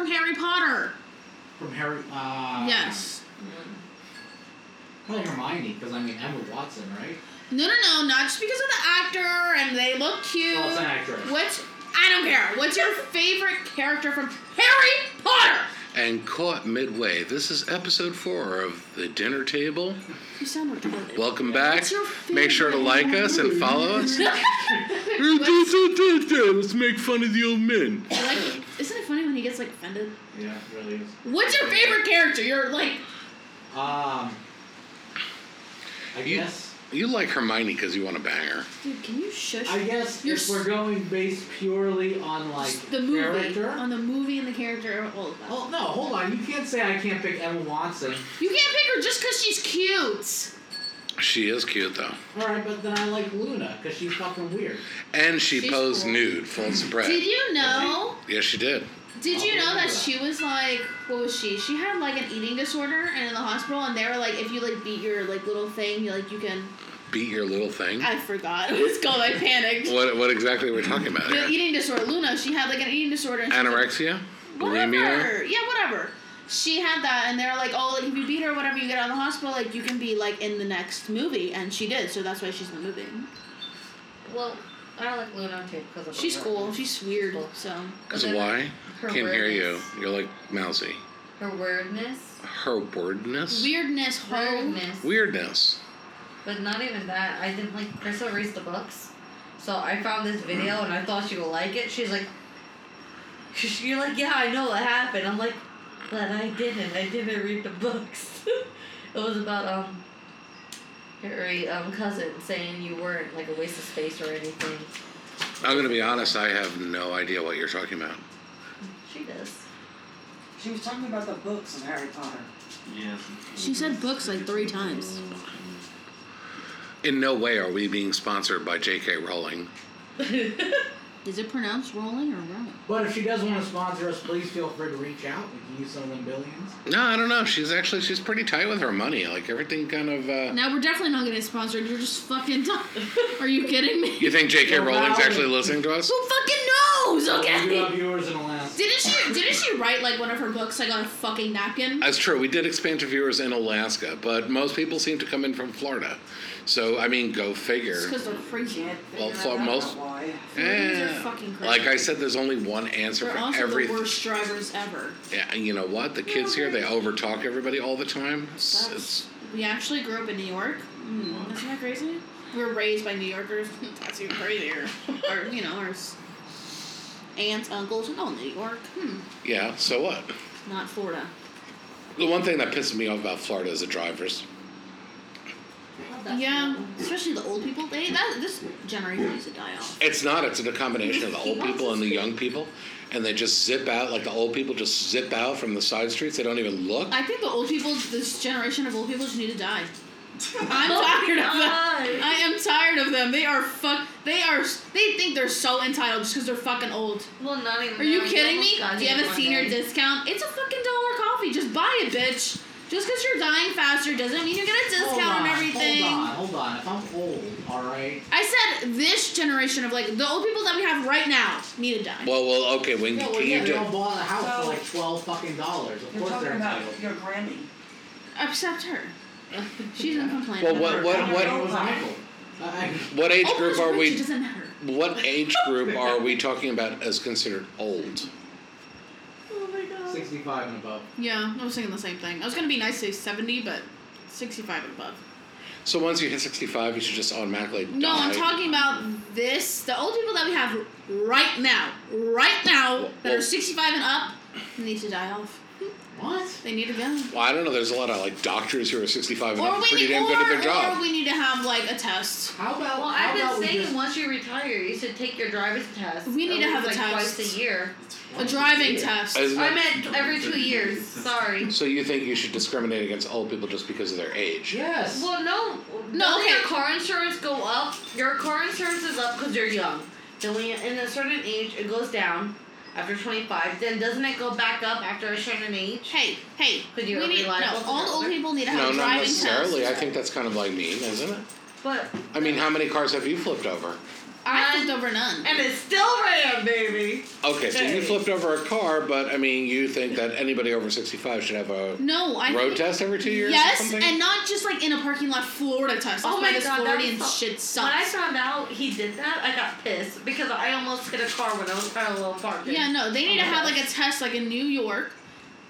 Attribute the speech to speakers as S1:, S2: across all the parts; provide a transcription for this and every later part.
S1: Harry Potter.
S2: From Harry. Uh,
S1: yes.
S2: Probably Hermione, because I mean Emma Watson, right?
S1: No, no, no, not just because of the actor and they look cute.
S2: Well, Oh, it's an actress.
S1: What's I don't care. What's your favorite character from Harry Potter?
S3: and caught midway. This is episode four of The Dinner Table.
S1: You sound retarded.
S3: Welcome back.
S1: your
S3: Make sure to like us and follow us. Let's make fun of the old men.
S1: like, isn't it funny when he gets like offended?
S2: Yeah, it really is.
S1: What's your favorite character? You're like
S2: Um. I
S3: You-
S2: guess.
S3: You like Hermione because you want to bang her.
S1: Dude, can you shush?
S2: I guess
S1: You're
S2: if we're
S1: s-
S2: going based purely on like
S1: the movie
S2: character.
S1: on the movie and the character, all of that.
S2: oh no, hold on. You can't say I can't pick Emma Watson.
S1: You can't pick her just because she's cute.
S3: She is cute though,
S2: All right, but then I like Luna because she's fucking weird.
S3: and she
S1: She's
S3: posed
S1: cool.
S3: nude, full
S1: Did
S3: spread.
S1: you know?
S3: Yes, she did.
S1: Did you
S2: I'll
S1: know
S2: remember
S1: that
S2: that.
S1: she was like, what was she? She had like an eating disorder and in the hospital, and they were like, if you like beat your like little thing, you like you can.
S3: Beat your little thing.
S1: I forgot what it's called. I panicked.
S3: What what exactly are we talking about
S1: The
S3: here?
S1: eating disorder. Luna, she had like an eating disorder. And she was, like,
S3: Anorexia, bulimia.
S1: whatever. Yeah, whatever. She had that, and they're like, oh, like if you beat her, or whatever, you get out of the hospital, like you can be like in the next movie, and she did, so that's why she's in the movie.
S4: Well, I like Luna too because of
S1: She's
S4: her
S1: cool.
S4: weirdness.
S1: She's weird.
S4: Cool.
S1: So
S3: Cause why?
S4: Her
S3: Can't hear you.
S4: weirdness.
S3: You're like mousy.
S4: Her weirdness.
S3: Her wordness.
S1: weirdness, home.
S4: Weirdness.
S3: Weirdness.
S4: But not even that. I didn't like. Crystal reads the books, so I found this video and I thought she would like it. She's like, you're like, yeah, I know what happened. I'm like, but I didn't. I didn't read the books. it was about um, her um cousin saying you weren't like a waste of space or anything.
S3: I'm gonna be honest. I have no idea what you're talking about.
S4: She does.
S5: She was talking about the books in Harry Potter.
S6: Yes.
S1: She said books like three times.
S3: In no way are we being sponsored by J.K. Rowling.
S1: Is it pronounced rolling or rolling?
S2: But if she does want to sponsor us, please feel free to reach out. We can use some of them billions.
S3: No, I don't know. She's actually she's pretty tight with her money. Like everything kind of. Uh,
S1: Now we're definitely not getting sponsored. You're just fucking. T- Are you kidding me?
S3: You think J.K.
S2: Well,
S3: Rowling's
S2: now-
S3: actually listening to us?
S1: Who fucking knows?
S3: Oh,
S2: We do have
S1: Okay.
S2: viewers in Alaska.
S1: Didn't she? Didn't she write like one of her books like on a fucking napkin?
S3: That's true. We did expand to viewers in Alaska, but most people seem to come in from Florida. So I mean, go figure.
S1: It's because they're crazy.
S5: Can't
S3: Well,
S5: figure
S3: for
S5: out
S3: most-
S5: why.
S1: Floridians are
S3: Eh,
S1: fucking crazy.
S3: Like I said, there's only one answer
S1: They're
S3: for
S1: also
S3: every.
S1: the worst drivers ever.
S3: Yeah, and you know what? The kids here they overtalk everybody all the time. It's, it's
S1: That's, we actually grew up in New York. Mm, isn't that crazy? We were raised by New Yorkers. That's even crazier. or you know, our s- aunts, uncles, all New York. Hmm.
S3: yeah. So what?
S1: Not Florida.
S3: The one thing that pisses me off about Florida is the drivers.
S1: yeah, especially the old people. They that this generation needs to die off.
S3: It's not. It's a combination of the old people and the young people, and they just zip out. Like the old people just zip out from the side streets. They don't even look.
S1: I think the old people, this generation of old people, just need to die. I'm
S4: Oh
S1: tired of them. I am tired of them. They are fuck. They are. s- They think they're so entitled just because they're fucking old.
S4: Well, not even.
S1: Are you
S4: that. We
S1: kidding
S4: almost
S1: me?
S4: got
S1: Do you
S4: hit
S1: have a
S4: one
S1: senior
S4: day.
S1: discount? It's a fucking dollar coffee. Just buy it, bitch. Just because you're dying faster doesn't mean you get a discount
S2: Hold on,
S1: on everything.
S2: Hold on, hold on. If I'm old, all right.
S1: I said this generation of like the old people that we have right now need to die.
S3: Well, well, okay. When
S2: Yeah, well,
S3: can
S2: yeah,
S3: you
S2: they all
S3: do?
S2: bought a house for
S5: So-
S2: like twelve fucking dollars. Of
S5: You're
S2: course they're
S5: talking about
S2: entitled.
S5: your granny.
S1: Except her. She doesn't complain.
S3: Well,
S1: about
S3: what-
S1: her.
S3: what- what-
S2: It was Michael. Uh, I-
S3: What age
S1: Old
S3: group
S1: person,
S3: are
S1: It
S3: we?
S1: doesn't matter.
S3: What age group are we talking about as considered old?
S1: Oh my god.
S2: uh, Sixty-five and above.
S1: Yeah, I was thinking the same thing. I was gonna be nice to say seventy, but sixty-five and above.
S3: So once you hit 65, you should just automatically die.
S1: No, I'm talking about this. The old people that we have right now, right now, that
S3: Well-
S1: are 65 and up, need to die off.
S2: What?
S1: They need to go.
S3: Well, I don't know. There's a lot of like doctors who are 65 and
S1: Or
S3: up
S1: we
S3: pretty
S1: need,
S3: damn good at
S1: or,
S3: their
S1: or
S3: job.
S1: we need to have like a test.
S2: How about?
S4: Well,
S2: how
S4: I've
S2: about
S4: been
S2: we
S4: saying
S2: just-
S4: once you retire, you should take your driving test.
S1: We need
S4: At
S1: to have
S4: least,
S1: a
S4: like
S1: test.
S4: twice a year.
S1: A driving test.
S3: Isn't
S4: I
S3: it-
S4: meant every two years. Sorry.
S3: so you think you should discriminate against old people just because of their age?
S2: Yes.
S4: Well, no.
S1: No,
S4: doesn't
S1: okay.
S4: Your car insurance go up. Your car insurance is up because you're young. Then when you in a certain age, it goes down after 25. Then doesn't it go back up after a certain age?
S1: Hey, hey.
S4: Could you
S1: we need no,
S4: reliable
S1: all the old
S4: driver?
S1: people need to have
S3: No,
S1: a
S3: not
S1: driving
S3: necessarily.
S1: test.
S3: I think that's kind of like mean, isn't it?
S4: But
S3: I mean, how many cars have you flipped over?
S1: I
S4: None.
S1: flipped over none.
S4: And it still ran, baby.
S3: Okay, so you
S4: Hey.
S3: flipped over a car, but I mean, you think that anybody over 65 should have a
S1: No, I
S3: road
S1: think-
S3: test every two years? or
S1: Yes,
S3: something?
S1: and not just like in a parking lot, Florida test. That's
S4: Oh
S1: why
S4: my
S1: this
S4: God, that
S1: Floridian
S4: was so-
S1: shit
S4: When I
S1: sucks.
S4: found out he did that, I got pissed because I almost hit a car when I was parallel parking.
S1: yeah, no, they need to
S4: Oh my
S1: have
S4: God.
S1: like a test like in New York,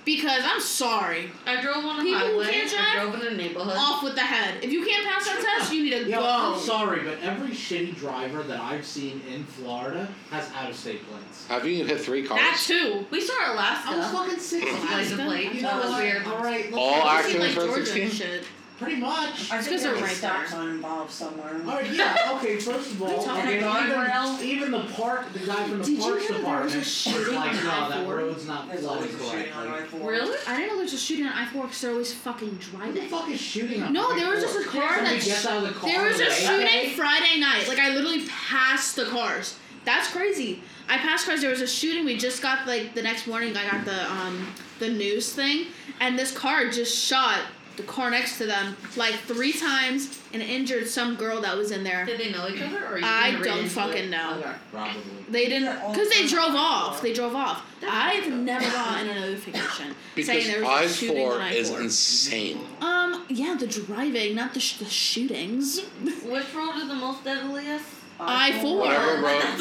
S1: because I'm sorry,
S4: I drove on a
S1: People who
S4: highway.
S1: can't
S4: I
S1: drive?
S4: drove in a neighborhood.
S1: off with the head. If you can't pass that test, you need to
S2: Yo, I'm
S1: go.
S2: sorry, but every shitty driver that I've seen in Florida has out of state plates.
S3: Have you hit three cars?
S1: That too.
S4: We saw
S2: I was
S4: Alaska.
S2: fucking sick of
S4: Like
S2: that.
S4: the plate.
S2: You
S4: That
S2: know
S4: was
S2: what?
S4: weird.
S2: Alright, let's
S3: All
S2: go.
S1: I've
S3: acting
S1: seen, like
S3: for
S1: Georgia
S3: 16?
S1: and shit.
S2: Pretty much.
S5: I think
S1: because they're
S5: there's a
S1: right
S5: stop
S1: there.
S5: sign involved somewhere.
S2: Alright, yeah, okay, first of all,
S1: What are
S4: you
S2: even,
S4: talking about?
S2: even the park, the guy from the
S1: Did you know
S2: parks
S1: there was a
S2: department was
S1: shooting
S2: like,
S1: on
S2: no, that
S1: I-four?
S2: road's not
S5: There's
S2: flooded
S5: always a shooting on
S2: correctly."
S5: I four.
S4: Really?
S1: I didn't know there's a shooting on I four because they're always fucking
S2: What the
S1: driving.
S2: fuck is shooting on
S1: No, there was
S2: I-four?
S1: just a car
S2: Somebody
S1: that
S2: gets out of the car.
S1: There was a
S2: and they-
S1: shooting Friday night. Like I literally passed the cars. That's crazy. I passed cars. There was a shooting. We just got like the next morning. I got the um the news thing, and this car just shot the car next to them like three times and injured some girl that was in there.
S4: Did they know each other or you
S1: I
S4: kinda read
S1: don't
S4: into
S1: fucking
S4: it?
S1: know.
S4: Okay.
S2: Probably.
S1: They didn't because they drove off. They drove off. I've never gotten a notification
S3: because
S1: saying there was
S3: I
S1: a shooting on
S3: four
S1: I
S3: is
S1: four.
S3: insane.
S1: um yeah, the driving, not the, sh- the shootings.
S4: Which road is the most deadliest?
S1: I four.
S3: Whatever road,
S1: It's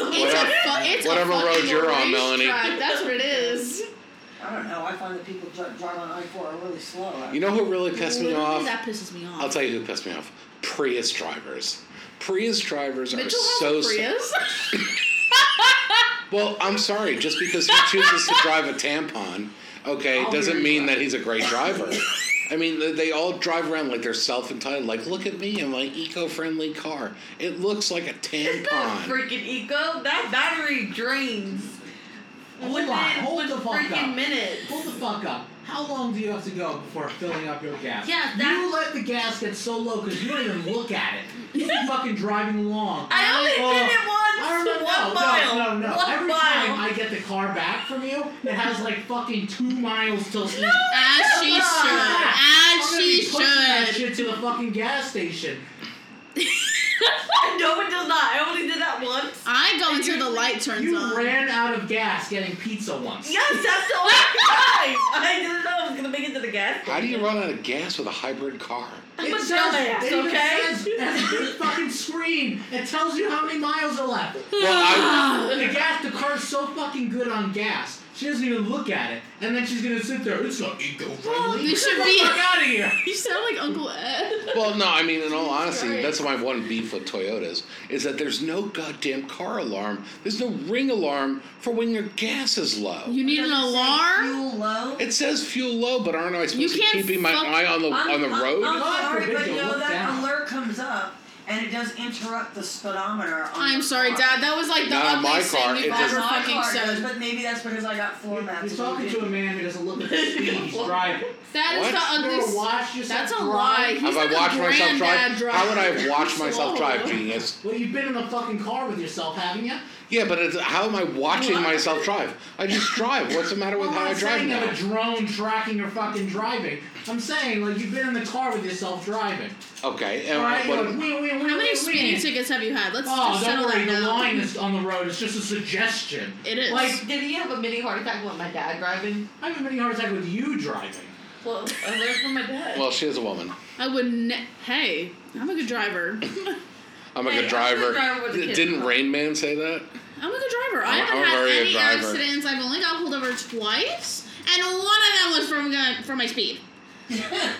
S1: a,
S3: whatever,
S1: fu- it's
S3: whatever
S1: a
S3: road
S1: fucking
S3: you're on, Melanie.
S1: racetrack, That's what it is.
S5: I don't know. I find that people dri- drive on I four are really slow.
S3: You know who really pissed me
S1: Literally,
S3: off?
S1: That pisses me off.
S3: I'll tell you who pissed me off. Prius drivers. Prius drivers
S1: Mitchell
S3: are
S1: has
S3: so.
S1: a
S3: s-
S1: Prius.
S3: Well, I'm sorry. Just because he chooses to drive a tampon, okay,
S2: I'll
S1: Oh,
S3: doesn't
S2: hear
S3: mean
S2: you.
S3: that he's a great driver. I mean, they- they all drive around like they're self-entitled. Like, look at me in my eco-friendly car. It looks like a
S4: That
S3: tampon.
S4: freaking eco. That battery drains
S2: Hold
S4: within
S2: on, hold the
S4: with
S2: fuck
S4: freaking
S2: up.
S4: minutes.
S2: Hold the fuck up. How long do you have to go before filling up your gas?
S4: Yeah, that-
S2: You let the gas get so low because you don't even look at it. You keep fucking driving along.
S4: I only
S2: Oh,
S4: did it once.
S2: I remember no,
S4: one mile.
S2: No, no, no.
S4: One
S2: Every
S4: mile.
S2: time I get the car back from you, it has like fucking two miles till no,
S1: As she
S2: Come on.
S1: should. As
S2: I'm
S1: she
S2: gonna be pushing that
S1: should.
S2: shit to the fucking gas station.
S4: no, it does not. I only did that once.
S1: I go until the light turns
S2: You
S1: on.
S2: ran out of gas getting pizza once.
S4: Yes, that's the only time. I didn't know I was gonna make it to the gas.
S3: How do you run out of gas with a hybrid car?
S4: I'm a
S2: It says,
S4: dumbass,
S2: it even
S4: okay?
S2: says, it has a big fucking screen. It tells you how many miles are left.
S3: Well,
S2: The gas, the car's so fucking good on gas. She doesn't even look at it, and then she's gonna sit there. It's so eco-friendly.
S1: You should
S2: Get
S1: be-
S2: the fuck out of here.
S1: You sound like Uncle Ed.
S3: I, well, no. I mean, in all honesty,
S1: Christ.
S3: that's my one beef with Toyotas is that there's no goddamn car alarm. There's no ring alarm for when your gas is low.
S1: You need an alarm?
S5: Fuel low.
S3: It says fuel low, but aren't I supposed
S1: can't
S3: to keep my
S1: fuck-
S3: eye on the
S4: I'm-
S3: on the
S4: I'm-
S3: road?
S4: I'm-
S2: God
S5: sorry,
S2: forbid
S5: but
S2: you
S5: no,
S2: look
S5: that
S2: down.
S5: alert comes up, and it does interrupt the speedometer. On
S1: I'm
S5: your
S1: sorry,
S5: car.
S1: Dad. That was like the
S3: Not on my
S1: ugliest
S3: car,
S1: thing
S3: it
S1: you've
S3: does-
S1: ever
S5: My
S1: fucking
S5: car does,
S1: said.
S5: but maybe that's because I got floor mats.
S2: You're
S5: and
S2: talking
S5: didn't.
S2: to a man who doesn't look at the speed. He's driving.
S1: That is
S3: What?
S1: the
S2: You're gonna
S1: ugliest.
S2: wash yourself
S1: That's a
S2: drive.
S1: lie. He's
S3: Have
S1: like a
S3: I watched myself drive?
S1: granddad
S3: How would I have
S1: driver.
S3: watched myself drive,
S1: Slow.
S3: genius?
S2: Well, you've been in the fucking car with yourself, haven't you?
S3: Yeah, but it's, how am I watching
S2: What?
S3: myself drive? I just drive. What's the matter with
S2: I'm
S3: how
S2: not
S3: I drive
S2: saying
S3: now?
S2: have a drone tracking your fucking driving. I'm saying like you've been in the car with yourself driving.
S3: Okay, and
S2: All right,
S3: what-
S2: you're like, "Wee, wee, wee,
S1: How
S2: wee,
S1: many
S2: wee."
S1: speeding tickets have you had? Let's
S2: Oh,
S1: just
S2: don't
S1: settle
S2: worry,
S1: that
S2: the
S1: now.
S2: line is on the road. It's just a suggestion.
S1: It is.
S2: Like,
S4: Did he have a mini heart attack with my dad driving?
S2: I haven't been a heart attack with you driving.
S4: Well, I learned from my dad.
S3: well, she is a woman.
S1: I would. Ne- hey, I'm a good driver.
S3: I'm a
S4: Hey,
S3: good
S4: I'm a good
S3: driver.
S4: driver with a
S3: D-
S4: kid.
S3: Didn't Rain Man say that?
S1: I'm a good driver. I
S3: I'm-
S1: haven't
S3: I'm a
S1: had
S3: very good
S1: any
S3: driver.
S1: accidents. I've only got pulled over twice, and one of them was from uh, from my speed. And,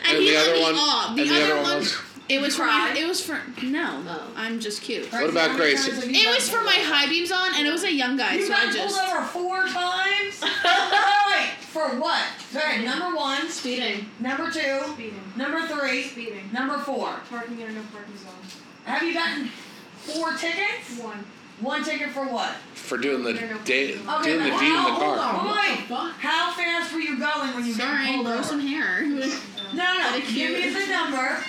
S3: And
S1: he
S3: the
S1: let
S3: other
S1: me
S3: one-
S1: off. The
S3: and the
S1: other,
S3: other one
S1: one,
S3: was-
S1: it was for
S4: Cry?
S1: my, it was for no.
S4: Oh.
S1: I'm just cute.
S5: Crazy,
S3: about
S5: how many
S3: Gracie?
S5: times have you
S1: It was
S5: gotten
S1: for my
S5: pulled over?
S1: high beams on, and it was a young guy,
S5: You
S1: so
S5: got
S1: I just
S5: pulled over four times. Wait, for what? Sorry, number one,
S6: Speeding.
S5: number two,
S6: Speeding.
S5: number three,
S6: Speeding.
S5: number four.
S6: Parking in a no parking zone.
S5: Have you gotten four tickets?
S6: One.
S5: One ticket for what?
S3: For doing the
S6: No, no.
S3: da-
S6: Okay,
S3: doing the
S5: but-
S3: deed in the
S2: Oh, hold
S3: car.
S2: on, what the
S5: Wait,
S2: fuck?
S5: how fast were you going when you got
S1: sorry,
S5: pulled
S1: grow
S5: over?
S1: some hair.
S5: No, no,
S1: Kinda
S5: give me
S1: cute.
S5: the number.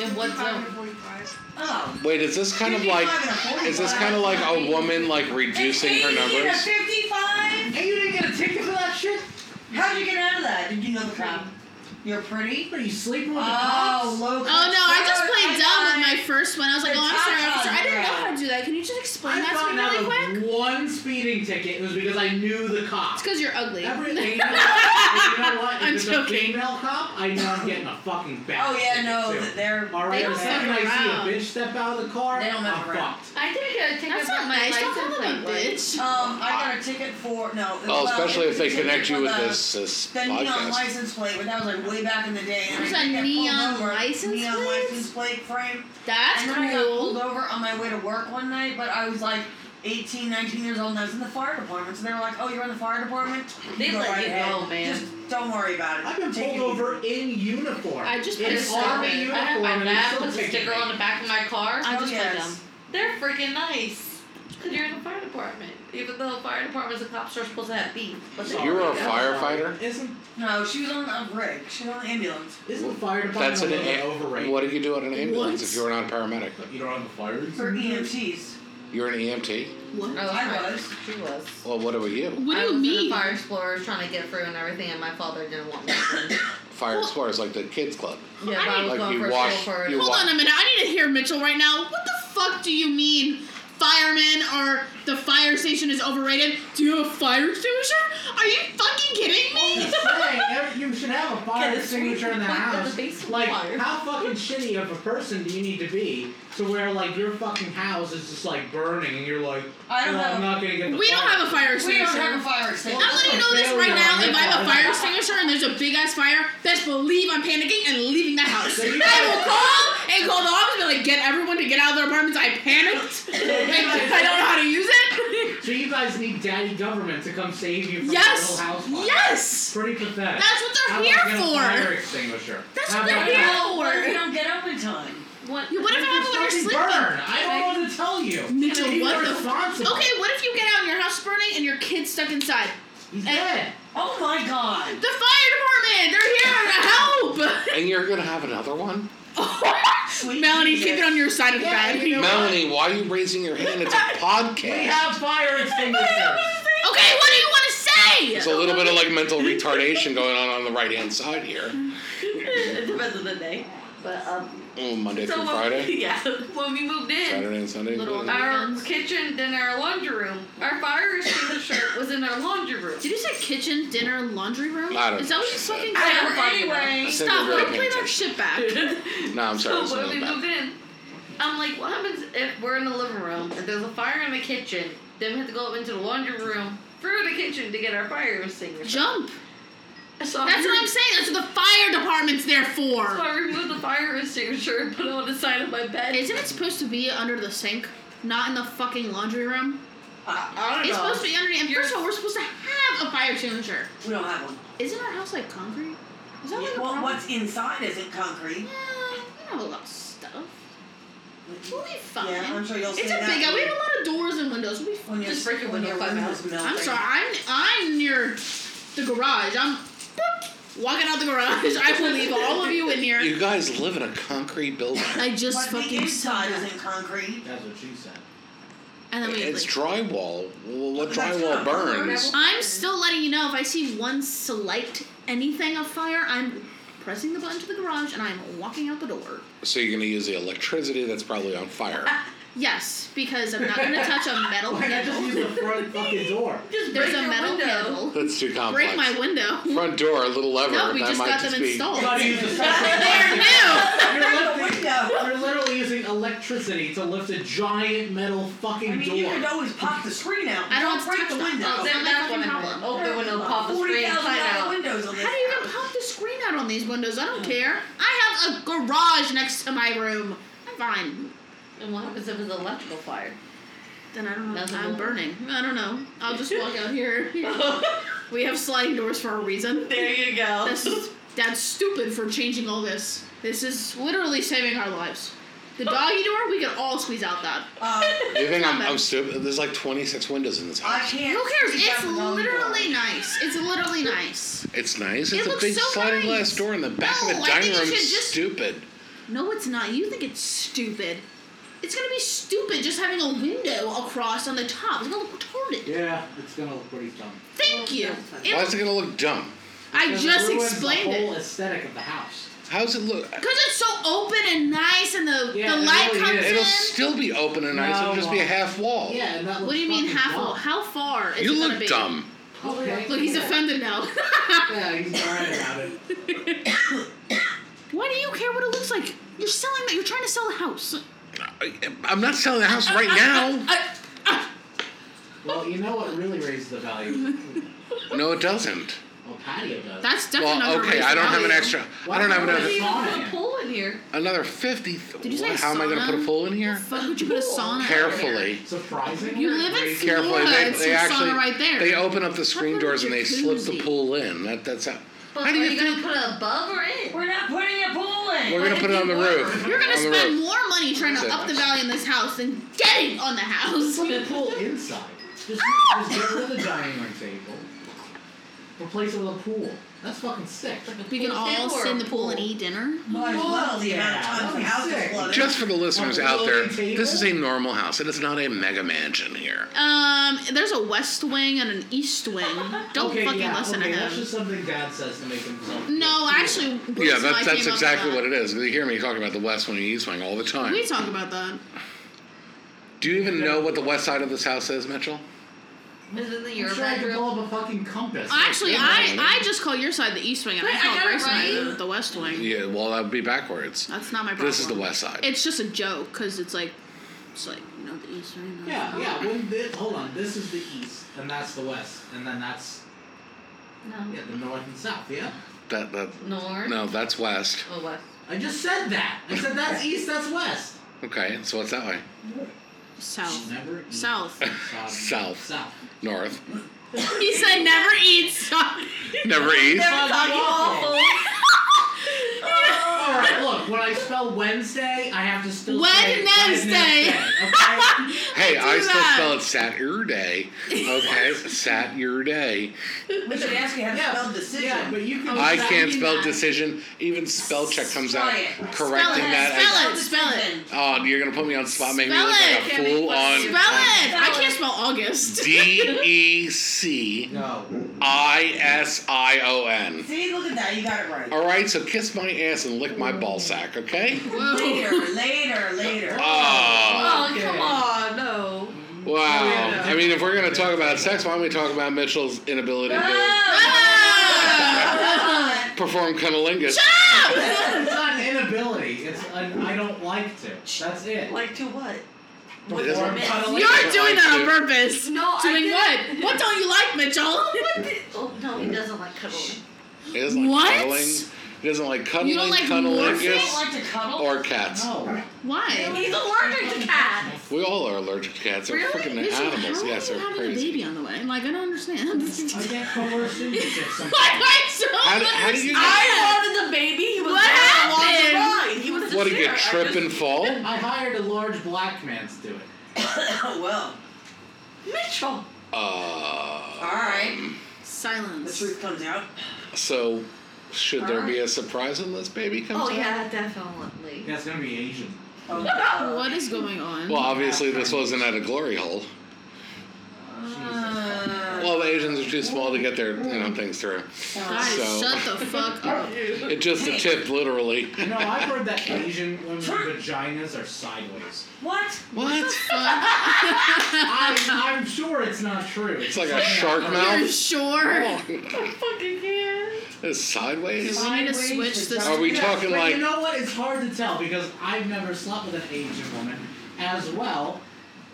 S4: And what's
S6: Five
S4: up?
S6: to forty-five.
S5: Oh.
S3: Wait, is this kind of like is this kind of like a woman like reducing her numbers?
S5: fifty-five.
S2: And you didn't get a ticket for that shit?
S5: How'd you get out of that? Did you know the crowd? You're pretty.
S2: What are you sleeping with the
S5: Oh,
S2: cops?
S5: low.
S1: Oh no, I just played dumb with my first one. I was like,
S5: Your
S1: oh, I'm sorry,
S5: top
S1: officer. I didn't know
S5: on
S1: how to do that. Can you just explain
S2: I've
S1: that to
S2: gotten
S1: me really
S2: out
S1: quick?
S2: of one speeding ticket. It was because I knew the cop.
S1: It's because you're ugly.
S2: Every and you know, and you know what? If
S1: I'm
S2: it's
S1: joking.
S2: a female cop, I know I'm getting a fucking bad.
S5: Oh yeah, no, th- they're.
S2: All
S1: They
S2: right,
S1: don't
S2: the
S1: fuck
S2: second I
S1: around.
S2: see a bitch step out of the car,
S5: They don't mess
S2: I'm
S5: around.
S2: fucked.
S4: I didn't get a ticket.
S1: That's
S4: but
S1: not
S4: my
S1: nice. Don't
S4: license
S1: call them a
S4: plate was-
S1: bitch.
S5: Um, I got a ticket for no.
S3: Oh,
S5: well,
S3: especially if they
S5: ticket
S3: connect you
S5: for
S3: with
S5: the-
S3: this, this
S5: The neon
S3: podcast.
S5: license plate, but that was like way back in the day. and I
S1: There's
S5: did
S1: a
S5: get pulled
S1: neon
S5: over,
S1: license
S5: neon
S1: plate?
S5: license plate frame.
S1: That's
S5: and then I got pulled
S1: cool.
S5: over on my way to work one night, but I was like 18, 19 years old, and I was in the fire department. So they were like, "Oh, you're in the fire department.
S4: They
S5: go
S4: let you
S5: right ahead.
S4: go, man.
S5: Just don't worry about it."
S2: I've been
S5: Take
S2: pulled
S5: it easy."
S2: over in uniform.
S1: I just
S2: in
S1: put a
S2: an
S1: sticker.
S2: army
S1: I
S2: uniform.
S4: I have my
S2: and
S4: dad
S2: still
S4: puts a
S2: picking
S4: sticker
S2: me.
S4: on the back of my car.
S1: I just
S5: Oh,
S1: played
S5: yes.
S1: dumb.
S4: They're freaking nice. Because you're in the fire department. Even though fire departments and cops are supposed to have beef. But they
S3: You were a
S4: don't.
S3: firefighter.
S2: Isn't
S5: No, she was on a rig. She was on the ambulance.
S2: isn't fire department
S3: That's
S2: a
S3: an
S2: little bit
S3: a-
S2: overrated?
S3: what did you do at an ambulance
S1: What?
S3: if you were not a paramedic?
S2: But You don't have the fire.
S5: For E EMTs.
S3: You're an E EMT.
S1: What?
S4: I was.
S5: I
S4: fire-
S5: was.
S4: She was.
S3: Well, what were you?
S1: What do
S4: I
S1: you
S4: was
S1: mean?
S4: In the fire explorers trying to get through and everything, and my father didn't want me. to.
S3: Fire explorers like the kids club.
S4: yeah, but I was
S3: Like
S4: going
S3: you
S4: for
S3: wash-
S4: a school for
S3: you-
S1: Hold
S3: wa-
S1: on a minute. I need to hear Mitchell right now. What the fuck do you mean? Fireman or the fire station is overrated? Do you have a fire extinguisher? Are you fucking kidding me?
S2: Hey, every- you should have a fire
S4: Get a
S2: extinguisher in the
S4: sweet plate with
S2: house.
S4: a base
S2: Like,
S4: wire.
S2: how fucking shitty of a person do you need to be to where like your fucking house is just like burning and you're like,
S5: I don't
S2: well,
S5: have
S2: I'm
S5: a-
S2: not gonna get the
S1: we don't
S2: fire.
S1: have a fire
S5: We
S1: extinguisher.
S5: don't have a fire extinguisher.
S1: I'm letting you know this right now. If I have a fire extinguisher and there's a big ass fire, best believe I'm panicking and leaving the house. I will call and call the office and be like, get everyone to get out of their apartments. I panicked. I don't know how to use it.
S2: So you guys need daddy government to come save you from the
S1: yes.
S2: little house fire.
S1: Yes.
S2: Pretty pathetic.
S1: That's what they're
S2: How
S1: here
S2: about get a
S1: for.
S2: fire extinguisher?
S1: That's
S2: How
S1: what they're
S2: about
S1: here
S2: that?
S1: for.
S5: What if you don't get up in time?
S4: What?
S1: Yeah, what if I have
S2: Just
S1: when you're
S2: fucking
S1: sleeping?
S2: burn. I don't know what to tell you.
S1: Mitchell,
S2: He's
S1: what the-
S2: irresponsible.
S1: Okay, what if you get out and your house is burning and your kid's stuck inside?
S2: He's dead.
S5: Oh my god.
S1: The fire department! They're here to help!
S3: And you're gonna have another one.
S5: Sweet
S1: Melanie,
S5: Jesus.
S1: keep it on your side of the
S2: Yeah,
S1: bed.
S2: you know-
S3: Melanie, why are you raising your hand? It's a
S2: We
S3: podcast.
S2: have fire extinguishers.
S1: Okay, what do you want to say?
S3: It's a little bit of like mental retardation going on on the right hand side here.
S1: Mm-hmm.
S4: it depends on the day. But um.
S3: Oh, Monday
S4: so
S3: through
S4: when-
S3: Friday,
S4: Yeah. When we moved in.
S3: Saturday and Sunday.
S1: Little-
S3: included.
S4: Our
S1: Weekends.
S4: kitchen, then our laundry room. Our fire extinguisher was in our laundry room.
S1: Did you say kitchen, dinner, laundry room?
S3: I don't
S1: Is that
S3: know.
S1: what you fucking
S4: I
S1: said?
S4: don't fucking know.
S5: anyway.
S3: I think
S1: Stop,
S3: we're
S1: let
S3: very
S1: him play that shit back.
S3: No, I'm sorry. it's
S4: So when
S3: not
S4: we
S3: bad.
S4: move in, I'm like, what happens if we're in the living room and there's a fire in the kitchen? Then we have to go up into the laundry room through the kitchen to get our fire extinguisher.
S1: Jump.
S4: So
S1: That's what I'm saying. That's what the fire department's there
S4: So
S1: for.
S4: I removed the fire extinguisher and put it on the side of my bed.
S1: Isn't it supposed to be under the sink? Not in the fucking laundry room?
S5: Uh,
S4: I don't
S1: It's
S4: know.
S1: supposed to be underneath. And first of all, we're supposed to have a fire extinguisher.
S5: we don't have one.
S1: Isn't our house like concrete? Is that like a
S5: Well,
S1: problem?
S5: what's inside isn't concrete.
S1: Yeah, we have a lot of stuff. We'll be fine.
S5: Yeah, I'm sure you'll see
S1: it's a
S5: that.
S1: big. We have a lot of doors and windows. We'll be fine.
S5: when your
S4: Just break your
S5: when your
S4: window
S5: room
S4: out.
S5: is melting.
S1: I'm sorry. I'm I'm near the garage. I'm walking out the garage. I will leave all of you in here.
S3: You guys live in a concrete building.
S1: I just
S5: But the
S1: fucking saw
S5: inside
S1: that.
S5: isn't concrete.
S2: That's what she said.
S1: And then we.
S3: It's
S1: like-
S3: drywall. Well, what
S5: That's
S3: drywall
S5: not-
S3: burns?
S1: I'm still letting you know if I see one slight anything of fire, I'm pressing the button to the garage and I'm walking out the door.
S3: So you're gonna use the electricity that's probably on fire.
S1: Yes, because I'm not gonna touch a metal
S2: Why not just use
S1: handle.
S2: the front fucking door?
S4: Just
S1: There's
S4: break
S1: a
S4: your
S1: metal
S4: window.
S1: handle.
S3: That's too complex.
S1: Break my window.
S3: Front door, a little lever.
S1: No, we
S3: that
S1: just
S3: might
S1: got
S3: just
S1: them
S3: be-
S1: installed.
S2: You gotta use the
S1: They're new.
S2: You're,
S5: Break the
S2: lifting,
S5: window.
S2: you're literally using electricity to lift a giant metal fucking
S5: I mean,
S2: door.
S5: you could always pop the screen out.
S1: I don't
S5: Don't break
S1: touch
S5: the
S1: that.
S5: window.
S1: That's
S4: Oh, then
S1: my
S4: that's what
S1: fucking
S4: I
S1: problem.
S4: meant. Open window, pop the
S5: Forty
S4: screen,
S5: thousand
S4: sign
S5: dollar
S4: out.
S5: windows on this.
S1: How do you even pop the screen out on these windows? I don't care. I have a garage next to my room. I'm fine.
S4: And what happens if it's an electrical fire?
S1: Then I don't know.
S4: Doesn't
S1: I'm
S4: matter.
S1: burning. I don't know. I'll just walk out here. We have sliding doors for a reason.
S4: there you go.
S1: This is, that's stupid for changing all this. This is literally saving our lives. The doggy door, we can all squeeze out that.
S5: Uh,
S3: You think
S1: Not
S3: I'm,
S1: bad.
S3: I'm stupid? There's like 26 windows in this
S5: I
S3: house.
S5: can't.
S1: Who cares?
S5: see
S1: It's
S5: down the long
S1: literally
S5: door.
S1: nice. It's literally nice.
S3: It's nice.
S1: It
S3: It's a
S1: looks
S3: big
S1: so
S3: sliding
S1: nice.
S3: glass door in the back of
S1: No,
S3: the
S1: I
S3: dining
S1: think you
S3: room.
S1: should just-
S3: Stupid.
S1: No, it's not. You think it's stupid. It's gonna be stupid just having a window across on the top. It's gonna look retarded.
S2: Yeah, it's gonna look pretty dumb.
S1: Thank you. It
S3: Why is it gonna look dumb?
S1: I
S2: It
S1: just
S2: ruins
S1: explained
S2: the
S1: it.
S2: whole aesthetic of the house.
S3: How's it look?
S1: Because it's so open and nice and the,
S2: Yeah,
S1: the
S2: it
S1: light
S2: really
S1: comes
S2: is.
S3: It'll
S1: in.
S3: still be open and nice. It'll
S5: No,
S3: just be a half wall.
S2: Yeah, and that
S1: what do you mean half wall? How far is
S3: You
S1: it gonna
S3: look
S1: be?
S3: dumb.
S2: Okay.
S1: Look, he's offended now.
S2: Yeah, he's alright about it.
S1: Why do you care what it looks like? You're selling that. You're trying to sell the house.
S3: I, I'm not selling the house right now.
S2: Well, you know what really raised the value?
S3: No, it doesn't.
S2: Well, patio does.
S1: That's definitely
S3: Well,
S1: not gonna
S3: okay,
S1: raise
S3: I
S1: the
S3: don't have an
S1: value.
S3: extra. I don't have
S2: Why
S3: another
S2: would
S4: even
S2: Sauna.
S4: put a pool in here.
S3: another fifty.
S1: Did you say
S3: how am I going to put a
S1: sauna?
S3: pool in here?
S1: Fuck, would you put a sauna?
S3: Carefully.
S2: Surprisingly,
S1: You live in
S2: raised-
S1: Florida.
S3: Carefully, they,
S1: it's
S3: they
S1: your
S3: actually
S1: sauna right there.
S3: they open up the screen
S1: about a
S3: doors and they slip the
S1: jacuzzi?
S3: pool in. That that's how.
S4: But
S3: How do
S4: are
S3: you
S4: you
S3: think-
S4: gonna put it above or in?
S5: We're not putting a pool in.
S3: We're gonna put it on the roof.
S1: You're gonna
S3: on the
S1: spend
S3: roof.
S1: more money trying to
S3: That's it.
S1: up the value in this house than getting on the house.
S2: Put the pool inside. Just,
S1: Ah!
S2: just get rid of the dining room table. Replace it with a pool. That's fucking sick.
S1: We can all sit in the pool and eat dinner.
S5: Might as well, the amount of
S2: Yeah,
S5: times the
S2: that's
S5: house is
S2: sick.
S5: flooded.
S3: Just for the listeners
S2: On a
S3: out there,
S2: rolling table?
S3: this is a normal house. It is not a mega mansion here.
S1: Um, there's a west wing and an east wing. Don't
S2: okay,
S1: fucking
S2: yeah,
S1: listen
S2: okay,
S1: to
S2: That's
S1: him.
S2: just something Dad says to make himself.
S1: No,
S2: feel
S1: actually,
S2: better.
S1: Bruce
S3: Yeah,
S1: and I
S3: that's that's
S1: came up with
S3: exactly
S1: that.
S3: what it is. You hear me talking about the West Wing and East Wing all the time.
S1: We talk about that.
S3: Do you even know what the west side of this house is, Mitchell?
S4: Is it the
S2: I'm
S4: your
S2: sure I could
S4: bedroom?
S2: blow up a fucking compass.
S1: Actually,
S3: good
S1: I,
S3: one.
S1: I just call your side the east wing and I
S4: Wait, I
S1: call
S4: got it
S1: Grace side the,
S4: right.
S1: the west wing.
S3: Yeah, well, that would be backwards.
S1: That's not my problem.
S3: This is the west side.
S1: It's just a joke because it's like, it's like you know the east wing. uh,
S2: Yeah, yeah. When this, hold on, this is the east, and that's the west, and then that's
S4: No.
S2: yeah, the north and south. Yeah,
S3: that, that,
S4: North.
S3: no, that's west.
S4: Oh, west.
S2: I just said that. I said that's east, that's west.
S3: Okay, so what's that way?
S1: South.
S2: Never east,
S1: South.
S2: south,
S3: South.
S2: south.
S3: North.
S1: he said never eat south.
S3: Never east.
S2: Fuck off. All right, look. When I spell Wednesday, I have to still say
S1: Wednesday.
S2: Wednesday. Okay.
S3: Hey,
S1: do
S3: I, still
S1: that.
S3: spell it Saturday. Okay, Saturday.
S5: We should ask you how to spell decision.
S2: Yeah, but you can.
S3: I
S2: spell-
S3: can't
S1: do
S3: spell
S1: that.
S3: decision. Even spell check comes
S5: Spell
S3: out
S5: it.
S1: Spell
S3: correcting
S1: it. Spell
S3: that as.
S1: it. Spell it.
S3: Oh, you're gonna put me on the spot, make me
S1: Spell
S3: look
S1: it.
S3: like a fool
S1: Spell it.
S3: on uh,
S1: I can't spell August.
S3: D E C
S2: No.
S3: I S I O N.
S5: See, look at that. You got it right.
S3: All right, so kiss my ass and lick my ball sack, okay?
S5: Later, later, later.
S3: Oh,
S4: Oh, come on, no.
S3: wow. I mean, if we're gonna talk about sex, why don't we talk about Mitchell's inability
S4: Ah!
S1: Uh,
S3: to
S5: God.
S3: perform cunnilingus?
S2: It's not an inability. It's an I don't like to. That's it.
S5: Like to what?
S3: It doesn't-
S2: Perform cuddling.
S1: You're doing that on purpose.
S4: No,
S1: Doing
S4: I
S1: what? What don't you like, Mitchell?
S4: didn't. Oh, no, he doesn't like cuddling.
S3: He doesn't like
S1: What?
S3: cuddling. He doesn't like cuddling,
S1: You don't like oh, Yes.
S5: You don't
S3: cunnilingus,
S5: like to cuddle?
S3: or cats.
S2: No.
S1: Why?
S4: He's allergic to cats.
S3: We all are allergic to cats. They're freaking
S1: Mitchell,
S3: animals.
S1: How
S3: Yes,
S1: are
S3: they're
S1: you having a
S3: crazy.
S1: baby on the way? Like I don't understand.
S2: I get coerced into something.
S1: Why am I so
S3: How do- how do you get-
S4: I wanted the baby. He was
S1: What
S4: there along the
S1: happened?
S4: ride. He was
S3: What
S4: the
S3: do you
S4: chair. I
S3: get? Trip and fall?
S2: I hired a large black man to do it.
S5: oh, well.
S4: just- Mitchell.
S3: Uh,
S5: Alright. The
S1: Silence.
S5: truth comes out.
S3: so, should there be a surprise when this baby comes
S4: Oh
S3: out?
S4: yeah, definitely.
S2: Yeah, it's gonna be Asian.
S5: Oh,
S1: What is going on?
S3: Well, obviously, this wasn't at a glory hole.
S5: Uh,
S3: Well, the Asians are too small to get their you know things through.
S1: Guys,
S3: so-
S1: shut the fuck up.
S3: It just a tip, literally.
S2: You know, I've heard that Asian women's vaginas are sideways.
S5: what?
S3: What?
S2: I, I'm sure it's not true.
S3: It's like a shark
S1: You're
S3: mouth.
S1: sure?
S4: fucking can't.
S3: It's sideways.
S1: We need to
S5: Sideways
S1: switch this.
S3: Are we
S2: Yeah,
S3: talking
S2: but
S3: like?
S2: you know what? It's hard to tell because I've never slept with an Asian woman as well.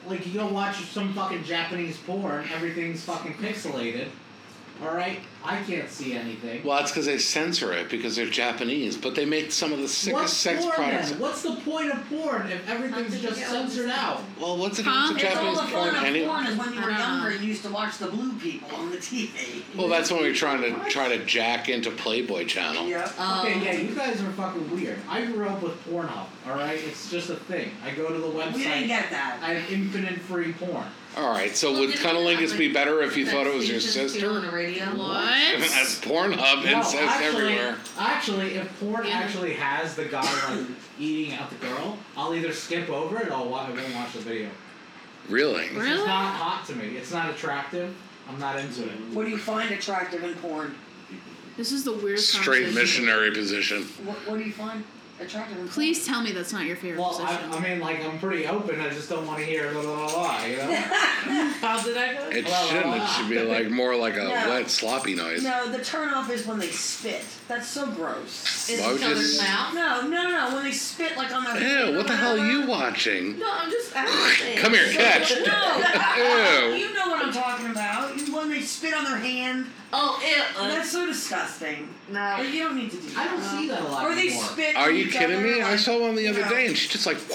S2: Like you go watch some fucking Japanese porn, everything's fucking pixelated. Alright? I can't see anything.
S3: Well, that's because they censor it because they're Japanese, but they make some of the sickest
S2: What's
S3: sex
S2: porn
S3: products.
S2: then? What's the point of porn if everything's just censored out?
S3: Well, what's the
S1: Huh?
S3: difference of
S5: It's all
S3: Japanese
S5: the
S3: porn? Uh-huh.
S5: fun of
S3: Any-
S5: porn is when you were
S1: Uh,
S5: younger and you used to watch the blue people on the TV.
S3: well, that's when we were trying to try to jack into Playboy Channel.
S5: Yep.
S2: Okay,
S4: um,
S2: yeah,
S5: Um.
S2: you guys are fucking weird. I grew up with Pornhub, alright? It's just a thing. I go to the website.
S5: We didn't get that.
S2: I have infinite free porn.
S3: All right, so
S4: Well,
S3: would
S4: didn't
S3: cunnilingus
S4: have,
S3: be
S4: like,
S3: better if you thought it was your
S4: Sensations too
S3: sister?
S4: On the radio.
S3: That's
S1: What?
S3: Pornhub
S2: No,
S3: incest
S2: actually,
S3: everywhere.
S2: Actually, if porn
S1: Yeah.
S2: actually has the guy like eating out the girl, I'll either skip over it or I'll, wa- I won't watch the video.
S3: Really?
S2: It's
S1: Really?
S2: just not hot to me. It's not attractive. I'm not into it.
S5: What do you find attractive in porn?
S1: This is the weirdest
S3: Straight
S1: conversation.
S3: missionary position.
S5: What, what do you find attractive? in-
S1: Please tell me that's not your favorite
S2: Well, I,
S1: position.
S2: I mean, like, I'm pretty open. I just don't want to hear la la la la, you know?
S4: How did I go?
S3: It
S2: La, la,
S3: shouldn't. It
S2: la.
S3: should be like more like a
S5: No.
S3: wet sloppy noise.
S5: No, the turnoff is when they spit. That's so gross.
S4: Is
S3: Why would
S4: each
S3: you
S4: other's
S3: s-
S4: mouth?
S5: No, no, no, no. When they spit like on their.
S3: Ew, what the hell are you watching?
S4: No, I'm just asking.
S3: Come here, catch.
S5: No,
S3: Ew.
S5: you know what I'm talking about. You- When they spit on their hand,
S4: Oh, uh, ew. uh,
S5: that's so disgusting.
S3: uh,
S4: no.
S5: Like, you don't need to do
S2: I
S5: that.
S2: don't see that a lot
S5: Or they
S2: anymore.
S5: spit.
S3: Are
S5: on
S3: you
S5: each
S3: kidding
S5: other,
S3: me? I
S5: like-
S3: saw one the other
S5: No.
S3: day and she just like,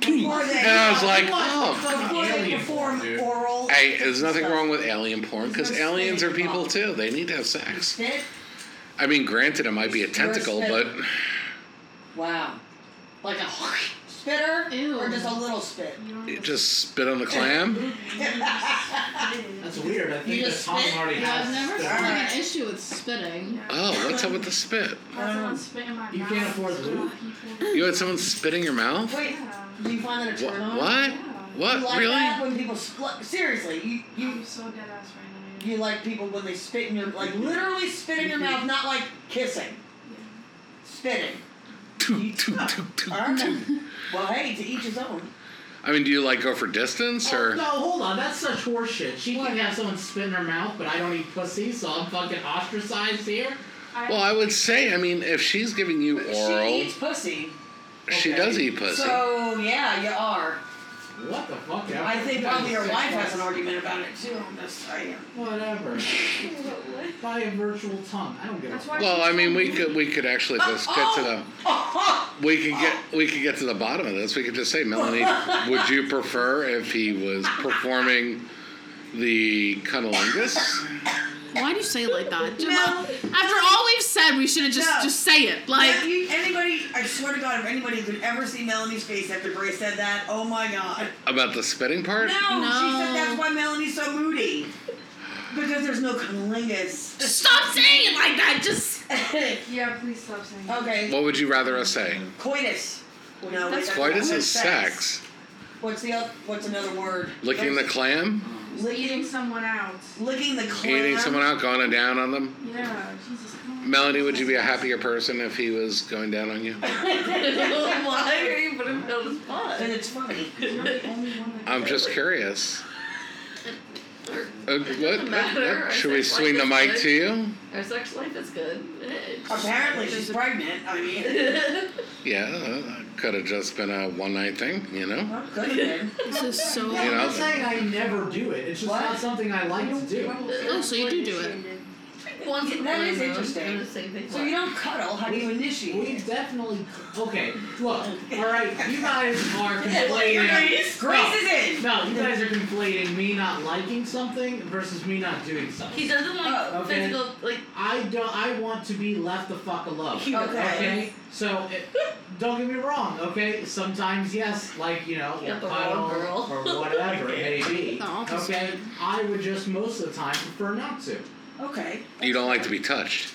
S5: Before they-
S3: and I was like,
S2: What?
S3: oh.
S5: Before they
S2: Alien
S5: perform
S2: porn, dude.
S5: oral.
S3: Hey, there's nothing wrong with alien porn because
S5: There's no
S3: aliens are
S5: spitting
S3: people
S5: involved.
S3: too. They need to have sex.
S5: Spit?
S3: I mean, granted, it might be a
S5: You're a
S3: tentacle, but
S5: spit. Wow. Like a spitter?
S1: Ew.
S5: Or just a little spit?
S3: it just spit on the clam.
S2: That's weird. I think
S5: You
S2: that
S5: just
S2: Tom
S5: spit?
S2: already
S1: yeah,
S2: has.
S1: I've never
S2: the-
S1: seen
S5: Alright.
S1: an issue with spitting.
S3: Oh, what's up with the spit?
S6: That's the one spit in my
S2: You
S6: mouth.
S2: can't afford lube?
S6: people.
S3: You had someone spit in your mouth?
S5: Wait,
S6: Yeah.
S5: do you find that a
S3: Wha-
S5: turn on?
S3: What?
S5: You
S3: What?
S5: like that
S3: Really?
S5: when people spl- seriously, you, you
S6: I'm so dead ass right now.
S5: you like people when they spit in your like literally spit in your mouth, not like kissing. Spitting.
S3: Toot, toot, toot, toot.
S5: Alright. Well hey, to each his own.
S3: I mean, do you like go for distance
S2: Oh,
S3: or?
S2: no, hold on. That's such horseshit. She can have someone spit in her mouth, but I don't eat pussy, so I'm fucking ostracized here.
S6: I,
S3: Well, I would say, I mean, if she's giving you
S5: She
S3: oral,
S5: eats pussy.
S3: she
S2: Okay.
S3: does eat pussy.
S5: So yeah, you are.
S2: What the fuck? ever?
S5: I think probably your
S2: That's
S5: wife
S2: sex.
S5: has an argument about it too. I'm just saying.
S2: Whatever. Buy a virtual tongue. I don't give a
S6: that's
S2: fuck.
S6: why
S3: Well, I mean, we
S6: she's so
S3: could we could actually just
S5: Oh,
S3: get to the we could get we could get to the bottom of this. We could just say, Melanie, would you prefer if he was performing the cunnilingus?
S1: Why do you say it like that? Jamal?
S5: No.
S1: After all we've said, we should have just
S5: No.
S1: just say it. Like
S5: If you- anybody, I swear to God, if anybody could ever see Melanie's face after Grace said that, oh my God.
S3: About the spitting
S5: No,
S3: part?
S5: she said
S1: No.
S5: that's why Melanie's so moody. Because there's no cunnilingus.
S1: stop saying it like that. Just
S6: Yeah, please stop saying that.
S5: okay,
S3: What would you rather us say?
S5: coitus. No, wait,
S1: That's
S5: that's
S3: Coitus
S5: not
S3: is sex.
S5: What's the oth- what's another word?
S3: Licking the clam,
S6: Eating
S5: licking,
S6: someone out.
S5: licking the clam.
S3: eating someone out, going down on them.
S6: Yeah, Jesus. come on.
S3: Melanie, would you be a happier person if he was going down on you?
S4: Why are you putting me on the spot?
S5: And it's funny.
S6: You're the only one that
S3: I'm just curious. Uh, what?
S4: matter.
S3: Should we swing the mic to you?
S4: Our sex life is good. It's-
S5: Apparently she's pregnant. I mean,
S3: Yeah, could have just been a one night thing, you know?
S5: well, could have been.
S1: this is so.
S2: Yeah,
S3: You
S2: I'm
S3: know?
S2: not saying I never do it. It's just
S5: What?
S2: not something I like to do.
S1: Oh, so you do do it.
S4: Once in a
S5: That
S4: blue
S5: is
S4: moon,
S5: interesting.
S4: I'm gonna say big
S5: So you
S4: black.
S5: don't cuddle. How do you
S2: We
S5: initiate?
S2: definitely. Okay, look. All right, you guys are
S5: You're gonna-
S2: complaining.
S5: Grace is in.
S2: No, you guys are conflating me not liking something versus me not doing
S4: He
S2: something.
S4: doesn't like
S5: Oh,
S2: okay.
S4: physical, like
S2: I don't. I want to be left the fuck alone.
S5: Okay.
S2: Okay. So it, don't get me wrong. Okay. Sometimes yes, like you know,
S4: You got the
S2: cuddle
S4: wrong girl.
S2: or whatever it may be.
S1: The opposite.
S2: Okay. I would just most of the time prefer not to.
S5: Okay.
S3: You don't like to be touched.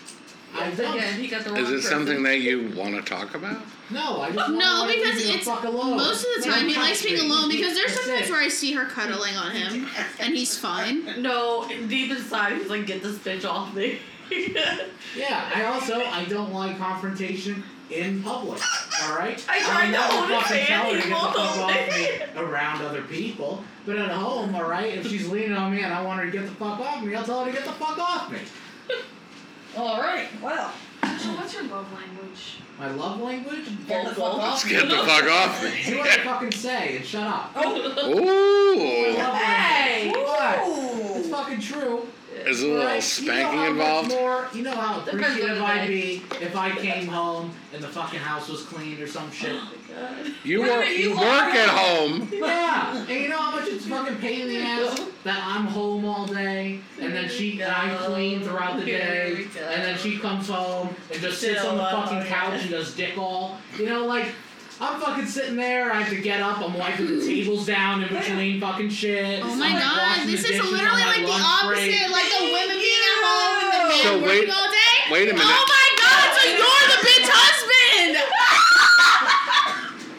S2: I don't.
S4: again, he got the wrong
S3: Is it
S4: person.
S3: something that you want to talk about?
S2: No, I just
S1: No,
S2: want to
S1: because
S2: leave you the
S1: it's-
S2: fuck alone.
S1: Most of the
S2: Let
S1: time,
S2: me
S1: he
S2: touch
S1: likes being
S2: me.
S1: alone because there's
S2: That's
S1: sometimes
S2: it.
S1: where I see her cuddling on him, and he's fine.
S4: No, deep inside, he's like, get this bitch off me.
S2: Yeah, I also I don't like confrontation in public. All right.
S4: I
S2: will
S4: tried to
S2: never
S4: hold his
S2: fucking
S4: hand,
S2: tell her
S4: he
S2: to get the
S4: won't
S2: fuck
S4: hold
S2: off me
S4: it.
S2: around other people, but at home, all right. If she's leaning on me and I want her to get the fuck off me, I'll tell her to get the fuck off me.
S5: All right. Well.
S6: So what's your love language?
S2: My love language.
S5: Get the fuck off.
S3: Get the fuck off
S2: Do
S3: me.
S2: what I fucking say and shut
S5: Oh,
S2: up. My
S3: Ooh!
S2: love
S4: Hey!
S2: language. What? It's
S5: Ooh.
S2: fucking true.
S3: Is there a little
S2: Right, you know how
S3: spanking
S2: much
S3: involved?
S2: More, you know how
S4: Depends on
S2: appreciative
S4: the
S2: I'd be
S4: day.
S2: if I came home and the fucking house was cleaned or some shit.
S4: Oh
S3: You
S4: Wait a
S3: work,
S4: minute,
S3: you
S4: you
S3: work
S4: are-
S3: at home.
S2: Yeah, and you know how much it's fucking pain in the ass that I'm home all day, and then she and I clean throughout the
S4: Here
S2: day,
S4: we
S2: and
S4: go.
S2: then she comes home and just sits on the
S4: Chill
S2: fucking
S4: out.
S2: couch and does dick all. You know, like I'm fucking sitting there. I have to get up. I'm wiping the tables down in between fucking shit.
S1: Oh
S2: I'm,
S1: my
S2: like,
S1: god,
S2: washing the
S1: this is
S2: dishes on
S1: literally
S2: my
S1: like the
S2: lunch break.
S1: opposite, like the women being at home and the man
S3: So
S1: working
S3: wait-
S1: all day.
S3: wait a minute.
S1: Oh my god, so you're the bitch husband!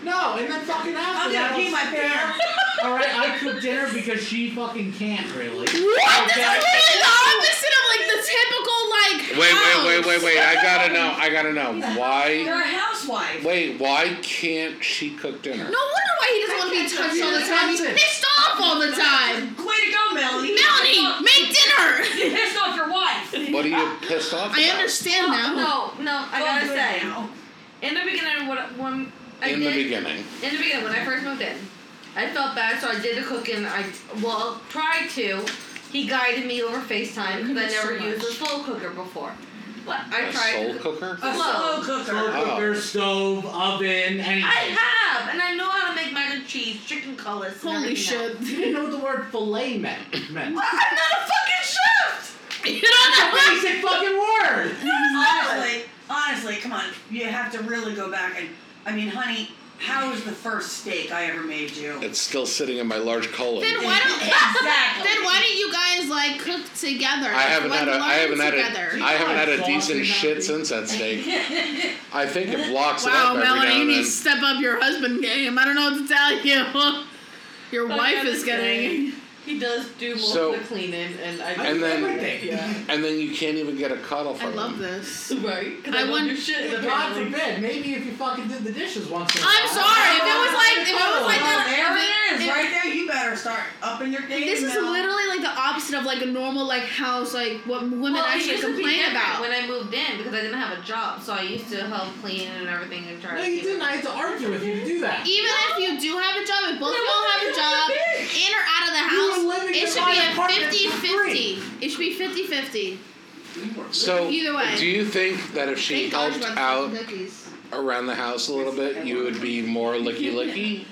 S2: No, and then fucking after
S5: I'm
S2: that,
S5: gonna pee
S2: I'll
S5: my
S2: sit there.
S5: pants.
S2: All right, I cook dinner because she fucking can't
S1: What?
S2: really.
S1: This is
S2: Okay?
S1: literally the opposite of like the typical like
S3: Wait, wait, wait, wait, wait. I gotta know. I gotta know. Why?
S5: You're a housewife.
S3: Wait, why can't she cook dinner?
S1: No wonder why he doesn't want to be touched all the time. He's pissed off all the time.
S5: Way to go, Melanie.
S1: Melanie, make dinner.
S5: You pissed off your wife.
S3: What are you pissed off
S1: I
S3: about?
S1: understand
S4: No,
S1: now.
S4: no, no, I gotta say. In the beginning, what when I
S3: In the
S4: did,
S3: beginning.
S4: in the beginning when I first moved in, I felt bad, so I did the cooking. I well tried to. He guided me over FaceTime because I
S6: Goodness,
S4: never
S6: so
S4: used a
S6: much.
S4: slow cooker before. But I
S3: A
S4: tried. to
S3: soul
S4: cook-
S3: cooker?
S1: Oh.
S5: A
S4: Hello.
S5: slow cooker.
S2: Slow cooker, stove, oven, anything.
S4: I have, and I know how to make mac and cheese, chicken cutlets. and
S1: Holy
S4: everything
S1: shit.
S4: else.
S2: You didn't know what the word fillet meant. meant.
S5: Ah,
S4: I'm not a fucking chef.
S1: You don't know.
S2: Basic fucking word.
S5: Mm-hmm. honestly, honestly, come on. You have to really go back and. I mean, honey, how was the first steak I ever made you?
S3: It's still sitting in my large colon.
S1: Then why don't
S5: exactly.
S1: then why don't you guys like cook together?
S3: I haven't
S1: like,
S3: had a I
S1: learn
S3: haven't had
S1: together.
S3: a I haven't had a
S2: Sauce
S3: decent
S2: is not
S3: shit
S2: beef.
S3: since that steak. I think it blocks
S1: Wow,
S3: it up every
S1: Melanie, you need
S3: now and
S1: to
S3: then.
S1: step up your husband game. I don't know what to tell you. Your
S4: But I
S1: wife
S4: have
S1: is
S4: to
S1: getting.
S4: He does do most
S3: So-
S4: of the cleaning, and I.
S2: I do
S3: And then-
S2: everything.
S4: Yeah.
S3: And then you can't even get a cuddle
S1: I
S3: from
S1: love
S3: them.
S1: this.
S4: Right. 'cause
S1: I
S4: I, don't
S1: want-
S4: do shit.
S2: God
S4: apparently.
S2: forbid, maybe if you fucking did the dishes once in a while.
S1: I'm sorry. If it was like if it was like
S5: Oh,
S1: that,
S5: there
S1: if
S5: it is,
S1: if-
S5: right there. You better start up in your game.
S1: This is
S5: Mel.
S1: literally like the opposite of like a normal like house like what women
S4: well, it
S1: actually
S4: used to be
S1: complain
S4: different
S1: about.
S4: when I moved in because I didn't have a job, so I used to help clean and everything and try.
S2: No,
S4: to
S2: you
S4: keep
S2: didn't.
S4: it-
S2: I had to argue with you to do that.
S1: Even if you do have a job, if both of
S2: No,
S1: y'all have a
S2: you're
S1: job,
S2: a
S1: in or out of the
S2: You were
S1: house,
S2: living
S1: it
S2: in
S1: should
S2: my
S1: be
S2: apartment
S1: a 50
S2: for free.
S1: 50. It should be 50 50.
S3: So
S1: Either way.
S3: do you think that if she helped out around the house a little bit, you would be more licky licky?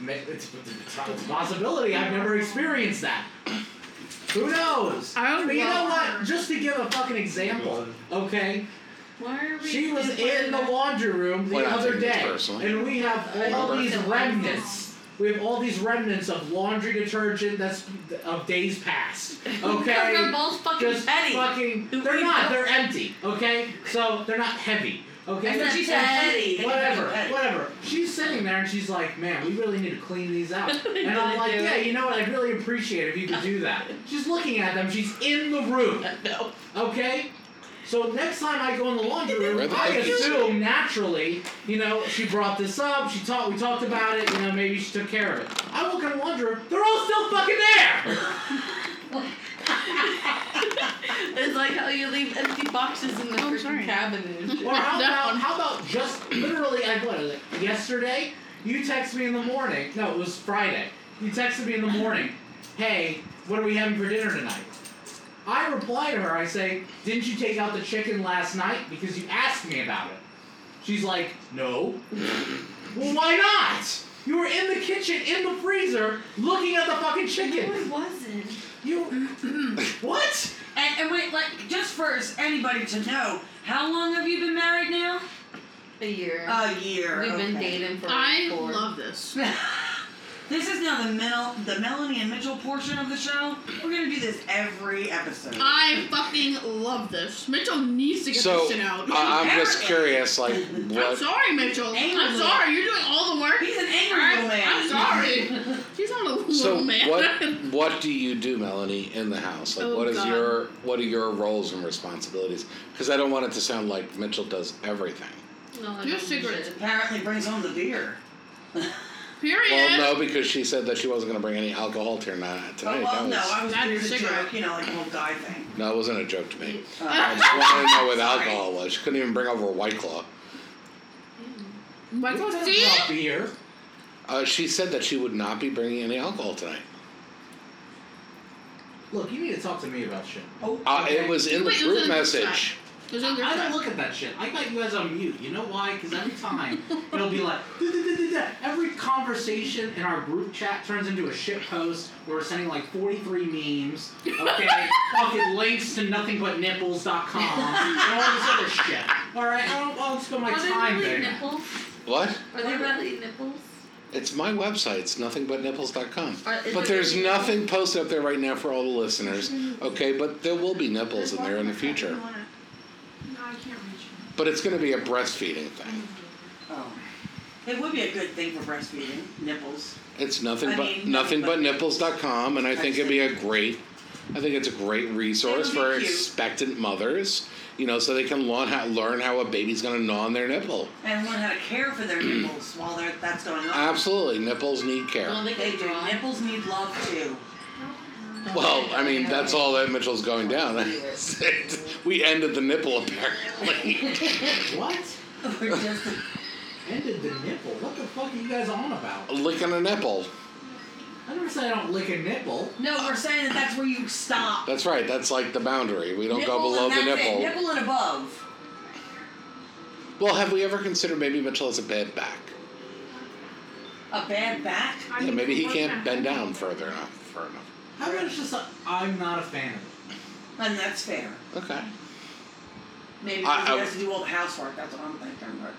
S2: Ma- It's, it's a possibility. I've never experienced that. Who knows?
S1: I don't
S2: But you
S1: know.
S2: know what? Just to give a fucking example, okay?
S4: Why are we
S2: She was in the
S4: wall.
S2: laundry room the
S3: We're not
S2: other
S3: taking this
S2: day,
S3: personally.
S2: and we have all
S4: don't
S2: these
S4: know.
S2: remnants. We have all these remnants of laundry detergent that's of days past.
S4: They're
S2: Okay.
S4: both fucking
S2: Just
S4: petty.
S2: fucking.
S4: Who
S2: They're
S4: we
S2: not.
S4: know.
S2: They're empty. Okay. So they're not heavy. Okay.
S4: That's
S5: And
S4: not
S5: she said
S4: petty.
S5: petty.
S2: Whatever,
S5: Hey.
S2: whatever. She's sitting there and she's like, "Man, we really need to clean these out."
S4: They
S2: And I'm
S4: really
S2: like,
S4: do.
S2: "Yeah, you know what? I'd really appreciate if you could do that." She's looking at them. She's in the room.
S4: no.
S2: Okay. So next time I go in the laundry room,
S3: Where the
S2: I
S3: fuck is
S2: assume naturally, you know, she brought this up. She talked. We talked about it. You know, maybe she took care of it. I look in the laundry room. They're all still fucking there.
S4: It's like how you leave empty boxes in the
S1: Oh, I'm
S4: freaking
S1: sorry.
S4: cabinet and shit.
S2: Or how
S1: That
S2: about
S1: one.
S2: how about just literally I what is it, yesterday? You text me in the morning. No, it was Friday. You texted me in the morning. Hey, what are we having for dinner tonight? I reply to her. I say, didn't you take out the chicken last night because you asked me about it? She's like, no. well, why not? You were in the kitchen, in the freezer, looking at the fucking chicken.
S4: it wasn't.
S2: You what?
S5: And, and wait, like, just for anybody to know, how long have you been married now?
S4: A year.
S2: Uh,
S5: A year.
S4: We've been
S5: okay.
S4: dating for
S1: I
S4: four.
S1: love this.
S5: This is now the Mel, the Melanie and Mitchell portion of the show. We're gonna do this every episode.
S1: I fucking love this. Mitchell needs to get
S3: So
S1: this shit out.
S3: I- I'm just
S5: Apparently.
S3: curious, like
S1: I'm
S3: what
S1: sorry, Mitchell. I'm
S5: Angry.
S1: sorry. You're doing all the work.
S5: He's an angry
S1: I'm-
S5: little man.
S1: I'm sorry. She's not a little
S3: so
S1: man.
S3: what what do you do, Melanie, in the house? Like
S1: Oh,
S3: what is
S1: God.
S3: your what are your roles and responsibilities? Because I don't want it to sound like Mitchell does everything.
S4: No, I
S1: Your
S4: don't do
S1: cigarettes.
S4: shit.
S5: Apparently brings home the beer.
S1: Period.
S3: Well, no, because she said that she wasn't going to bring any alcohol to tonight.
S5: Oh,
S3: tonight. that
S5: well, no,
S3: was,
S5: I was
S1: Not
S5: doing
S1: your
S5: a
S1: cigarette.
S5: joke, you know, like an old guy thing.
S3: no, it wasn't a joke to me. I
S5: Uh,
S3: just wanted to know what
S5: Sorry.
S3: alcohol was. She couldn't even bring over White Claw.
S1: Michael,
S2: Don't
S1: see?
S2: drop beer.
S3: Uh, she said that she would not be bringing any alcohol tonight.
S2: Look, you need to talk to me about shit.
S5: oh,
S3: Uh,
S5: okay.
S3: It was in the
S1: Wait, it was
S3: group
S1: in the group chat.
S3: message.
S1: There's no
S2: I don't
S1: girlfriend.
S2: look at that shit. I got you guys on mute. You know why? Because every time it'll be like "Duh, duh, duh, duh, duh." every conversation in our group chat turns into a shit post where we're sending like 43 memes, okay, fucking links to nothing but nipples.com and all this other shit. All right, I don't. I'll spend my
S4: Are
S2: time
S4: they
S2: there.
S4: really nipples?
S3: What?
S4: Are they really nipples?
S3: It's my website. It's nothingbutnipples.com.
S4: Are- is
S3: But
S4: there-
S3: there's nothing posted up there right now for all the listeners. Okay, but there will be nipples in there in the future.
S6: No, I can't reach it.
S3: But it's going to be a breastfeeding thing.
S5: Oh. It would be a good thing for breastfeeding, nipples.
S3: It's nothing
S5: I
S3: but
S5: mean,
S3: nothing
S5: nothing
S3: but
S5: but
S3: nipples.com, and I think it'd be a great I think it's a great resource
S5: That would
S3: for
S5: be cute.
S3: expectant mothers, you know, so they can learn how, learn how a baby's going to gnaw on their nipple.
S5: and learn how to care for their nipples while they're, that's going on.
S3: Absolutely, nipples need care.
S4: Don't think
S5: They do.
S4: draw.
S5: Nipples need love too.
S4: Don't
S3: Well,
S4: think
S3: I mean,
S4: draw.
S3: that's all that Mitchell's going down. we ended the nipple apparently.
S2: What?
S5: We're just
S2: Ended the nipple. What the fuck are you guys on about?
S3: Licking a nipple.
S2: I never said I don't lick a nipple.
S5: no. We're saying that that's where you stop.
S3: That's right. That's like the boundary. We don't
S5: Nipple
S3: go below
S5: and
S3: the
S5: that's it.
S3: nipple.
S5: Nipple and above.
S3: Well, have we ever considered maybe Mitchell has a bad back?
S5: A bad back.
S6: I
S3: Yeah,
S6: mean,
S3: maybe he
S6: what's
S3: can't
S6: that?
S3: bend down further enough. Far enough.
S2: How about it's just i I'm not a fan of it?
S5: And that's fair.
S3: Okay.
S5: Maybe
S3: I-
S5: because he
S3: I-
S5: has to do all the housework. That's what I'm thinking. But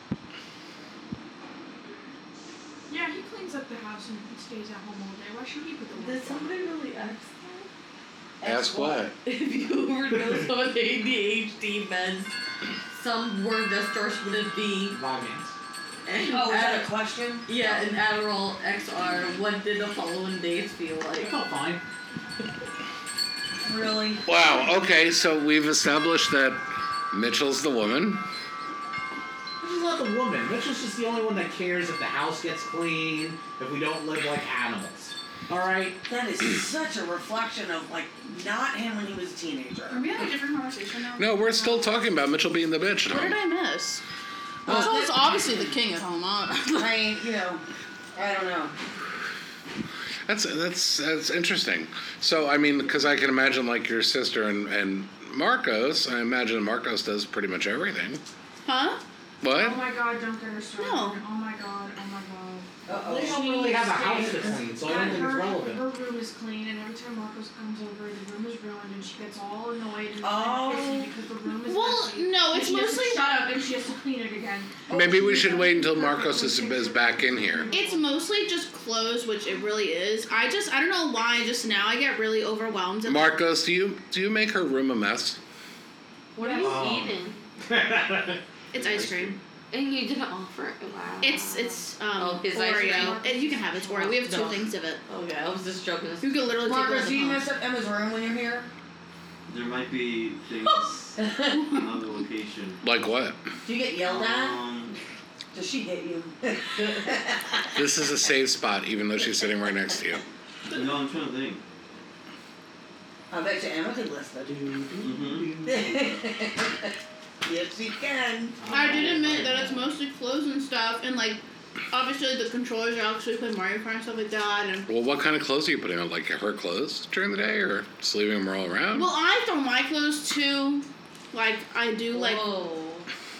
S6: Yeah, he cleans up the house and stays at home all day. Why should he put the work
S4: Did
S6: in?
S4: somebody really ask
S3: Ask what?
S4: that? If you ever know someone with ADHD meds, some word that starts with a V.
S2: Vagans.
S4: And
S5: Oh, is that
S4: Ad-
S5: a question?
S4: yeah, an Adderall XR. What did the following days feel
S2: I
S4: like?
S2: felt fine.
S5: Really?
S3: Wow. Okay. So we've established that Mitchell's the woman.
S2: Mitchell's not the woman. Mitchell's just the only one that cares if the house gets clean, if we don't live like animals. Alright?
S5: That is such a reflection of like not him when he was a teenager.
S6: Are we having a different conversation now?
S3: No, we're still talking about Mitchell being the bitch.
S1: What did I miss? Uh, Mitchell is obviously the king at home. huh?
S5: I mean, you know, I don't know.
S3: That's that's that's interesting. So I mean, because I can imagine like your sister and and Marcos. I imagine Marcos does pretty much everything.
S1: huh?
S3: What?
S6: Oh my god, don't get her started.
S1: No.
S6: Oh my god, oh my god.
S5: Uh
S2: They
S5: oh.
S2: don't really have a house to clean, so I don't
S6: And
S2: think it's
S6: her,
S2: relevant.
S6: her room is clean, and every time Marcos comes over, the room is ruined, and she gets all annoyed and
S5: Oh.
S6: pissy because the room is
S1: Well,
S6: messy.
S1: no,
S6: And
S1: it's
S6: she has to
S1: mostly
S6: shut up, and she has to clean it again.
S3: Maybe we should wait until Marcos is, is back in here.
S1: It's mostly just clothes, which it really is. I just I don't know why just now I get really overwhelmed. and-
S3: Marcos, do you do you make her room a mess?
S7: What are you
S2: Oh.
S7: eating?
S1: It's ice cream.
S7: And you didn't offer it. Wow.
S1: It's it's um
S4: Oh, his ice
S1: Oreo.
S4: cream?
S1: Uh, You can have it. It's Oreo. We have two
S4: No.
S1: things of it.
S4: Okay, I was just joking.
S1: You can literally take
S5: Marcus,
S1: both
S5: do you
S1: of them.
S5: mess up Emma's room when you're here?
S8: There might be things on the location.
S3: Like what?
S5: Do you get yelled at?
S8: Um,
S5: Does she hit you?
S3: This is a safe spot, even though she's sitting right next to you.
S8: no, I'm trying to think.
S5: I bet you Emma could list it.
S8: Mm-hmm.
S5: yes, she can.
S1: I did admit that it's mostly clothes and stuff, and like obviously the controllers are actually playing Mario Kart and stuff like that. And
S3: Well, what kind of clothes are you putting on? Like her clothes during the day, or just leaving them all around?
S1: well, I throw my clothes too. Like I do, like
S4: Whoa.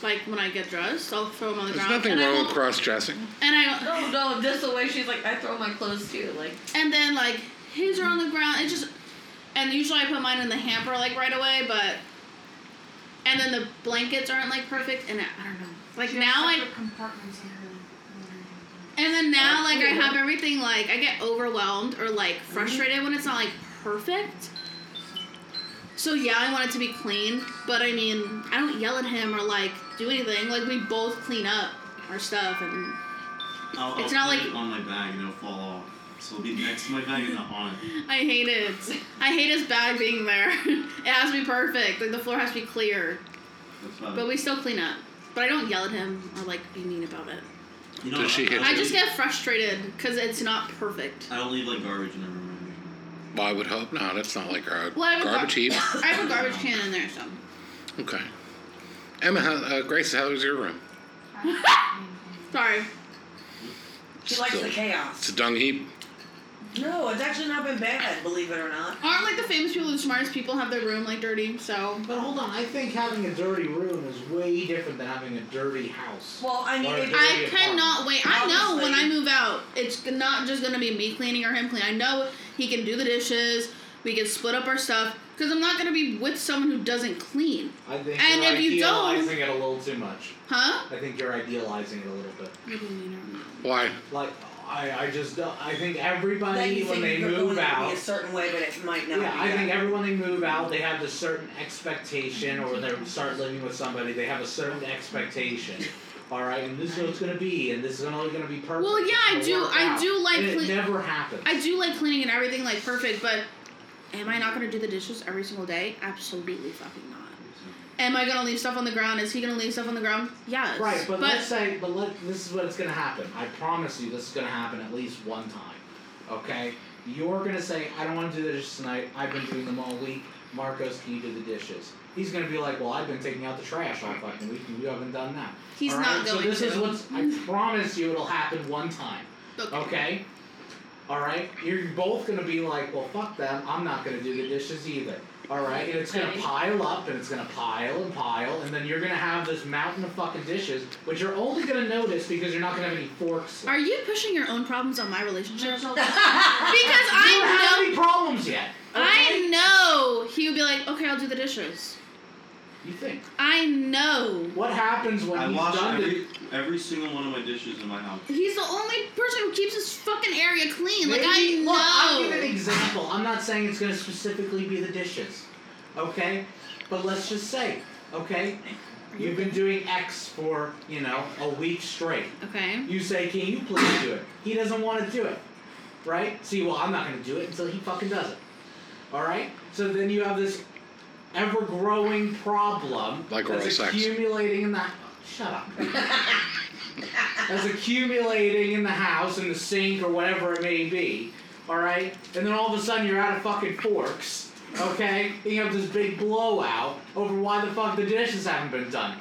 S1: like when I get dressed, I'll throw them on the
S3: There's
S1: ground.
S3: nothing
S1: and I
S3: wrong with
S1: won't-
S3: cross dressing.
S1: And I
S4: No, no, just the way she's like, I throw my clothes too. Like,
S1: And then like his are on the ground. It just and usually I put mine in the hamper like right away, but and then the blankets aren't like perfect, and I, I don't know. Like
S6: She has
S1: now I
S6: separate compartments in her room.
S1: and then now like I have everything like I get overwhelmed or like frustrated when it's not like perfect. So yeah, I want it to be clean, but I mean I don't yell at him or like do anything. Like we both clean up our stuff and
S8: I'll, I'll
S1: It's not
S8: put
S1: like-
S8: it on my bag and it'll fall off. So it'll be next to my bag and not on it.
S1: I hate it. I hate his bag being there. it has to be perfect. Like the floor has to be clear.
S8: That's about
S1: But
S8: it.
S1: we still clean up. But I don't yell at him or like be mean about it.
S8: You know,
S3: Does she hit
S8: I,
S1: I just get frustrated because it's not perfect.
S8: I don't leave like garbage in the room.
S3: Well, I would hope not. It's not like our
S1: Well, I have a gar-
S3: garbage heap.
S1: I have a garbage can in there, so.
S3: Okay. Emma, how, uh, Grace, how was your room?
S1: Sorry.
S5: She likes the
S3: Still- It's
S5: chaos.
S3: a dung heap.
S5: No, it's actually not been bad, believe it or not.
S1: Aren't like the famous people, the smartest people have their room like dirty, so.
S2: But hold on, I think having a dirty room is way different than having a dirty house.
S5: Well, I mean,
S2: Or
S5: it,
S2: dirty
S1: I cannot wait. I know when I
S5: Obviously.
S1: move out, it's not just gonna be me cleaning or him cleaning. I know he can do the dishes, we can split up our stuff, because I'm not gonna be with someone who doesn't clean.
S2: I think
S1: And
S2: you're
S1: if you don't-
S2: idealizing it a little too much.
S1: Huh?
S2: I think you're idealizing it a little bit.
S3: Why?
S2: Like, I, I just don't. I think
S5: that
S2: everybody
S5: you
S2: when
S5: think
S2: they
S5: you're going
S2: move
S5: to be a
S2: out.
S5: certain way, but it might not.
S2: Yeah,
S5: be
S2: I
S5: that.
S2: think everyone they move out, they have this certain expectation, or when they start living with somebody, they have a certain expectation. All right, and this is what it's gonna be, and this is only gonna be perfect.
S1: Well, yeah,
S2: it's
S1: I
S2: gonna
S1: do-
S2: work
S1: I
S2: out.
S1: do like
S2: And it
S1: cle-
S2: never happens.
S1: I do like cleaning and everything like perfect, but Am I not gonna do the dishes every single day? Absolutely fucking not. Am I gonna leave stuff on the ground? Is he gonna leave stuff on the ground? Yes.
S2: Right, but, let's say, but let, this is what's going to happen. I promise you, this is going to happen at least one time. Okay? You're going to say, I don't want to do the dishes tonight. I've been doing them all week. Marcos, can you do the dishes? He's going to be like, Well, I've been taking out the trash all fucking week, and you haven't done that.
S1: He's
S2: All
S1: not
S2: right?
S1: going
S2: So this
S1: to.
S2: is what's. I promise you, it'll happen one time.
S1: Okay.
S2: Okay. All right. You're both gonna be like, well, fuck them. I'm not gonna do the dishes either. All right. And it's gonna
S4: Okay.
S2: pile up, and it's gonna pile and pile, and then you're gonna have this mountain of fucking dishes, which you're only gonna notice because you're not gonna have any forks.
S1: Are
S2: Left.
S1: you pushing your own problems on my relationship? because
S2: you don't have
S1: I know,
S2: any problems yet.
S1: I know he would be like, okay, I'll do the dishes.
S2: You think
S1: I know.
S2: what happens when
S8: I
S2: he's
S8: wash
S2: done the-
S8: every, every single one of my dishes in my house.
S1: He's the only person who keeps his fucking area clean. Like I
S2: Maybe-
S1: know.
S2: Look, I'll give an example. I'm not saying it's going to specifically be the dishes, okay? But let's just say, okay, you've been doing X for you know a week straight.
S1: okay.
S2: You say, "Can you please do it?" He doesn't want to do it, right? See, well, I'm not going to do it until he fucking does it. All right. So then you have this ever-growing problem
S3: Like oral
S2: that's
S3: sex.
S2: accumulating in the. Shut up. that's accumulating in the house, in the sink, or whatever it may be. All right. And then all of a sudden you're out of fucking forks. Okay. And you have this big blowout over why the fuck the dishes haven't been done.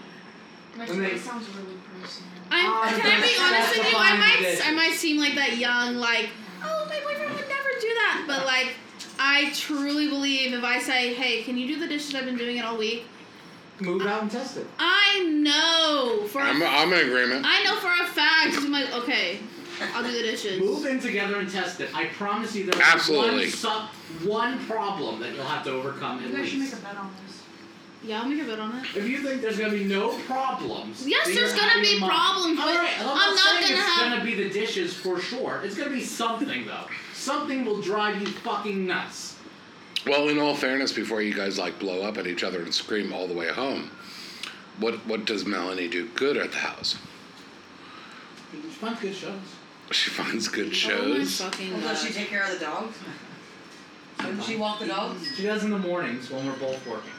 S6: That
S2: When they-
S6: sounds really personal.
S1: I'm,
S2: I'm
S1: can I be
S2: just
S1: honest with you? I
S2: specifying the
S1: might
S2: dishes.
S1: I might seem like that young like oh my boyfriend would never do that, but like I truly believe if I say hey, can you do the dishes? I've been doing it all week.
S2: Move out and test it.
S1: I know for a
S3: I'm, I'm in agreement.
S1: I know for a fact. I'm like, okay, I'll do the dishes.
S2: Move in together and test it. I promise you, there's
S3: Absolutely.
S2: one sub, one problem that you'll have to overcome at
S6: You guys should make
S2: least.
S6: a bet on this.
S1: Yeah, I'll make a bet on it.
S2: if you think there's gonna be no problems,
S1: Yes,
S2: then
S1: there's
S2: you're
S1: gonna
S2: out of
S1: be
S2: your mind.
S1: problems,
S2: All
S1: but
S2: right, I'm,
S1: I'm not
S2: saying
S1: gonna
S2: it's
S1: have-
S2: gonna be the dishes for sure. It's gonna be something though. Something will drive you fucking nuts.
S3: Well, in all fairness, before you guys like blow up at each other and scream all the way home, what what does Melanie do good at the house?
S2: You find good shows.
S3: She finds good
S1: Oh my
S3: shows.
S1: fucking
S5: Well, does
S1: God.
S5: she take care of the dogs?
S4: Doesn't she walk the dogs?
S2: She does in the mornings when we're both working.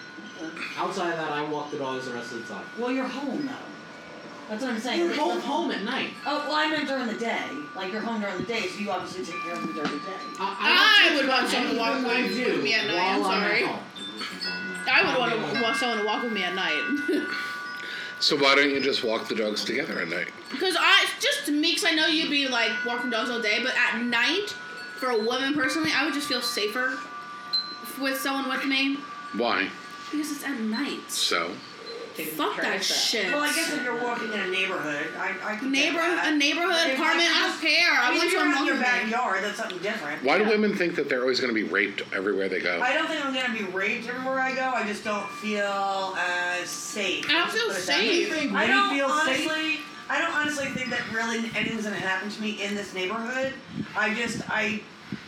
S2: Outside of that, I walk the dogs the rest of the time.
S5: Well, you're home though. That's what I'm saying.
S2: We're
S5: Like,
S2: both
S5: like-
S2: home at night.
S5: Oh, well, I meant during the day. Like you're home during the day, so you obviously take care of them during the day.
S2: I, I,
S1: I
S2: don't
S1: would want
S2: think
S1: someone to walk
S2: anything I
S1: with
S2: do
S1: me at night, I'm
S2: while I'm at
S1: sorry.
S2: home.
S1: I would want to want someone to walk with me at night.
S3: So why don't you just walk the dogs together at night?
S1: Because I just me, 'cause I know you'd be like walking dogs all day, but at night, for a woman personally, I would just feel safer f- with someone with me
S3: Why?
S1: because it's at night.
S3: So
S1: Fuck that shit.
S5: Well, I guess if you're walking in a neighborhood, I, I can
S1: neighborhood, a neighborhood
S5: If, like,
S1: apartment. I
S5: us-
S1: don't care. I,
S5: I mean,
S1: want
S5: if you're
S1: someone
S5: out in
S1: walking
S5: your
S1: with me.
S5: backyard, that's something different.
S3: why do women think that they're always going to be raped everywhere they go?
S5: I don't think I'm gonna be raped everywhere I go. I just don't feel as safe.
S1: I don't feel
S5: Let's put it that
S1: safe.
S5: way.
S2: Do you think
S5: I
S2: we
S5: don't
S2: feel
S5: honestly.
S2: safe?
S5: I don't honestly think that really anything's gonna happen to me in this neighborhood. I just I.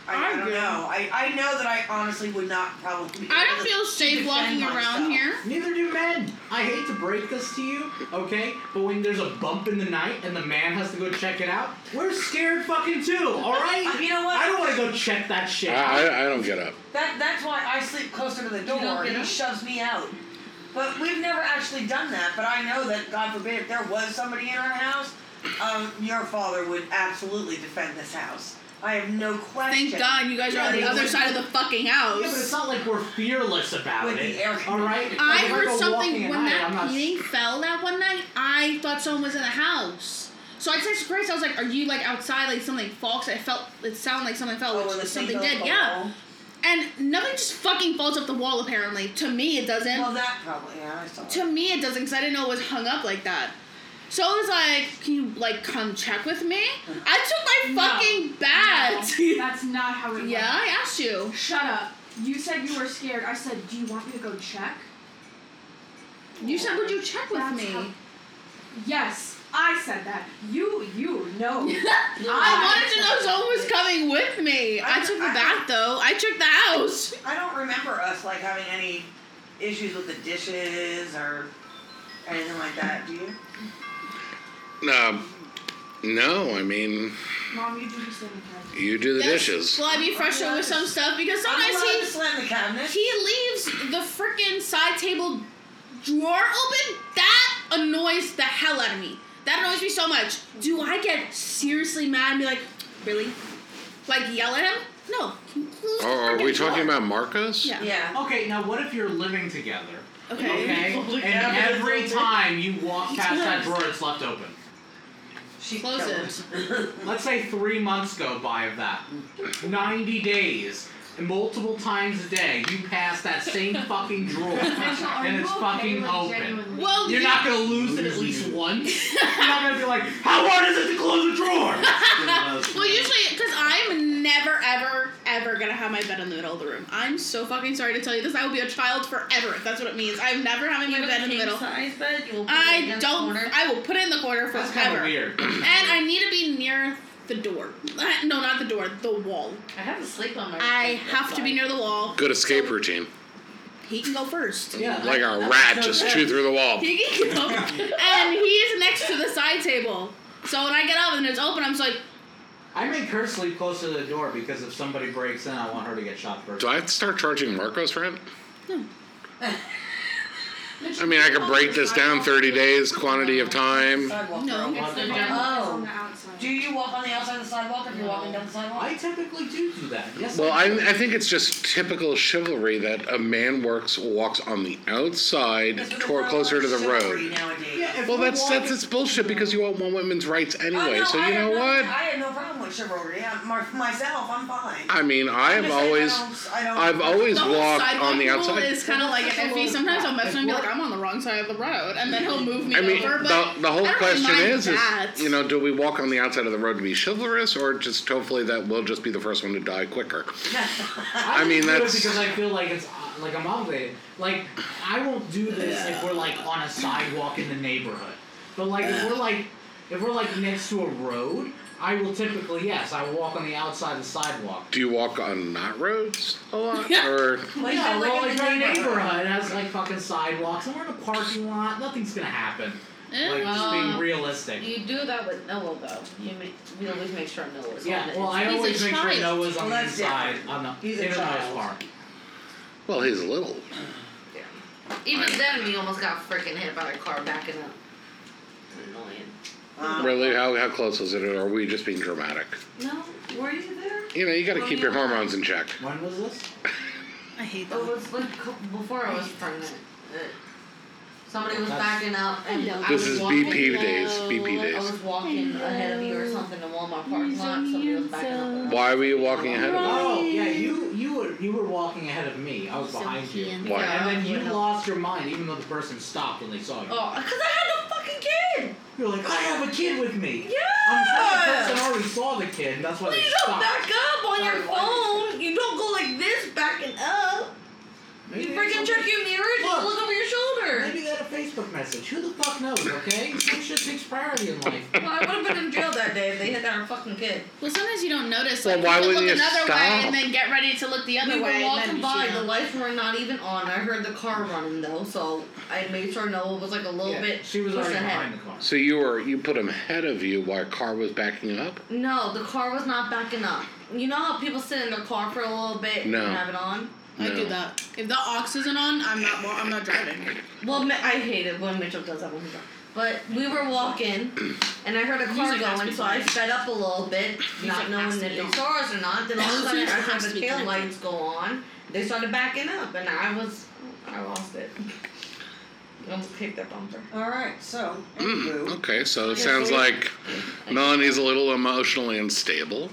S5: I, I,
S1: I
S5: don't
S1: agree.
S5: know. I, I know that I honestly would not probably. be
S1: I
S5: able
S1: don't
S5: to
S1: feel safe
S5: defend
S1: walking
S5: myself.
S1: around here.
S2: Neither do men. I hate to break this to you, okay? But when there's a bump in the night and the man has to go check it out, we're scared fucking too, alright?
S5: You know what?
S2: I don't want to go check that shit
S3: Ah, I,
S2: out.
S3: I, I don't get up.
S5: That that's why I sleep closer to the door
S4: don't get
S5: and he
S4: up?
S5: shoves me out. But we've never actually done that. But I know that God forbid if there was somebody in our house, um, your father would absolutely defend this house. I have no question.
S1: Thank God you guys are on the other side of the fucking
S2: Yeah, but it's
S1: house.
S2: not like we're fearless about
S5: With
S2: it,
S5: the air
S2: alright?
S1: I
S2: Like, if
S1: heard
S2: go
S1: something
S2: walking at
S1: when
S2: night,
S1: that
S2: I'm not
S1: painting fell that one night. I thought someone was in the house. So I texted Grace. I was like, "Are you like outside? Like something falls?" I felt it sounded like something fell,
S5: Oh,
S1: which
S5: when the
S1: something
S5: seatbelt
S1: did.
S5: fall.
S1: Yeah, and nothing just fucking falls off the wall. Apparently, to me it doesn't.
S5: Well, that probably. Yeah, I saw. it.
S1: to me it doesn't, because I didn't know it was hung up like that. So I was like, "Can you like come check with me?" I took
S6: No.
S1: my fucking bat.
S6: No, that's not how it
S1: yeah,
S6: works.
S1: I asked you.
S6: Shut up. You said you were scared. I said, do you want me to go check?
S1: You said, "Would you check with
S6: That's
S1: me?"
S6: how- Yes, I said that. You, you, no.
S1: I wanted to know someone was coming with me. I,
S5: I-
S1: took the
S5: I-
S1: bath though. I checked the house.
S5: I don't remember us like having any issues with the dishes or anything like that. Do you?
S3: No, no. I mean,
S6: Mom, you do the same thing.
S3: You do the
S1: That's-
S3: dishes.
S1: Well, I'd be frustrated with some stuff because
S5: I'm
S1: sometimes
S5: allowed
S1: he
S5: to slam the cabinet.
S1: he leaves the freaking side table drawer open. That annoys the hell out of me. That annoys me so much. Do I get seriously mad and be like, really? Like yell at him? No. Close the
S3: Or are we
S1: freaking
S3: talking
S1: drawer.
S3: about Marcos?
S1: Yeah.
S5: yeah.
S2: Okay, now what if you're living together?
S1: Okay.
S2: Okay, and every time you walk past that drawer, it's left open.
S4: She
S1: Close
S4: killed
S1: it.
S4: him.
S2: Let's say three months go by of that. 90 days. and Multiple times a day, you pass that same fucking drawer,
S6: Rachel, are
S2: and
S6: you
S2: it's
S6: okay?
S2: fucking
S6: Like,
S2: open.
S6: genuinely.
S1: Well,
S2: You're
S1: you-
S2: not gonna lose it at least once. You're not gonna be like, how hard is it to close a drawer?
S1: Well, usually, because I'm never, ever, ever gonna have my bed in the middle of the room. I'm so fucking sorry to tell you this. I will be a child forever if that's what it means. I'm never having my
S4: Even
S1: bed in the
S4: king
S1: middle.
S4: size bed, you will put it
S1: I
S4: against the
S1: don't.
S4: corner.
S1: I will put it in the corner
S2: That's kind
S1: forever.
S2: of weird.
S1: And I need to be near the door. Uh, No, not the door. The wall.
S4: I have to sleep on my.
S1: I have to be near the wall.
S3: Good escape routine.
S1: He can go first.
S2: Yeah.
S3: Like a rat just chew through the wall.
S1: He can go, and he is next to the side table. So when I get up and it's open, I'm just like,
S2: I make her sleep closer to the door because if somebody breaks in, I want her to get shot first.
S3: Do I have to start charging Marcos rent?
S6: Mitch,
S3: I mean, I
S6: you
S3: could
S6: walk
S3: break
S6: on
S3: this
S6: the
S3: down
S6: sidewalk.
S3: 30 days, quantity of time.
S5: Sidewalk
S1: No.
S5: girl.
S6: It's the
S2: Oh.
S6: sidewalk, it's on the outside.
S4: Do you walk on the outside of the sidewalk if you're walking down the sidewalk?
S2: I typically do do that. Yes.
S3: Well, I,
S2: I, do.
S3: I think it's just typical chivalry that a man works walks on the outside,
S5: Because of the
S3: toward closer to the
S5: chivalry
S3: road.
S5: Nowadays.
S2: Yeah, if
S3: Well,
S2: we're
S3: that's that's
S2: walking-
S3: it's bullshit because you all want women's rights
S5: Oh,
S3: anyway.
S5: no,
S3: So
S5: I
S3: you
S5: had
S3: know
S5: no,
S3: what?
S5: I had no problem with chivalry. I, my, myself, I'm fine.
S3: I mean, I have
S5: I'm just saying,
S3: always
S5: I don't, I don't,
S3: I've always
S1: the whole
S3: walked
S1: sidewalk
S3: on the
S1: rule
S3: outside.
S1: is kind of like an iffy. Sometimes I'll mess with him and be like,
S2: What?
S1: I'm on the wrong side of the road, and then he'll move me
S3: I mean,
S1: over.
S3: the,
S1: But
S3: the whole
S1: I don't
S3: question
S1: really mind
S3: is, is
S1: that.
S3: you know, do we walk on the outside of the road to be chivalrous, or just hopefully that we'll just be the first one to die quicker?
S2: I,
S3: I mean,
S2: do
S3: that's-
S2: it because I feel like it's uh, like I'm obligated. Like I won't do this if we're like on a sidewalk in the neighborhood. But like if we're like if we're like next to a road, I will typically yes, I walk on the outside of the sidewalk.
S3: Do you walk on not roads a lot,
S1: Yeah.
S3: or
S4: Well, you
S2: yeah,
S4: said,
S2: well,
S4: like,
S2: like
S4: in the
S2: my
S4: neighborhood.
S2: neighborhood has like fucking sidewalks, and we're in a parking lot. Nothing's gonna happen.
S1: Eh.
S2: Like just being
S4: Uh,
S2: realistic.
S4: You do that with Noah though. You make, we always make sure Noah's on
S2: yeah,
S4: it.
S2: well, I
S1: He's a
S2: always make
S1: child.
S2: sure Noah's on the
S5: Well, that's
S2: inside,
S5: different.
S2: on the
S5: He's a
S2: innermost
S5: child.
S2: part.
S3: well, he's little.
S4: Even then, we almost got freaking hit by a car backing up. Annoying.
S5: um,
S3: Really, how how close is it? Or are we just being dramatic?
S4: No, were you there?
S3: You know, you got to keep your hormones in check.
S2: When was this?
S1: I hate
S4: It
S1: that.
S4: was like co- before I was pregnant. Uh, Somebody was
S2: That's-
S4: backing up, and I
S3: This
S4: was
S3: is
S4: walking.
S3: BP days. BP
S4: I
S3: days.
S4: was walking ahead of you or something in Walmart parking lot. Somebody was backing up.
S3: Why were you walking ahead of us?
S2: Oh yeah, you you were you were walking ahead of me. I was behind you.
S3: Why?
S2: And then you
S4: Yeah.
S2: lost your mind, even though the person stopped when they saw you.
S4: Oh, because I had the fucking kid. Oh,
S2: You're like, I have a kid with me. I'm sure the person
S4: Yeah.
S2: already saw the kid, and that's why they
S4: Please
S2: stopped.
S4: don't back up on your phone. You don't go like this backing up.
S2: Maybe
S4: You
S2: they had
S4: freaking
S2: something-
S4: check your mirror. Just
S2: Look.
S4: look over your shoulder.
S2: Maybe they had a Facebook message. Who the fuck knows? Okay, some shit takes priority in life.
S4: Well, I would have been in jail that day if they hit our fucking kid.
S1: Well, sometimes you don't notice.
S3: Well,
S1: Like,
S3: why
S1: you could
S3: wouldn't
S1: look
S3: you
S1: another way
S3: stop?
S1: and then get ready to look the other
S4: we
S1: way.
S4: were walking
S1: and then you
S4: by.
S1: see
S4: The
S1: them.
S4: lights were not even on. I heard the car running though, so I made sure Noah was like a little
S2: yeah,
S4: bit
S2: she was
S4: pushed
S2: already
S4: ahead.
S2: behind the car.
S3: So you were you put him ahead of you while car was backing up.
S4: No, the car was not backing up. You know how people sit in their car for a little bit
S3: No.
S4: and have it on?
S1: I
S3: No.
S1: do that. If the aux isn't on, I'm not. wa- I'm not driving.
S4: Well, Mi- I hate it when Mitchell does that when he's on. But we were walking, and I heard a car
S1: Music has to
S4: going,
S1: be
S4: so I
S1: playing.
S4: sped up a little bit, not
S1: has
S4: knowing
S1: to
S4: if
S1: be
S4: they
S1: on.
S4: saw us or not. Then all of a sudden, I
S1: Music
S4: heard
S1: has to
S4: the
S1: be
S4: tail
S1: connected.
S4: lights go on. They started backing up, and I was, I lost it. I almost kicked their bumper.
S5: all right, so
S3: Mm,
S5: anywho,
S3: okay, so it
S4: Yeah,
S3: sounds
S4: so we-
S3: like Melanie's a little emotionally unstable.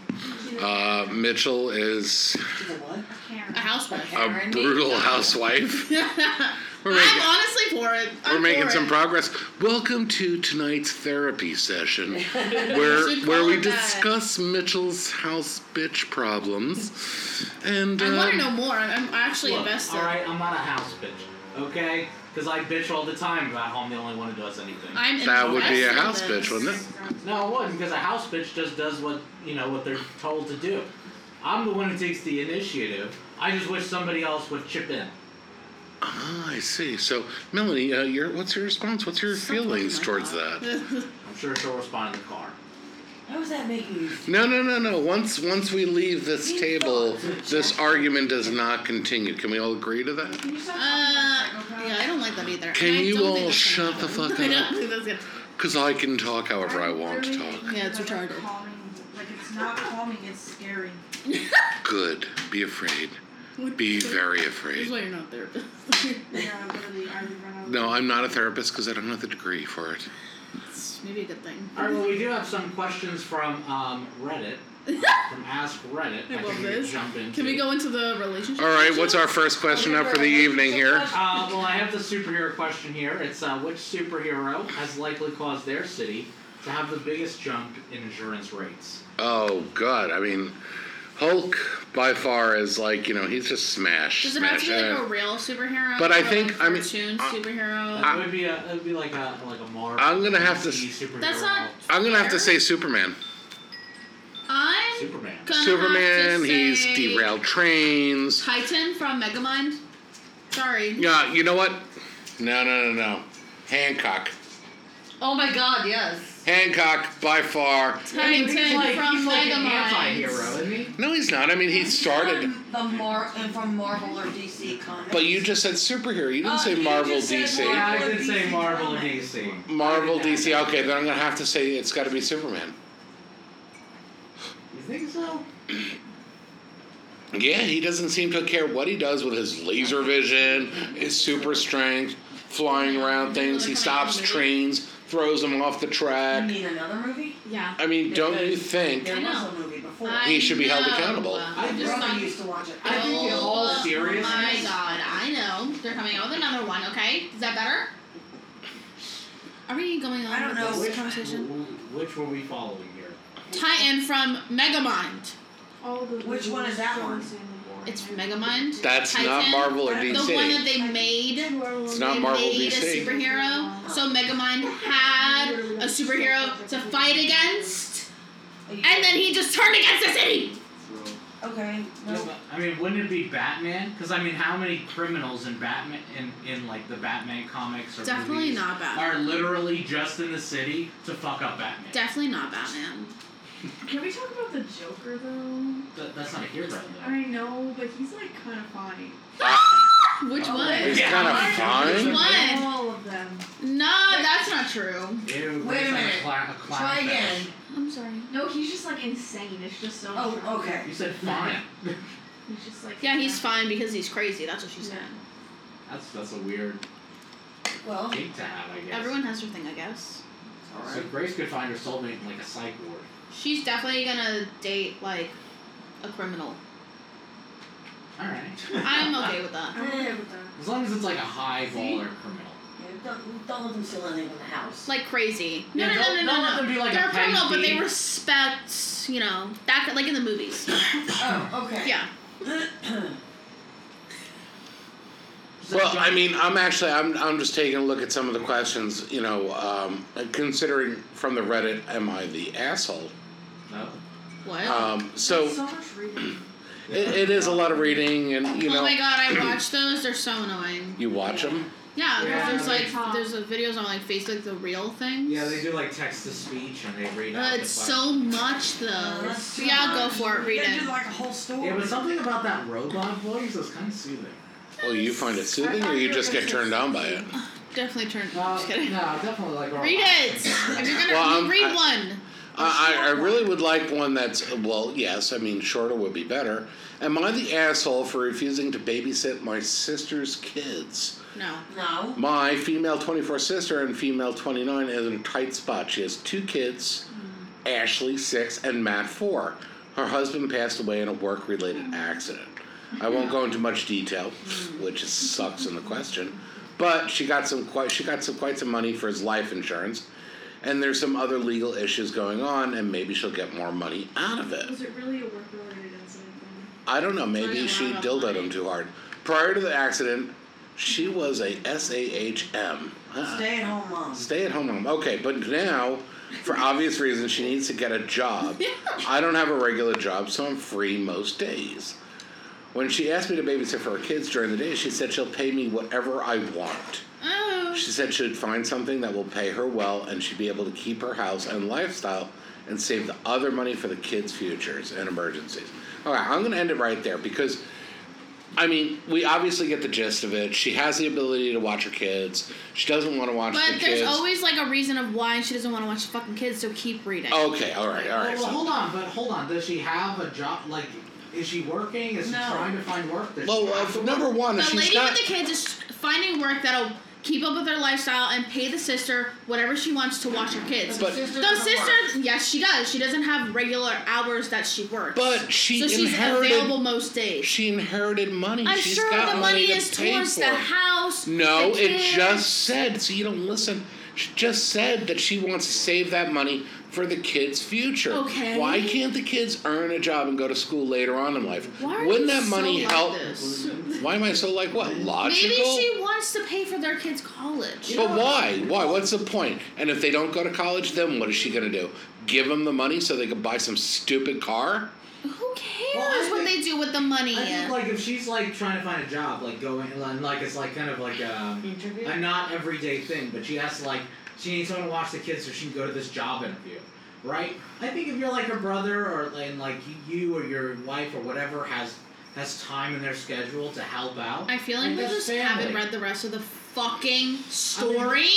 S3: Uh, Mitchell is
S5: you know what?
S1: A housewife.
S3: a brutal housewife. Oh. We're
S1: I'm
S3: making,
S1: honestly for it. I'm
S3: we're making
S1: for
S3: some
S1: it.
S3: progress. Welcome to tonight's therapy session,
S1: We
S3: where
S1: should
S3: where
S1: call
S3: we
S1: it that.
S3: discuss Mitchell's house bitch problems, and
S1: I want to
S3: um,
S1: know more. I'm, I'm actually
S2: Look,
S1: invested.
S2: All right, I'm not a house bitch, okay? Because I bitch all the time about how I'm the only one who does anything.
S1: I'm
S3: that would be
S1: invested
S3: a
S1: in
S3: house
S1: this.
S3: bitch, wouldn't it?
S2: No, it wasn't because a house bitch just does what you know what they're told to do. I'm the one who takes the initiative. I just wish somebody else would chip in.
S3: Ah, I see. So, Melanie, uh, your what's your response? What's your
S1: Something
S3: feelings
S1: like
S3: towards that?
S1: that.
S2: I'm sure she'll respond in the car.
S5: How is that making you feel?
S3: No, no, no, no. Once once we leave this table, this argument does not continue. Can we all agree to that?
S6: Can you stop
S1: Uh,
S6: talking about psychopaths?
S1: yeah, I don't like that either.
S3: Can
S1: And I
S3: you
S1: don't think
S3: all
S1: that's gonna
S3: shut the
S1: happen.
S3: fuck
S1: I don't
S3: up?
S1: think that's gonna-
S3: Because I can talk however I
S6: I'm
S3: want to
S6: literally
S3: talk.
S6: thinking
S1: Yeah, it's
S6: of, like,
S1: retarded.
S6: calming- Like it's not calming, it's scary.
S3: Good. Be afraid. Be very
S1: This is
S3: afraid.
S1: why you're not a therapist.
S6: Yeah, literally, I would run out. of-
S3: No, I'm not a therapist because I don't have the degree for it.
S1: It's maybe a good thing.
S2: All right, well, we do have some questions from um, Reddit, from Ask Reddit.
S1: I
S2: I
S1: love
S2: think we
S1: this.
S2: jump into.
S1: Can we go into the relationship?
S3: All right, what's our first question up for the evening here?
S2: Uh, well, I have the superhero question here. It's uh, which superhero has likely caused their city to have the biggest jump in insurance rates?
S3: Oh God, I mean, Hulk by far is like you know he's just smash,
S1: Does it have to
S3: smash.
S1: be like
S3: eh.
S1: a real superhero?
S3: But I
S1: or, like,
S3: think- I mean, uh,
S1: cartoon
S3: I-
S1: superhero.
S2: It would be a, it would be like a like a Marvel.
S3: Ah. I'm gonna have to
S2: DC
S3: s-
S2: Superhero.
S1: That's not-
S3: I'm gonna have to say Superman.
S1: I'm
S2: Superman.
S1: gonna have
S3: Superman,
S1: to
S3: he's
S1: say
S3: derailed trains.
S1: Titan from Megamind. Sorry.
S3: Yeah, you know what? No, no, no, no. Hancock.
S4: Oh my god, yes.
S3: Hancock by far.
S1: Titan
S2: He's like,
S1: from
S2: he's like an
S1: Megamind.
S2: anti-hero, isn't he?
S3: No, he's not. I mean, he started.
S5: From the Mar- and from Marvel or DC comics.
S3: But you just said superhero. You
S1: Oh,
S3: didn't
S5: Uh,
S3: say
S5: you
S3: Marvel,
S5: just said
S3: DC.
S5: Marvel.
S2: Yeah, I did say
S5: DC
S2: Marvel and
S5: comics.
S2: DC.
S3: Marvel, DC. Okay, then I'm gonna have to say it's got to be Superman.
S2: You think so?
S3: Yeah, he doesn't seem to care what he does with his laser vision, his super strength, flying around things. He stops trains, throws them off the
S5: You
S3: track.
S5: mean another movie?
S1: Yeah.
S3: I mean, don't you think?
S5: There
S1: I
S5: was
S1: know.
S5: a movie before.
S1: I
S3: He should be held
S1: know.
S3: accountable.
S1: I
S2: I
S1: just
S5: Brother
S1: thought
S5: used to watch it.
S2: I think in all
S1: Oh
S2: seriousness,
S1: my god, I know. They're coming out with another one, okay? Is that better? Are we going on
S5: I don't
S1: with
S5: know
S1: this
S5: which-
S1: conversation?
S2: which were we following here?
S1: Titan from Megamind.
S6: All the
S5: Which one is that one?
S1: It's from Megamind.
S3: That's not
S1: Titan,
S3: Marvel or
S5: the
S1: The one that
S3: DC.
S1: they made
S6: It's
S3: not
S1: they
S3: Marvel
S1: made
S3: DC.
S1: a superhero. So Megamind had a superhero to fight against, and then he just turned against the city.
S8: So,
S5: Okay.
S2: Yeah, but, I mean, wouldn't it be Batman? Because I mean, how many criminals in Batman in, in like the Batman comics or
S1: Definitely
S2: movies
S1: not Batman.
S2: are literally just in the city to fuck up Batman?
S1: Definitely not Batman.
S6: Can we talk about the Joker though?
S2: Th- that's not a hero though.
S6: I know, but he's like kind of funny.
S3: Uh,
S1: Which
S2: Oh,
S1: one?
S3: He's
S2: Yeah.
S3: kind
S1: Which
S3: of fine.
S1: one?
S6: All of them.
S1: No, that's not true.
S2: Ew,
S5: Wait
S2: that's
S5: a
S2: like
S5: minute.
S2: cla- a clown
S5: Try
S2: fest.
S5: again.
S1: I'm sorry.
S6: No, he's just like insane. It's just so.
S5: Oh, okay.
S2: You said fine.
S6: He's just like.
S1: Yeah, he's fine because he's crazy. That's what she said.
S2: That's that's a weird
S5: Well,
S2: thing to have, I guess.
S1: Oh. Everyone has their thing, I guess.
S2: So Grace could find her soulmate in like a psych ward.
S1: She's definitely gonna date like a criminal.
S2: All right.
S1: I'm okay with that.
S6: I'm okay with that.
S2: As long as it's like a high baller criminal.
S5: yeah, don't, don't let them steal anything in the house.
S1: Like crazy. No,
S2: Yeah,
S1: no, no, no,
S2: don't- don't
S1: no.
S2: let
S1: no.
S2: them be like
S1: They're
S2: a
S1: criminal, but they
S2: Penny.
S1: respect, you know, that like in the movies.
S5: oh, okay.
S1: yeah.
S3: Well, I mean, I'm actually, I'm, I'm just taking a look at some of the questions. You know, um, considering from the Reddit, am I the asshole?
S2: No.
S1: What?
S3: Um,
S6: There's
S3: so
S6: so much reading.
S3: it, it is a lot of reading, and you
S1: oh
S3: know,
S1: my god, I watched those. They're so annoying.
S3: you watch them.
S1: Yeah, 'cause
S2: Yeah,
S1: there's
S2: they
S1: like
S6: talk.
S1: there's a videos on like Facebook, the real things.
S2: Yeah, they do like text to speech and they read.
S1: Uh,
S2: out the
S1: it's
S2: question.
S1: so much though.
S5: That's too
S1: Yeah, go
S5: much.
S1: for it.
S5: You
S1: Read
S5: gotta do
S1: it.
S5: like a whole story.
S2: Yeah, but something about that robot voice was kind of soothing.
S3: Well, you find it soothing, or you just get turned on by it.
S1: Definitely turn. just kidding.
S2: definitely like.
S1: Read it. If you're gonna
S3: Well, um,
S1: read
S3: I-
S1: one.
S3: I, I I really would like one that's well, yes. I mean, shorter would be better. Am I the asshole for refusing to babysit my sister's kids?
S1: No.
S5: No.
S3: My female 24 sister and female 29 is in a tight spot. She has two kids, Ashley, six, and Matt, four. Her husband passed away in a work related accident. I won't go into much detail, which is, sucks in the question, but she got some quite she got some quite some money for his life insurance, and there's some other legal issues going on, and maybe she'll get more money out of it.
S6: Was it really a work-related incident? Then?
S3: I don't know.
S1: Throwing
S3: Maybe
S1: a
S3: she
S1: lot of
S3: dildoed
S1: money.
S3: him too hard. Prior to the accident, she was a SAHM. Huh.
S5: Stay at home mom.
S3: Stay at home mom. Okay, but now, for obvious reasons, she needs to get a job. I don't have a regular job, so I'm free most days. When she asked me to babysit for her kids during the day, she said she'll pay me whatever I want.
S1: Oh.
S3: She said she'd find something that will pay her well and she'd be able to keep her house and lifestyle and save the other money for the kids' futures and emergencies. All right, I'm going to end it right there because, I mean, we obviously get the gist of it. She has the ability to watch her kids. She doesn't want to watch
S1: But
S3: the
S1: there's
S3: kids.
S1: always like a reason of why she doesn't want to watch the fucking kids, so keep reading.
S3: okay, all right, all right.
S2: well,
S3: so-
S2: hold on, but hold on. Does she have a job? Like, is she working? Is she
S5: No.
S2: trying to find work? Does
S3: Well,
S2: she have
S3: uh,
S2: to work?
S3: number one,
S1: The
S3: if she's
S1: lady
S3: not.
S1: with the kids is finding work that'll keep up with her lifestyle and pay the sister whatever she wants to watch her kids.
S3: But-
S2: sister
S1: the
S2: doesn't
S1: sister,
S2: work.
S1: yes, she does. She doesn't have regular hours that she works.
S3: but she
S1: so she's
S3: inherited.
S1: available most days.
S3: She inherited money.
S1: I'm
S3: She's
S1: sure
S3: got
S1: the money,
S3: to
S1: is
S3: pay
S1: towards
S3: for
S1: the
S3: it.
S1: house.
S3: No,
S1: the
S3: it
S1: kids.
S3: just said. So you don't listen. She just said that she wants to save that money for the kids' future.
S1: Okay.
S3: Why can't the kids earn a job and go to school later on in life?
S1: Why are
S3: Wouldn't
S1: you
S3: that
S1: so
S3: money
S1: like
S3: help?
S1: this?
S3: Why am I so like what? Logical.
S1: Maybe she wants to pay for their kids' college.
S3: But why? Why? What's the point? And if they don't go to college, then what is she going to do? Give them the money so they can buy some stupid car?
S1: Who cares
S2: Well, I
S1: what
S2: think-
S1: they do with the money?
S2: I think like if she's like trying to find a job, like going and like it's like kind of like um,
S4: Interview?
S2: a not everyday thing, but she has to like she needs someone to watch the kids so she can go to this job interview, right? I think if you're like her brother or and like you or your wife or whatever has has time in their schedule to help out.
S1: I feel like
S2: Like,
S1: we
S2: that's
S1: just
S2: family.
S1: haven't read the rest of the fucking story.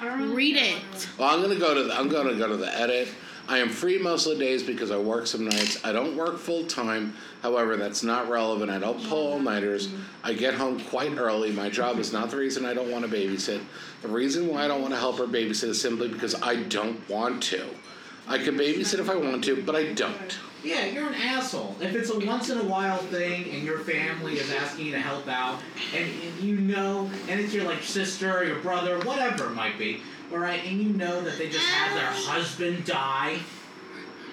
S6: I don't really
S1: Read
S6: care
S1: it.
S6: about her.
S3: Well, I'm gonna go to the, I'm gonna go to the edit. I am free most of the days because I work some nights. I don't work full time. However, that's not relevant. I don't pull all nighters. I get home quite early. My job is not the reason I don't want to babysit. The reason why I don't want to help her babysit is simply because I don't want to. I can babysit if I want to, but I don't.
S2: Yeah, you're an asshole. If it's a once in a while thing and your family is asking you to help out, and, and you know, and it's your like sister or your brother, whatever it might be, all right, and you know that they just had
S1: Um.
S2: their husband die,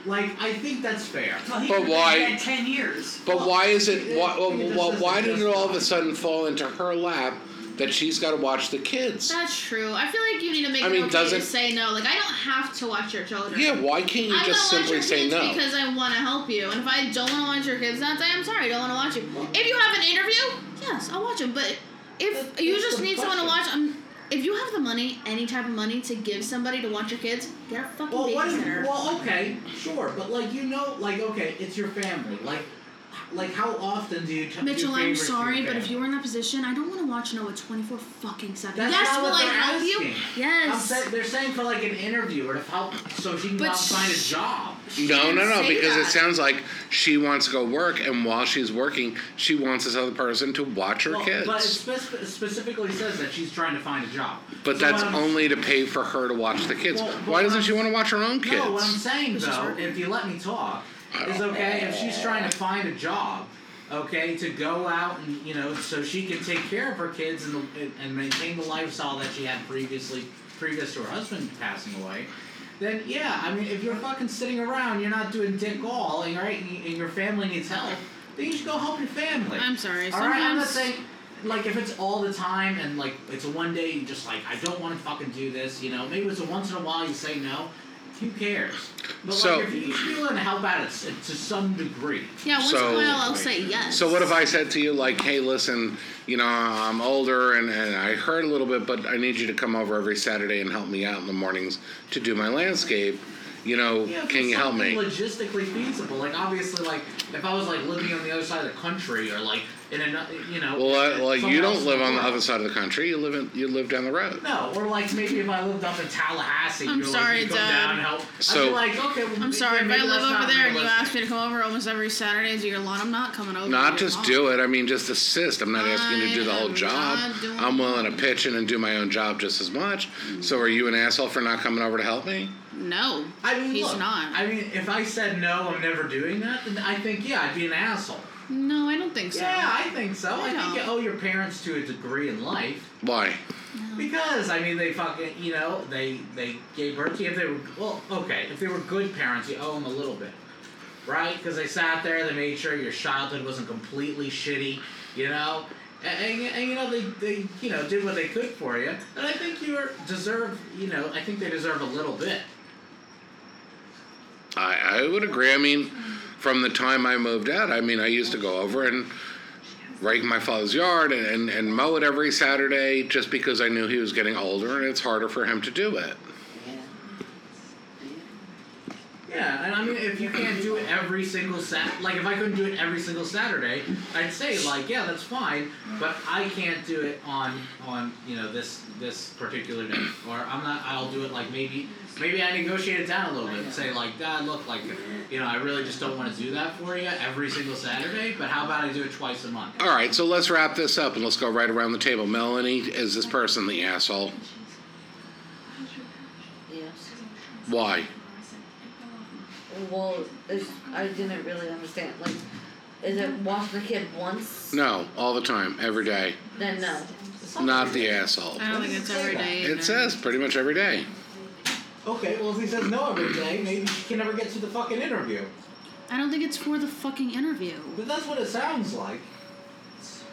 S2: like I think that's fair.
S5: Well, he
S3: But
S5: could've been
S3: why-
S5: dead ten years.
S3: But why is it? Why,
S2: Well, it
S3: why,
S2: doesn't
S3: why did it all of a
S2: justify.
S3: sudden fall into her lap that she's got to watch the kids?
S1: That's true. I feel like you need to make
S3: I
S1: it
S3: mean,
S1: okay
S3: doesn't-
S1: to say no. Like I don't have to watch your children.
S3: Yeah, why can't you
S1: I
S3: just
S1: don't
S3: simply
S1: watch your
S3: say
S1: kids
S3: no?
S1: because I want to help you, and if I don't want to watch your kids that day, I'm sorry, I don't want to watch you. If you have an interview, yes, I'll watch them. But if
S2: That's-
S1: you
S2: that's
S1: just
S2: the
S1: need someone to watch,
S2: question.
S1: um, if you have the money, any type of money to give somebody to watch your kids, get a fucking
S2: Well, what if,
S1: babysitter.
S2: well, okay, sure, but like you know, like okay, it's your family. Like, like how often do you? T- do
S1: Mitchell, I'm
S2: favors to your
S1: sorry, but if
S2: family?
S1: you were in that position, I don't want to watch Noah 24 fucking 7.
S2: That's
S1: yes,
S2: not
S1: will
S2: what
S1: I
S2: they're
S1: help you?
S2: asking. I'm
S1: Yes.
S2: saying they're saying for like an interview or to help so she can go
S1: But
S2: out and find a
S1: sh-
S2: job.
S3: No, no,
S1: didn't
S3: no,
S1: say
S3: because it
S1: that.
S3: sounds like she wants to go work, and while she's working, she wants this other person to watch her
S2: Well,
S3: kids.
S2: But it spec- specifically says that she's trying to find a job.
S3: But
S2: So
S3: that's
S2: what I'm-
S3: only to pay for her to watch the kids.
S2: Well, but
S3: Why doesn't
S2: I'm-
S3: she want to watch her own kids?
S2: No, what I'm saying
S1: This is
S2: though,
S1: her-
S2: if you let me talk, is okay. If she's trying to find a job, okay, to go out and you know, so she can take care of her kids and the, and maintain the lifestyle that she had previously, previous to her husband passing away. Then yeah, I mean, if you're fucking sitting around, you're not doing dick all, and right, and, and your family needs help, then you should go help your family.
S1: I'm sorry.
S2: All right, I'm not
S1: sometimes-
S2: saying like if it's all the time and like it's a one day you just like I don't want to fucking do this, you know. Maybe it's a once in a while you say no. Who cares? But
S3: So-
S2: like if you should be willing to help out at, to some degree.
S1: Yeah, once in
S3: So-
S1: a while I'll say yes.
S3: So what if I said to you like, "Hey, listen, you know, I'm older and, and I hurt a little bit, but I need you to come over every Saturday and help me out in the mornings to do my landscape. You know,
S2: Yeah, if
S3: can
S2: it's
S3: you help
S2: something
S3: me?"
S2: Logistically feasible. Like obviously, like if I was like living on the other side of the country or like in another, you know.
S3: Well, uh, like you
S2: somewhere else
S3: don't
S2: in
S3: live
S2: the
S3: on the
S2: world.
S3: other side of the country. You live in you live down the road.
S2: No, or like maybe if I lived up in Tallahassee,
S1: I'm
S2: you're
S1: sorry,
S2: like, you come
S1: Dad.
S2: down and help. I'd
S3: So-
S2: be like, okay, well,
S1: I'm sorry, if
S2: maybe
S1: I live
S2: that's
S1: over
S2: not
S1: there and you
S2: realistic.
S1: ask me to come over almost every Saturday to your lawn, I'm not coming over.
S3: Not
S1: to your
S3: just
S1: lawn.
S3: do it. I mean, just assist. I'm not asking you to do the
S1: I
S3: whole
S1: am
S3: job.
S1: not doing-
S3: I'm willing to pitch in and do my own job just as much. So, are you an asshole for not coming over to help me?
S1: No.
S2: I mean,
S1: he's
S2: look,
S1: not.
S2: I mean, if I said no, I'm never doing that. Then I think, yeah, I'd be an asshole.
S1: no, I don't think so.
S2: Yeah, I think so. I,
S1: I
S2: think you
S1: don't.
S2: owe your parents to a degree in life
S3: Why?
S2: because I mean, they fucking, you know, they they gave birth to you. If they were well, okay, if they were good parents, you owe them a little bit, right? Because they sat there, they made sure your childhood wasn't completely shitty, you know. And, and, and you know they, they you know did what they could for you, and I think you are deserve you know I think they deserve a little bit.
S3: I, I would agree. I mean, from the time I moved out, I mean, I used to go over and rake my father's yard and, and, and mow it every Saturday just because I knew he was getting older and it's harder for him to do it.
S5: Yeah.
S2: Yeah, and I mean, if you can't do it every single Sat, like if I couldn't do it every single Saturday, I'd say like, yeah, that's fine, but I can't do it on on you know this this particular day, or I'm not. I'll do it like maybe maybe I negotiate it down a little bit, and say like, Dad, look, like you know, I really just don't want to do that for you every single Saturday, but how about I do it twice a month?
S3: All right, so let's wrap this up and let's go right around the table. Melanie, is this person the asshole?
S4: Yes.
S3: Why?
S4: Well, it's, I didn't really understand. Like, is it watch the kid once?
S3: No, all the time, every day.
S4: Then no.
S3: Not the asshole.
S1: I don't think it's every day. either.
S3: It says pretty much every day.
S2: Okay, well if he says no every day, maybe she can never get to the fucking interview.
S1: I don't think it's for the fucking interview.
S2: But that's what it sounds like.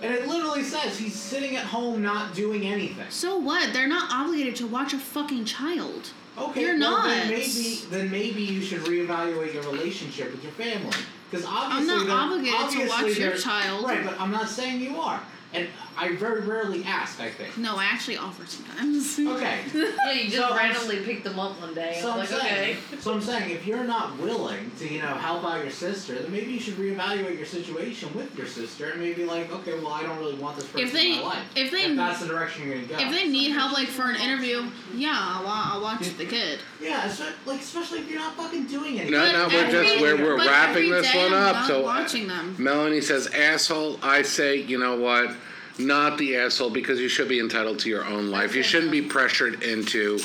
S2: And it literally says he's sitting at home not doing anything.
S1: So what? They're not obligated to watch a fucking child.
S2: Okay,
S1: You're
S2: well, Then
S1: not.
S2: maybe, then maybe you should reevaluate your relationship with your family. Because
S1: I'm not
S2: obviously, they're-
S1: obligated to
S2: obviously
S1: watch your
S2: they're-
S1: child.
S2: Right, but I'm not saying you are. And I very rarely ask. I think.
S1: No, I actually offer sometimes.
S2: Okay.
S4: Yeah, you just
S2: So I'm s-
S4: randomly picked them up one day.
S2: So
S4: I'm
S2: I'm
S4: like, okay.
S2: saying, so I'm saying, if you're not willing to, you know, help out your sister, then maybe you should reevaluate your situation with your sister, and maybe like, okay, well, I don't really want this person
S1: If they-
S2: in my life.
S1: if they-
S2: that's the direction you're gonna go.
S1: If they need help, like for an interview, yeah, I'll, wa- I'll watch the kid.
S2: Yeah, espe- like especially if you're not fucking doing anything.
S1: But
S3: No, no, we're
S1: every-
S3: just we're, we're
S1: but
S3: wrapping
S1: every
S3: this
S1: day
S3: one
S1: I'm
S3: up.
S1: not
S3: so uh,
S1: watching them.
S3: Melanie says asshole. I say you know what, not the asshole because you should be entitled to your own life. You shouldn't be pressured into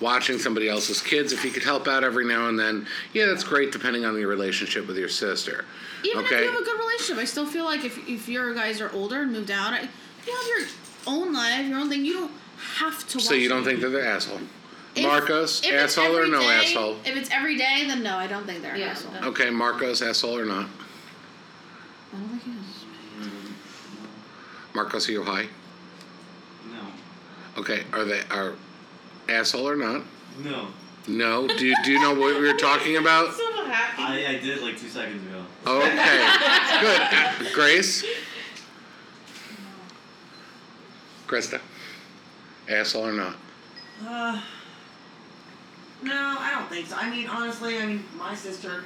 S3: watching somebody else's kids. If you could help out every now and then, yeah, that's great. Depending on your relationship with your sister.
S1: Even if
S3: Okay.
S1: you have a good relationship, I still feel like if if your guys are older and moved out, I- you have your own life, your own thing. You don't have to. watch
S3: So you don't
S1: them.
S3: think they're the asshole,
S1: If-
S3: Marcos?
S1: if it's
S3: asshole or
S1: every
S3: no
S1: day-
S3: asshole?
S1: If it's every day, then no, I don't think they're an
S4: Yeah,
S1: asshole.
S4: no.
S3: Okay, Marcos, asshole or not?
S1: I don't think he is.
S3: Marcos, are you high?
S8: No.
S3: Okay, are they are asshole or not?
S8: No.
S3: No. Do you, do you know what we were talking about?
S5: So happy.
S8: I, I did like two seconds ago.
S3: Okay. Good. Uh, Grace? Krista? Asshole or not?
S5: Uh, no, I don't think so. I mean, honestly, I mean, my sister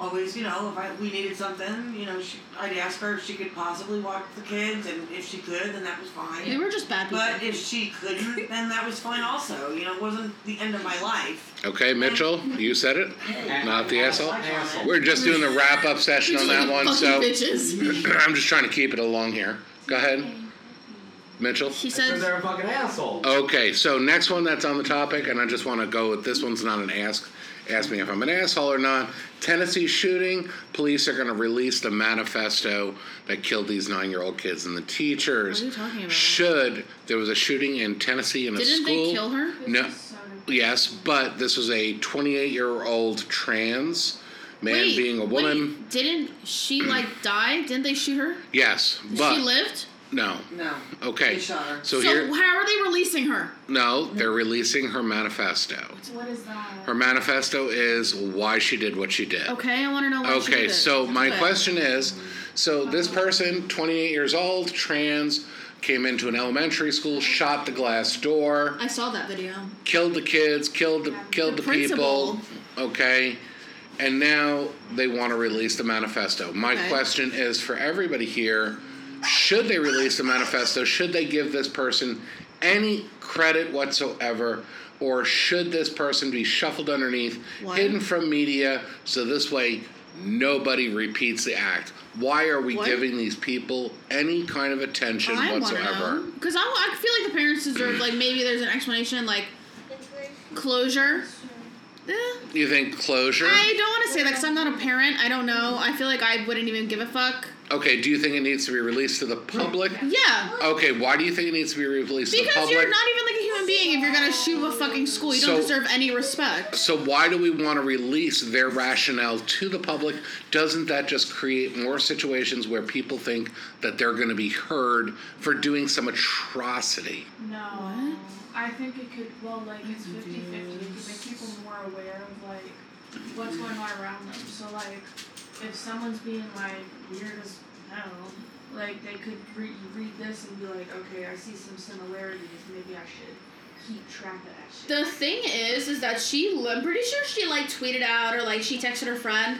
S5: always, you know, if I, we needed something, you know, she, I'd ask her if she could possibly watch the kids, and if she could, then that was fine.
S1: They were just bad people.
S5: But if she couldn't, then that was fine also. You know, it wasn't the end of my life.
S3: Okay, Mitchell, you said it. Not the asshole?
S2: Asshole.
S3: We're just doing the wrap up session on that one, so I'm just trying to keep it along here. Go ahead, Mitchell.
S1: He
S2: I said
S1: said,
S2: they're a fucking asshole.
S3: Okay, so next one that's on the topic, and I just want to go with this one's not an ask. Ask me if I'm an asshole or not. Tennessee shooting. Police are going to release the manifesto that killed these nine-year-old kids and the teachers.
S1: What are you talking about?
S3: Should there was a shooting in Tennessee in a
S1: "Didn't
S3: school?
S1: they kill her?"
S3: No. Yes, but this was a 28-year-old trans man
S1: Wait,
S3: being a woman.
S1: wait, didn't she like die? Didn't they shoot her?
S3: Yes, but
S1: she lived.
S3: no.
S5: No.
S3: Okay.
S5: They shot her.
S3: So, here,
S1: how are they releasing her?
S3: no, they're releasing her manifesto.
S6: What is that?
S3: Her manifesto is why she did what she did.
S1: Okay, I want to know. Why she
S3: Okay,
S1: did it.
S3: so my
S1: Okay.
S3: question is so this person, 28 years old, trans, came into an elementary school, shot the glass door,
S1: I saw that video.
S3: killed the kids, killed the, killed the,
S1: The
S3: people.
S1: principal.
S3: Okay. And now they want to release the manifesto. My
S1: Okay.
S3: question is for everybody here should they release the manifesto? Should they give this person any credit whatsoever? Or should this person be shuffled underneath,
S1: Why?
S3: hidden from media, so this way nobody repeats the act? Why are we
S1: Why?
S3: giving these people any kind of attention
S1: I want to
S3: whatsoever?
S1: know because I, I feel like the parents deserve like maybe there's an explanation like closure. Eh,
S3: You think closure?
S1: I don't want to say that because I'm not a parent. I don't know. I feel like I wouldn't even give a fuck.
S3: Okay, do you think it needs to be released to the public?
S1: Yeah.
S3: Okay, why do you think it needs to be released to the
S1: Because
S3: public?
S1: you're not even like a human being if you're gonna shoot a fucking school. You
S3: So-
S1: don't deserve any respect.
S3: so why do we want to release their rationale to the public? Doesn't that just create more situations where people think that they're going to be heard for doing some atrocity?
S6: No.
S1: What?
S6: I think it could, well, like, it's 50 50. It could make people more aware of, like, what's going on around them. So, like, if someone's being, like, weird as hell, like, they could re- read this and be like, okay, I see some similarities. Maybe I should keep track of that shit.
S1: The thing is, is that she, I'm pretty sure she like tweeted out or like she texted her friend.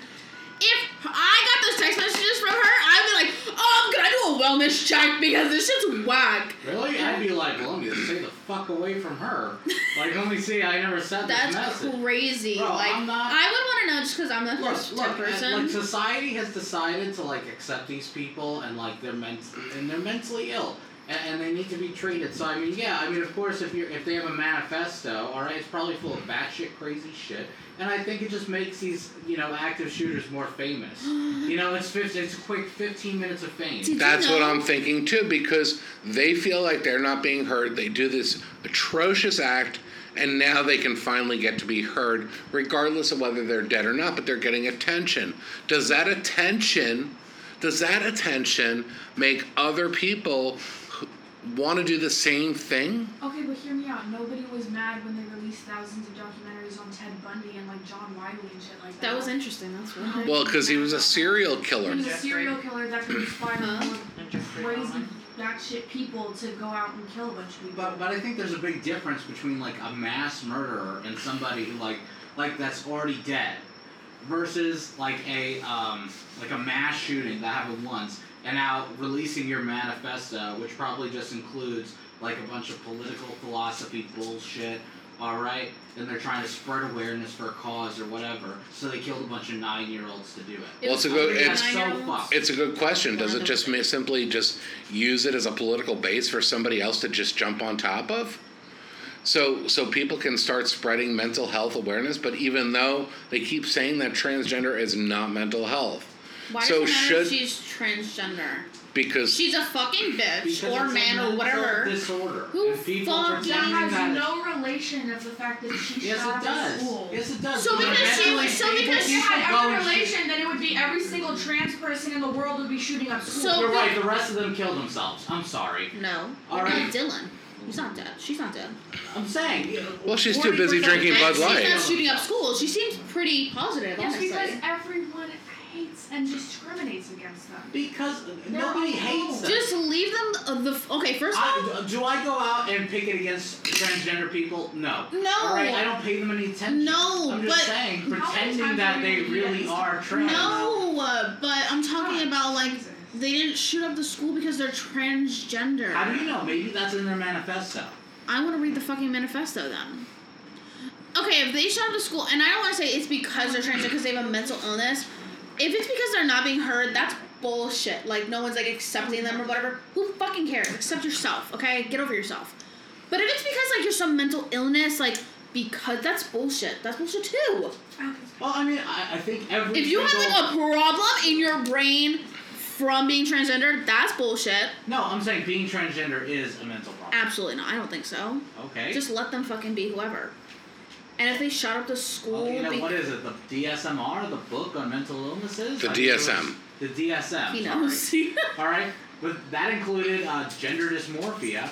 S1: If I got those text messages from her, I'd be like, oh, can I do a wellness check because this shit's whack.
S2: Really? I'd be like, let me stay the fuck away from her. Like, let me see, I never sent this
S1: That's
S2: message.
S1: crazy.
S2: Bro,
S1: like,
S2: I'm not-
S1: I would want to know just because I'm not
S2: Look,
S1: first
S2: look,
S1: person.
S2: and, like society has decided to like accept these people and like they're ment- and they're mentally ill and, and they need to be treated. So I mean, yeah, I mean, of course, if you're if they have a manifesto, all right, it's probably full of batshit crazy shit. And I think it just makes these you know active shooters more famous. you know, it's 15, it's a quick fifteen minutes of fame.
S1: Did you
S3: That's what
S1: know-
S3: I'm thinking too, because they feel like they're not being heard. They do this atrocious act, and now they can finally get to be heard, regardless of whether they're dead or not, but they're getting attention. Does that attention, does that attention make other people want to do the same thing?
S6: Okay, but hear me out. Nobody was mad when they released thousands of documentaries on Ted Bundy and like John Wiley and shit like that.
S1: That was interesting. That's
S2: Uh-huh.
S1: what.
S3: Well, because he was a serial
S6: He
S3: killer.
S6: was a
S4: Jeffrey.
S6: serial killer that could inspire
S1: Huh?
S6: more crazy batshit people to go out and kill a bunch of people.
S2: But but I think there's a big difference between like a mass murderer and somebody who like like that's already dead, versus like a um like a mass shooting that happened once and now releasing your manifesto, which probably just includes like a bunch of political philosophy bullshit. All right, and they're trying to spread awareness for a cause or whatever, so they killed a bunch of nine-year-olds to do it.
S1: It
S3: Well,
S1: was
S3: it's a good-
S1: probably
S3: it's-
S1: nine
S2: so
S1: year olds.
S2: fucked.
S3: It's a good question. Does it just ma- simply just use it as a political base for somebody else to just jump on top of? So, so people can start spreading mental health awareness, but even though they keep saying that transgender is not mental health,
S1: Why
S3: So
S1: does it matter
S3: should-
S1: if she's transgender?
S3: because
S1: She's a fucking bitch
S2: Because
S1: or
S2: it's
S1: man
S2: a
S1: or
S2: mental
S1: whatever.
S2: Disorder.
S1: Who
S2: and people
S1: fucking-
S6: that
S2: pretending
S6: has
S2: that
S6: no relation of the fact that she
S2: Yes,
S6: shot
S2: it does.
S6: at school.
S2: Yes, it does.
S1: So
S2: But
S1: because she-
S2: mentally
S1: so
S2: stable
S1: because
S6: If it
S2: people
S6: had
S2: go
S6: every
S2: and shoot-
S6: relation, then it would be every
S2: Mm-hmm.
S6: single trans person in the world would be shooting up schools.
S1: So-
S2: You're right. The rest of them killed themselves. I'm sorry.
S1: No.
S2: All right.
S1: Not Dylan. He's not dead. She's not dead.
S2: I'm saying.
S3: Well, she's too busy
S2: 40%
S3: drinking
S1: And
S3: Bud
S1: she's
S3: Light.
S1: not shooting up schools. She seems pretty positive,
S6: It's
S1: honestly.
S6: because everyone hates and discriminates against them.
S2: Because
S6: They're
S2: nobody
S6: all
S2: hates them.
S1: Just leave them uh, the. f- Okay, first of all,
S2: I, do I go out and pick it against transgender people? No.
S1: No.
S2: All right. I don't pay them any attention.
S1: No,
S2: I'm just
S1: but-
S2: saying,
S6: many
S2: pretending
S6: times
S2: that
S6: have
S2: they
S6: you been
S2: really
S6: against-
S2: are trans.
S1: no, uh, but I'm talking about like
S6: Jesus.
S1: they didn't shoot up the school because they're transgender.
S2: How do you know? Maybe that's in their manifesto.
S1: I want to read the fucking manifesto then. Okay, if they shot up the school, and I don't want to say it's because they're transgender because they have a mental illness. If it's because they're not being heard, that's bullshit. Like no one's like accepting them or whatever. Who fucking cares? Accept yourself, okay? Get over yourself. But if it's because like you're some mental illness, like because that's bullshit. That's bullshit too.
S2: Well, I mean, I, I think every
S1: If you have
S2: single
S1: like a problem in your brain from being transgender, that's bullshit.
S2: no, I'm saying being transgender is a mental problem.
S1: Absolutely not. I don't think so.
S2: Okay.
S1: Just let them fucking be whoever. And if they shot up the school,
S2: Okay, now
S1: be-
S2: what is it? The DSMR, the book on mental illnesses.
S3: The
S2: I think it was-
S3: DSM.
S2: The DSM.
S1: he knows.
S2: All right, but that included uh, gender dysmorphia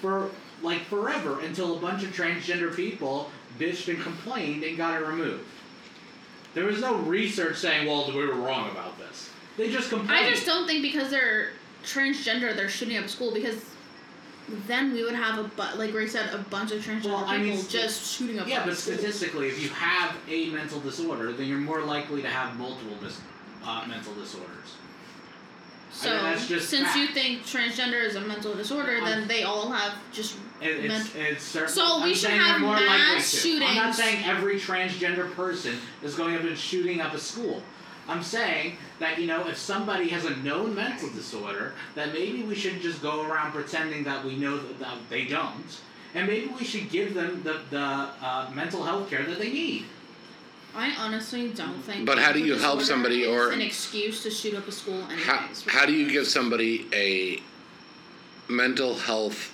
S2: for like forever until a bunch of transgender people bitched and complained and got it removed. There was no research saying, "Well, we were wrong about this." They just complained.
S1: I just don't think because they're transgender, they're shooting up school because then we would have a bu- like Ray said, a bunch of transgender
S2: Well,
S1: people
S2: I mean, st-
S1: just shooting up.
S2: yeah, but
S1: schools.
S2: statistically, if you have a mental disorder, then you're more likely to have multiple dis- uh, mental disorders.
S1: So
S2: mean, that's just
S1: since
S2: fact.
S1: you think transgender is a mental disorder, then they all have just
S2: It, it's, it's certain,
S1: So we
S2: I'm
S1: should
S2: saying they're
S1: have
S2: more
S1: mass
S2: likely to. I'm not
S1: shootings.
S2: saying every transgender person is going up and shooting up a school. I'm saying that you know if somebody has a known mental disorder, that maybe we should just go around pretending that we know that, that they don't, and maybe we should give them the the uh, mental health care that they need.
S1: I honestly don't think.
S3: But how do
S1: mental
S3: you help
S1: disorder
S3: somebody
S1: is
S3: or-
S1: an excuse to shoot up a school? Anyways,
S3: how, how do you give somebody a mental health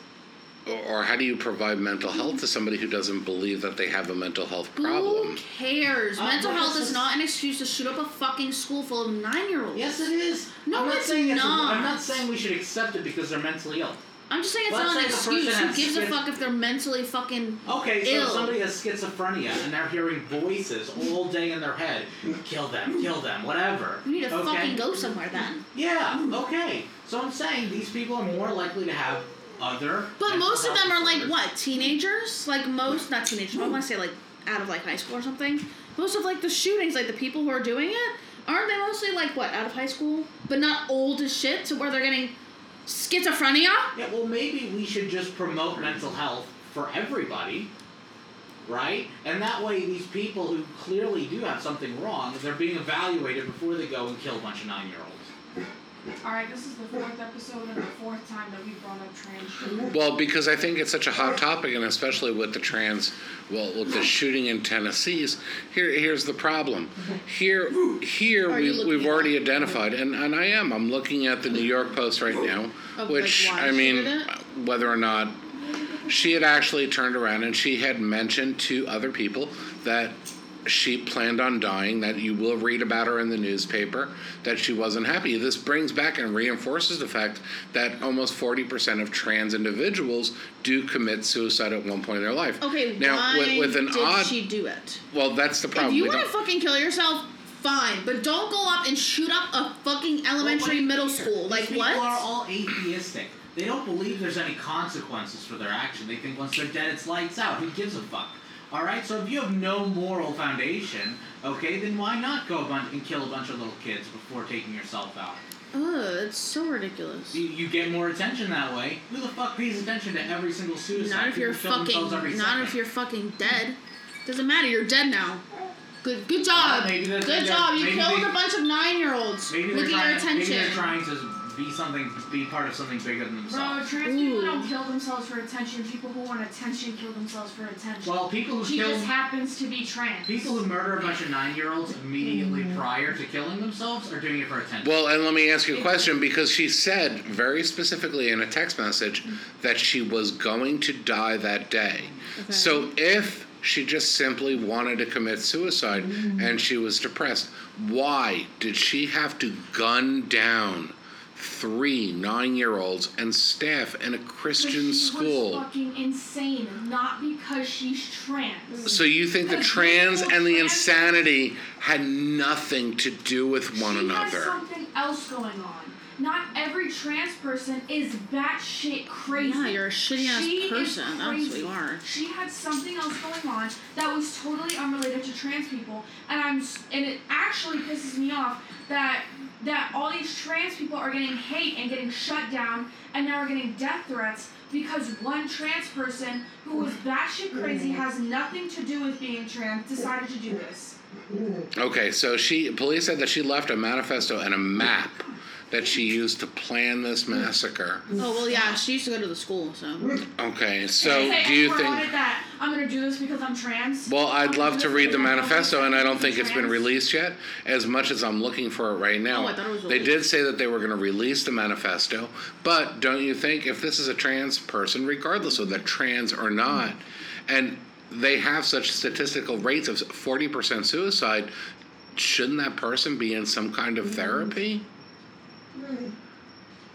S3: or or how do you provide mental health to somebody who doesn't believe that they have a mental health
S1: Who
S3: problem?
S1: cares?
S2: Uh,
S1: Mental
S2: but
S1: health
S2: this
S1: is
S2: is-
S1: not an excuse to shoot up a fucking school full of nine-year-olds.
S2: Yes, it is.
S1: No,
S2: I'm not
S1: it's
S2: saying it's.
S1: not.
S2: I'm not saying we should accept it because they're mentally ill.
S1: I'm just saying it's
S2: Well,
S1: not an
S2: it's like the
S1: excuse.
S2: person
S1: Who
S2: that's
S1: gives a
S2: schiz-
S1: fuck if they're mentally fucking?
S2: Okay, so
S1: Ill.
S2: if somebody has schizophrenia and they're hearing voices all day in their head, kill them, kill them, whatever.
S1: You need to
S2: okay?
S1: fucking go somewhere then.
S2: Yeah, okay. So I'm saying these people are more likely to have other.
S1: But
S2: mental
S1: most of
S2: health
S1: them are like
S2: disorders.
S1: what teenagers? Like most, not teenagers. but I want to say like out of like high school or something. Most of like the shootings, like the people who are doing it, aren't they mostly like what out of high school, but not old as shit to where they're getting schizophrenia?
S2: Yeah, well, maybe we should just promote mental health for everybody, right? And that way, these people who clearly do have something wrong, they're being evaluated before they go and kill a bunch of nine-year-olds.
S6: Alright, this is the fourth episode and the fourth time that we brought up trans children.
S3: Well, because I think it's such a hot topic, and especially with the trans, well, with the shooting in Tennessee's. Here, here's the problem. Here, here
S1: Are you
S3: we,
S1: looking
S3: we've
S1: at
S3: already
S1: it?
S3: identified, and, and I am. I'm looking at the New York Post right now,
S1: Of,
S3: which
S1: like, why
S3: I
S1: she
S3: mean,
S1: did it?
S3: whether or not she had actually turned around and she had mentioned to other people that she planned on dying that you will read about her in the newspaper that she wasn't happy this brings back and reinforces the fact that almost 40% of trans individuals do commit suicide at one point in their life
S1: Okay,
S3: now
S1: why
S3: with, with an
S1: did
S3: odd
S1: she do it?
S3: well that's the problem
S1: If you
S3: We
S1: want to
S3: don't-
S1: fucking kill yourself, fine, but don't go up and shoot up a fucking elementary, middle school. Like
S2: These
S1: what?
S2: People are all atheistic. They don't believe there's any consequences for their action. They think once they're dead, it's lights out. Who gives a fuck? All right. So if you have no moral foundation, okay, then why not go a bunch and kill a bunch of little kids before taking yourself out?
S1: Ugh, it's so ridiculous.
S2: You, you get more attention that way. Who the fuck pays attention to every single suicide?
S1: Not if
S2: People
S1: you're
S2: kill themselves every
S1: fucking. Not
S2: second.
S1: if you're fucking dead. Doesn't matter. You're dead now. Good. Good job.
S2: Well, maybe they're-
S1: good
S2: they're-
S1: job. You
S2: maybe
S1: killed
S2: they-
S1: a bunch of nine-year-olds
S2: Maybe
S1: with
S2: they're
S1: your
S2: trying. Maybe
S1: attention.
S2: they're trying to be something, be part of something bigger than
S6: Bro,
S2: themselves.
S6: trans people
S1: Ooh.
S6: don't kill themselves for attention. People who want attention kill themselves for attention.
S2: well, people who
S6: she
S2: kill
S6: just happens to be trans.
S2: people who murder a bunch of nine-year-olds immediately prior to killing themselves are doing it for attention.
S3: Well, and let me ask you a question because she said very specifically in a text message that she was going to die that day. So if she just simply wanted to commit suicide
S6: Mm-hmm.
S3: and she was depressed, why did she have to gun down three nine year olds and staff in a Christian
S6: Because she was
S3: school?
S6: fucking insane, not because she's trans.
S3: So you think the
S6: Because
S3: trans
S6: people
S3: and the
S6: trans-
S3: insanity had nothing to do with one
S6: she
S3: another?
S6: has something else going on. Not every trans person is batshit crazy.
S1: Yeah, you're a shitty ass
S6: She is
S1: person. That's what
S6: crazy.
S1: you are.
S6: She had something else going on that was totally unrelated to trans people, and I'm s- and it actually pisses me off that that all these trans people are getting hate and getting shut down, and now are getting death threats because one trans person who was batshit crazy has nothing to do with being trans decided to do this.
S3: Okay, so she police said that she left a manifesto and a map that she used to plan this massacre.
S1: Oh well, yeah. She used to go to the school, so.
S3: Okay, so
S6: They say,
S3: do you
S6: "Everyone wanted
S3: think?
S6: that. I'm gonna do this because I'm trans?
S3: Well, I'd
S6: I'm
S3: love
S6: gonna
S3: to
S6: do
S3: read
S6: this
S3: the
S6: because I'm
S3: manifesto, and I don't think it's been
S6: trans."
S3: released yet. As much as I'm looking for it right
S1: Oh,
S3: now,
S1: I thought it was
S3: they did
S1: released.
S3: say that they were going to release the manifesto. But don't you think if this is a trans person, regardless of they're trans or not, and they have such statistical rates of 40% suicide, shouldn't that person be in some kind
S1: Mm-hmm.
S3: of therapy?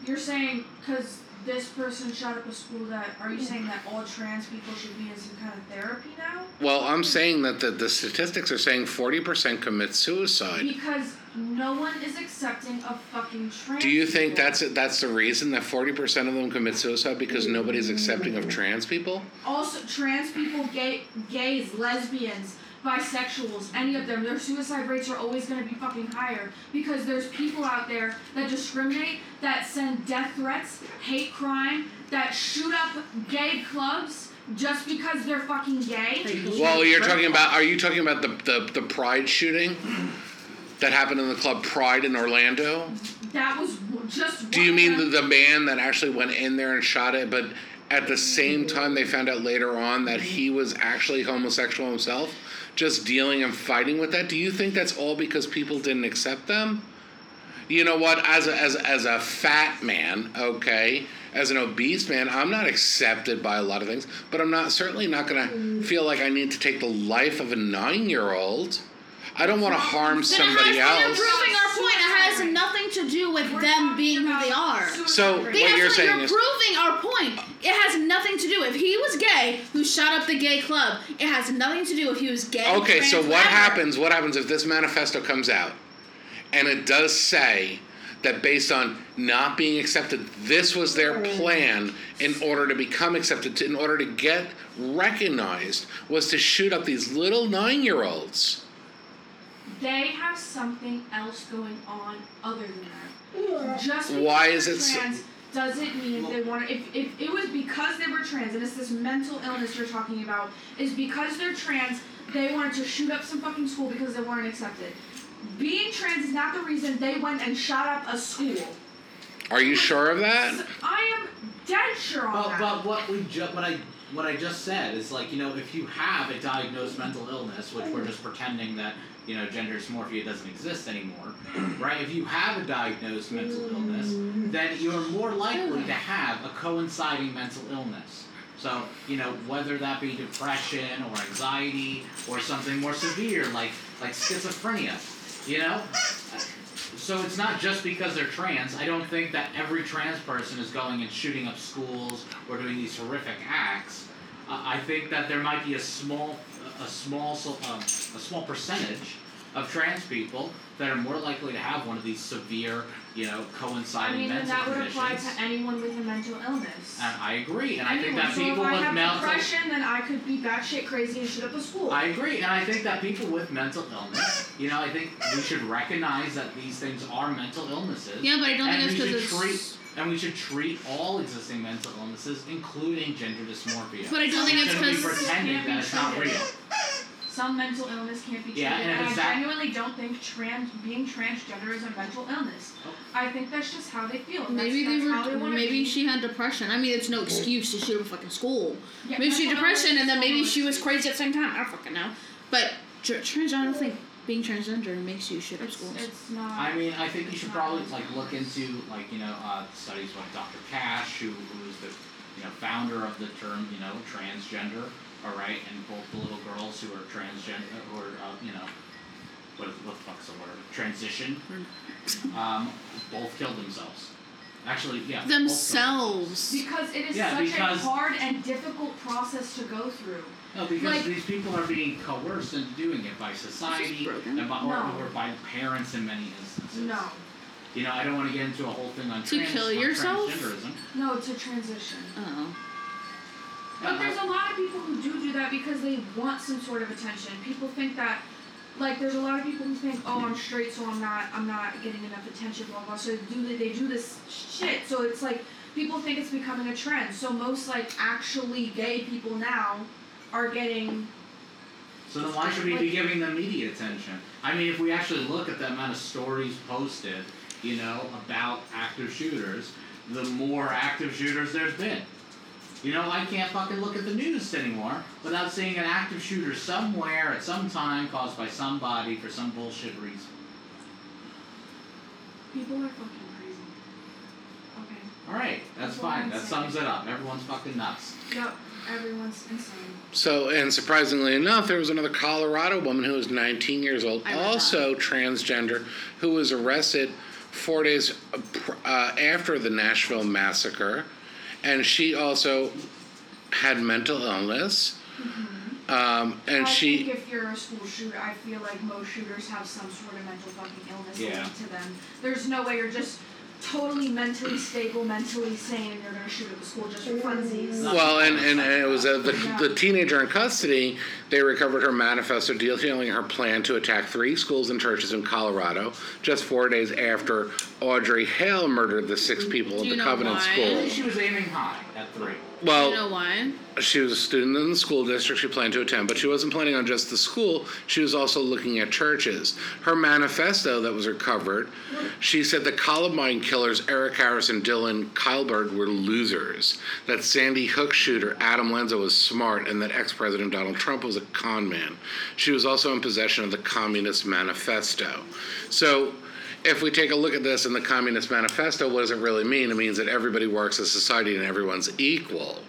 S6: You're saying because this person shot up a school that are you saying that all trans people should be in some kind of therapy now?
S3: Well, I'm saying that the, the statistics are saying 40% commit suicide.
S6: Because no one is accepting of fucking trans.
S3: Do you think
S6: people.
S3: that's that's the reason that 40% of them commit suicide because nobody's accepting of trans people?
S6: also trans people, gay, gays, lesbians, bisexuals, any of them, their suicide rates are always going to be fucking higher because there's people out there that discriminate, that send death threats, hate crime, that shoot up gay clubs just because they're fucking gay.
S3: Well, you're talking about are you talking about the, the, the pride shooting that happened in the club Pride in Orlando?
S6: That was w- just.
S3: Do
S6: one
S3: you
S6: of
S3: mean
S6: them.
S3: the, the man that actually went in there and shot it but at the same time they found out later on that he was actually homosexual himself, just dealing and fighting with that? Do you think that's all because people didn't accept them? you know what as a, as, as a fat man okay as an obese man i'm not accepted by a lot of things but i'm not certainly not going to feel like i need to take the life of a nine year old i don't want to harm
S1: Then
S3: somebody
S1: it has,
S3: else
S1: You're proving our point. It has nothing to do with
S6: We're
S1: them
S6: talking
S1: being who they
S6: about
S1: are.
S6: suicide
S3: So,
S6: rates.
S1: They
S3: What
S1: have
S3: you're
S1: to-
S3: saying
S1: you're
S3: is-
S1: proving our point. It has nothing to do. If he was gay, who shot up the gay club, it has nothing to do if he was gay.
S3: okay
S1: trans,
S3: so what
S1: whatever.
S3: happens what happens if this manifesto comes out and it does say that based on not being accepted, this was their plan in order to become accepted, to, in order to get recognized, was to shoot up these little nine year olds.
S6: They have something else going on other than that. Just because
S3: Why
S6: they're
S3: is it so-
S6: trans doesn't mean they want to. If, if it was because they were trans, and it's this mental illness you're talking about, is because they're trans, they wanted to shoot up some fucking school because they weren't accepted. Being trans is not the reason they went and shot up a school.
S3: Are you sure of
S6: So
S3: that?
S6: I am dead sure on
S2: But,
S6: that.
S2: but what we ju- what I what I just said is like you know if you have a diagnosed mental illness, which we're just pretending that you know gender dysmorphia doesn't exist anymore, right? If you have a diagnosed mental illness, then you're more likely to have a coinciding mental illness. So you know whether that be depression or anxiety or something more severe like like schizophrenia, you know. So it's not just because they're trans. I don't think that every trans person is going and shooting up schools or doing these horrific acts. Uh, I think that there might be a small, a small, so- um, a small percentage of trans people that are more likely to have one of these severe, you know,
S6: I
S2: coinciding
S6: mean, and
S2: mental
S6: that would
S2: conditions.
S6: apply to anyone with a mental illness.
S2: and I agree, and I think
S6: Anyone.
S2: that
S6: so
S2: people
S6: if I
S2: with
S6: have
S2: mental
S6: depression, then I could be batshit crazy and shoot up a school.
S2: I agree, and I think that people with mental illness, you know, I think we should recognize that these things are mental illnesses.
S1: Yeah, but I don't
S2: and
S1: think
S2: we
S1: that's
S2: should
S1: because it's.
S2: treat and we should treat all existing mental illnesses, including gender dysmorphia.
S1: But I don't think it's
S2: Shouldn't be
S1: because.
S2: pretending
S6: Can't be
S2: that it's not
S6: treated.
S2: real.
S6: Some mental illness can't be treated,
S2: Yeah, and if
S6: and
S2: it's
S6: I
S2: that-
S6: genuinely don't think trans being transgender is a mental illness.
S2: Oh.
S6: I think that's just how they feel. and
S1: Maybe
S6: that's,
S1: they
S6: that's how they
S1: were.
S6: wanna
S1: Maybe
S6: be.
S1: she had depression. I mean, it's no excuse to shoot up a fucking school.
S6: Yeah,
S1: Maybe she had
S6: mental
S1: depression,
S6: illness
S1: and then
S6: is
S1: maybe
S6: illness.
S1: she was crazy at the same time. I don't fucking know. But tr- trans, I don't think being transgender makes you shit up
S6: It's,
S1: schools.
S6: it's not.
S2: I mean, I think you should probably like look into like you know uh, studies with Dr. Cash, who who is the you know founder of the term you know transgender. All right, and both the little girls who are transgender who are uh, you know what is, what the fuck's the word transition,
S1: Mm.
S2: um, both killed themselves. Actually, yeah, both killed
S1: Themselves.
S6: Because it is
S2: Yeah,
S6: such
S2: because-
S6: a hard and difficult process to go through.
S2: No, because
S6: Like-
S2: these people are being coerced into doing it by society
S1: broken.
S2: and by,
S6: No.
S2: or, or by parents in many instances.
S6: No,
S2: You know, I don't want to get into a whole thing on
S1: To
S2: trans,
S1: kill
S2: on
S1: yourself?
S2: transgenderism.
S6: no, to transition.
S1: Oh.
S6: But there's a lot of people who do do that because they want some sort of attention. People think that, like, there's a lot of people who think, oh, I'm straight, so I'm not, I'm not getting enough attention, blah blah. So they do they do this shit. So it's like people think it's becoming a trend. So most like actually gay people now are getting
S2: So then why should we be giving them media attention? I mean, if we actually look at the amount of stories posted, you know, about active shooters, the more active shooters there's been. You know, I can't fucking look at the news anymore without seeing an active shooter somewhere at some time caused by somebody for some bullshit reason.
S6: people are fucking crazy. Okay.
S2: All right, that's
S6: That's what
S2: fine.
S6: I'm
S2: That
S6: saying.
S2: sums it up. Everyone's fucking nuts.
S6: Yep. Everyone's insane.
S3: So, and surprisingly enough, there was another Colorado woman who was 19 years old,
S1: I read that.
S3: also transgender, who was arrested four days uh, pr- uh, after the Nashville massacre. And she also had mental illness.
S1: Mm-hmm.
S3: Um, and
S6: I
S3: she.
S6: think if you're a school shooter, I feel like most shooters have some sort of mental fucking illness
S2: Yeah.
S6: linked to them. There's no way you're just totally mentally stable, mentally sane, and you're gonna shoot at the school just for funsies.
S3: Well, and, and, and it was uh, the, the teenager in custody. They recovered her manifesto detailing her plan to attack three schools and churches in Colorado just four days after Audrey Hale murdered the six people
S1: Do
S3: at
S1: you
S3: the
S1: know
S3: Covenant
S1: why?
S2: I think
S3: School.
S2: she was aiming high at three.
S1: you know
S3: Well,
S1: why?
S3: she was a student in the school district she planned to attend, but she wasn't planning on just the school. She was also looking at churches. Her manifesto that was recovered, she said the Columbine killers Eric Harris and Dylan Kyleberg were losers, that Sandy Hook shooter Adam Lenzo was smart, and that ex President Donald Trump was a con man. She was also in possession of the Communist Manifesto. So if we take a look at this in the Communist Manifesto, what does it really mean? It means that everybody works as society and everyone's equal.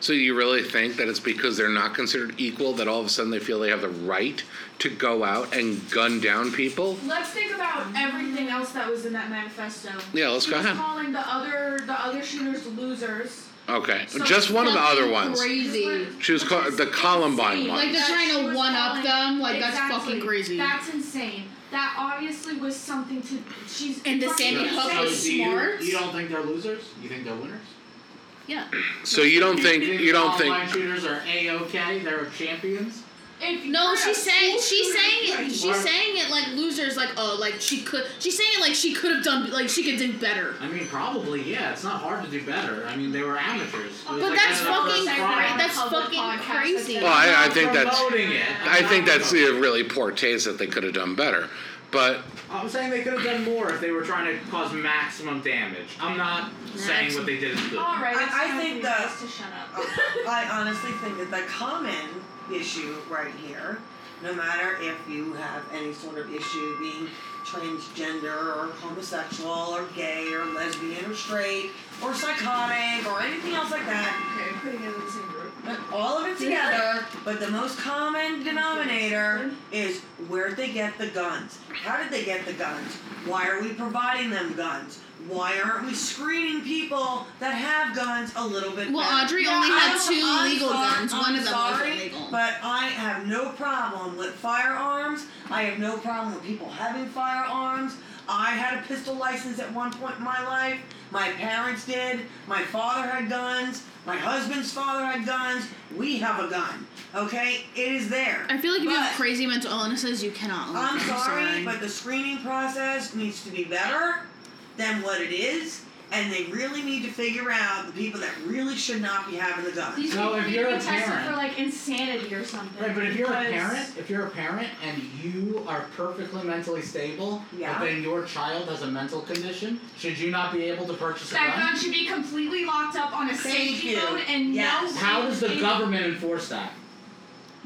S3: So you really think that it's because they're not considered equal that all of a sudden they feel they have the right to go out and gun down people?
S6: Let's think about everything else that was in that manifesto.
S3: Yeah, let's
S6: she
S3: go
S6: was
S3: ahead.
S6: calling the other the other shooters losers.
S3: Okay,
S6: So
S3: just one of the other
S1: Something
S3: ones.
S1: Crazy.
S3: She was called the Columbine
S6: Insane.
S3: one.
S1: Like, they're
S6: That
S1: trying to
S6: she was
S1: one-up
S6: calling-
S1: them, like, that's
S6: Exactly.
S1: fucking crazy.
S6: That's insane. that obviously was something to. She's
S1: And the
S6: fucking
S1: Sammy Hook
S6: insane.
S1: was
S2: so do you,
S1: smart.
S2: you don't think they're losers? You think they're winners?
S1: Yeah.
S3: So you don't think
S2: think
S3: you don't think
S2: online shooters are a okay? They're champions.
S6: If
S1: No,
S6: you're
S1: she's
S6: a
S1: saying
S6: school
S1: she's
S6: shooter,
S1: saying
S6: right.
S1: she's saying it like losers, like oh, like she could. She's saying it like she could have done, like she could do better.
S2: I mean, probably yeah. It's not hard to do better. I mean, they were amateurs. It was
S1: But
S2: like
S1: that's
S2: kind of the
S1: fucking
S2: first
S1: cra-
S2: round.
S1: that's
S6: Public
S1: fucking
S6: podcast,
S1: crazy.
S6: like
S3: Well, I-
S6: that.
S3: I think that's-
S2: promoting it.
S3: I think that's
S2: it.
S3: a really poor taste that they could have done better. But
S2: I'm saying they could have done more if they were trying to cause maximum damage. I'm not saying what they did is good.
S6: All right,
S5: I-
S6: it's
S5: I
S6: time
S5: think
S6: for you
S5: that-
S6: guys to shut up.
S5: I honestly think that the common issue right here, no matter if you have any sort of issue being transgender or homosexual or gay or lesbian or straight or psychotic or anything else like that,
S6: Okay, putting it in the same group.
S5: but all of it together, but the most common denominator is where'd they get the guns? How did they get the guns? Why are we providing them guns? Why aren't we screening people that have guns a little bit
S1: Well,
S5: better?
S1: Audrey
S5: Yeah,
S1: only
S5: I
S1: had
S5: don't-
S1: 2
S5: I'm
S1: legal
S5: sorry-
S1: guns. One
S5: I'm
S1: of them was
S5: sorry,
S1: illegal.
S5: But I have no problem with firearms. I have no problem with people having firearms. I had a pistol license at one point in my life. My parents did. My father had guns. My husband's father had guns. We have a gun. Okay? It is there.
S1: I feel like if you have
S5: But-
S1: crazy mental illnesses, you cannot. Own
S5: I'm
S1: them.
S5: sorry, but the screening process needs to be better than what it is, and they really need to figure out the people that really should not be having the guns.
S6: These
S2: So
S6: people
S2: if
S6: need
S2: you're
S6: to be
S2: a
S6: tested
S2: parent-
S6: for like insanity or something.
S2: Right, but if you're a
S6: because-
S2: parent, if you're a parent and you are perfectly mentally stable,
S5: Yeah.
S2: but then your child has a mental condition, should you not be able to purchase a
S6: That
S2: gun?
S6: gun should be completely locked up on a
S5: Thank
S6: safety
S5: you.
S6: mode and
S5: Yes.
S6: no.
S2: How does the
S6: safety-
S2: government enforce that?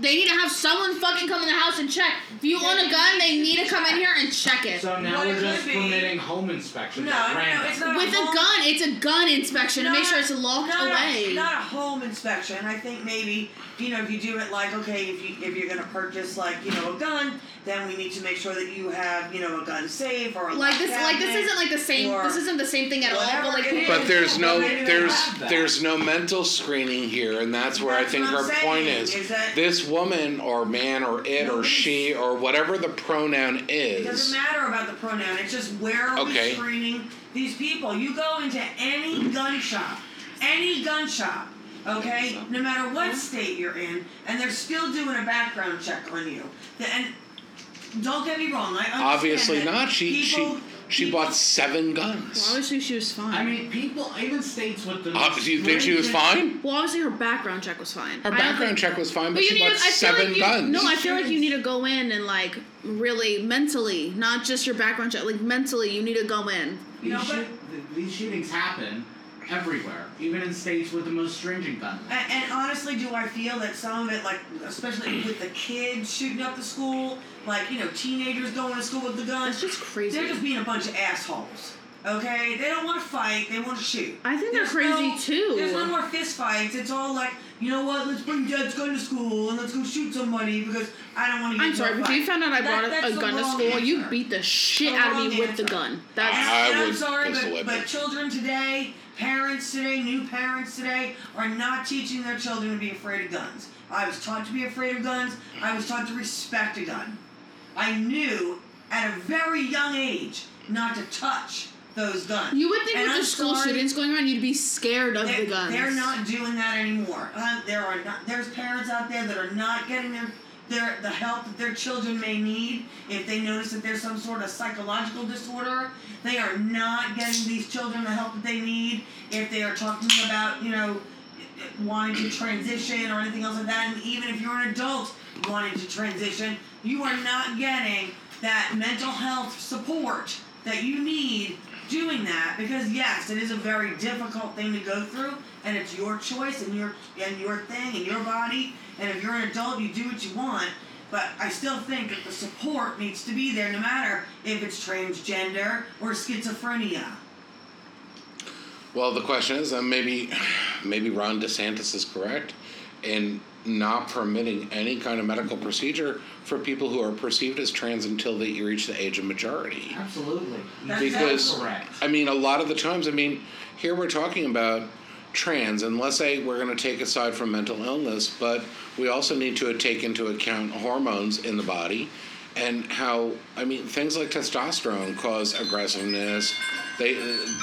S1: They need to have someone fucking come in the house and check. If you own a gun, they need to come in here and check it.
S2: So now
S5: What it
S2: we're just
S5: could be-
S2: permitting home inspection.
S5: No, no, no, it's not
S1: With a
S5: home-
S1: gun, it's a gun inspection to make sure it's locked
S5: not
S1: away.
S5: A, not a home inspection. I think maybe you know if you do it like okay, if you if you're gonna purchase like you know a gun, then we need to make sure that you have you know a gun safe or a
S1: like
S5: lock
S1: this, like this
S5: cabinet.
S1: isn't like the same.
S5: or
S1: This isn't the same thing at all.
S5: whatever
S1: But like,
S5: it is.
S3: but there's no
S5: Maybe they
S3: there's
S2: have that.
S3: there's no mental screening here, and that's where
S5: That's
S3: I think
S5: what I'm
S3: her point
S5: saying,
S3: is.
S5: is that-
S3: this woman or man or it or
S5: Nobody's-
S3: she or whatever the pronoun
S5: It
S3: is.
S5: doesn't matter about the pronoun. It's just where are
S3: Okay.
S5: we screening these people? You go into any gun shop, any gun shop, okay, no matter what state you're in, and they're still doing a background check on you. The- And don't get me wrong, I understand
S3: Obviously
S5: that
S3: not. She
S5: people,
S3: she she
S5: people-
S3: bought seven guns.
S1: well, obviously she was fine.
S2: I mean, people, even states with the.
S3: Uh, do you think she was
S2: stringent-
S3: fine?
S1: well, obviously her background check was fine.
S3: Her
S1: I don't think-
S3: background check was fine, but,
S1: But you
S3: she
S1: need.
S3: bought
S1: to- I feel
S3: seven
S1: like you,
S3: guns.
S1: No, I feel like you need to go in and like really mentally, not just your background check. Like mentally, you need to go in.
S2: These,
S5: No, but-
S2: shoot- th- these shootings happen everywhere, even in states with the most stringent gun laws.
S5: And, and honestly, do I feel that some of it, like especially with the kids shooting up the school, like you know, teenagers going to school with the
S1: That's
S5: guns,
S1: just crazy.
S5: they're just being a bunch of assholes. Okay, they don't want to fight; they want to shoot.
S1: I think they're
S5: There's
S1: crazy
S5: no-
S1: too.
S5: There's no more fist fights. It's all like, you know what? Let's bring Dad's gun to school and let's go shoot somebody because I don't want to.
S1: I'm sorry, but if you found out I
S5: That-
S1: brought a-
S5: that's
S1: a
S5: the
S1: gun to
S5: wrong
S1: school, you
S5: answer.
S1: beat the shit
S5: The
S1: out of me
S5: wrong
S1: with the
S5: answer.
S1: gun.
S5: And,
S1: That's
S3: I
S5: and I'm
S3: would
S5: sorry,
S3: pistol
S5: but,
S3: whip
S5: but
S3: it.
S5: children today, parents today, new parents today are not teaching their children to be afraid of guns. I was taught to be afraid of guns. I was taught to respect a gun. I knew at a very young age not to touch those guns.
S1: you would think
S5: And
S1: with
S5: I'm
S1: the school
S5: sorry,
S1: shootings going on, you'd be scared of
S5: they're,
S1: the guns.
S5: they're not doing that anymore. Uh, there are not. There's parents out there that are not getting their their the help that their children may need if they notice that there's some sort of psychological disorder. They are not getting these children the help that they need if they are talking about you know wanting to transition or anything else like that. And even if you're an adult wanting to transition, you are not getting that mental health support that you need doing that because yes, it is a very difficult thing to go through and it's your choice and your and your thing and your body and if you're an adult you do what you want. But I still think that the support needs to be there no matter if it's transgender or schizophrenia.
S3: Well, the question is, and maybe, maybe Ron DeSantis is correct in not permitting any kind of medical procedure for people who are perceived as trans until they reach the age of majority.
S2: Absolutely.
S5: That's
S3: Because
S2: correct.
S3: I mean, a lot of the times, I mean, here we're talking about trans, and let's say we're going to take aside from mental illness, but we also need to take into account hormones in the body and how I mean things like testosterone cause aggressiveness. They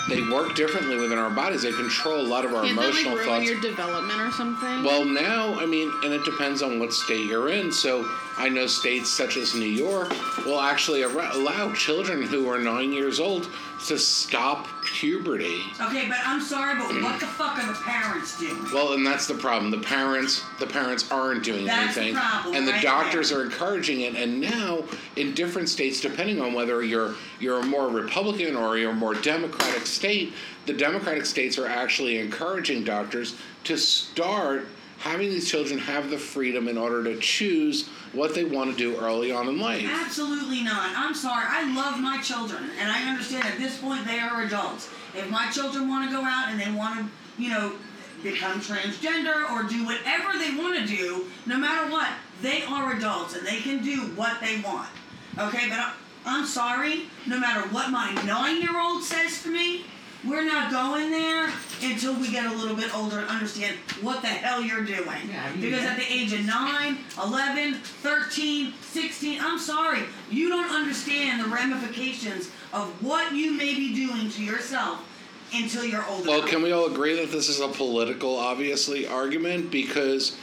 S3: they work differently within our bodies. They control a lot of our
S1: Can't that like
S3: emotional
S1: ruin
S3: thoughts.
S1: your development or something?
S3: Well, now, I mean, and it depends on what state you're in. So I know states such as New York will actually ar- allow children who are nine years old to stop puberty.
S5: Okay, but I'm sorry, but what the fuck are the parents doing?
S3: Well, and that's the problem. The parents, the parents aren't doing
S5: That's the
S3: anything,
S5: problem
S3: and the
S5: right
S3: doctors
S5: there.
S3: are encouraging it. And now, in different states, depending on whether you're you're a more Republican or you're a more Democratic state, the Democratic states are actually encouraging doctors to start having these children have the freedom in order to choose what they want to do early on in life.
S5: Absolutely not. I'm sorry. I love my children, and I understand at this point they are adults. If my children want to go out and they want to, you know, become transgender or do whatever they want to do, no matter what, they are adults and they can do what they want. Okay, but I, I'm sorry. No matter what my nine-year-old says to me, we're not going there until we get a little bit older and understand what the hell you're doing.
S2: Yeah, I mean,
S5: because
S2: yeah.
S5: at the age of 9, 11, 13, 16, I'm sorry, you don't understand the ramifications of what you may be doing to yourself until you're older.
S3: Well, can we all agree that this is a political, obviously, argument? Because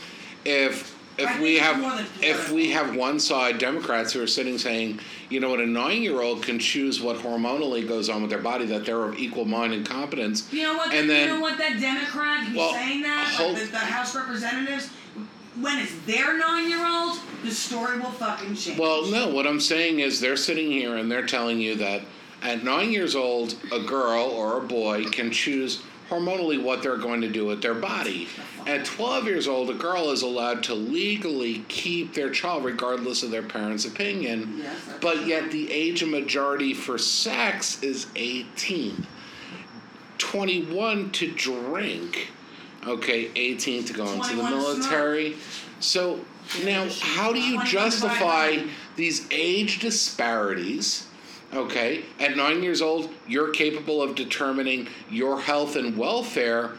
S3: if
S5: I
S3: if
S5: think
S3: we
S5: it's
S3: have
S5: more than
S3: if we
S5: political.
S3: have one side Democrats who are sitting saying, you know, what a nine year old can choose what hormonally goes on with their body, that they're of equal mind and competence.
S5: You know what?
S3: And
S5: you
S3: then
S5: know what? That Democrat who's
S3: Well,
S5: saying that,
S3: hold-
S5: like the, the House representatives, when it's their nine-year-old, the story will fucking change.
S3: Well, no, what I'm saying is they're sitting here and they're telling you that at nine years old, a girl or a boy can choose hormonally what they're going to do with their body. At 12 years old, a girl is allowed to legally keep their child regardless of their parents' opinion,
S5: Yes, that's
S3: but
S5: true.
S3: yet the age of majority for sex is 18. 21 to drink. Okay, 18 to go into the
S5: 21 to smoke.
S3: military. So now, how do you
S5: Twenty-one
S3: justify
S5: divided by-
S3: these age disparities? Okay, at nine years old, you're capable of determining your health and welfare,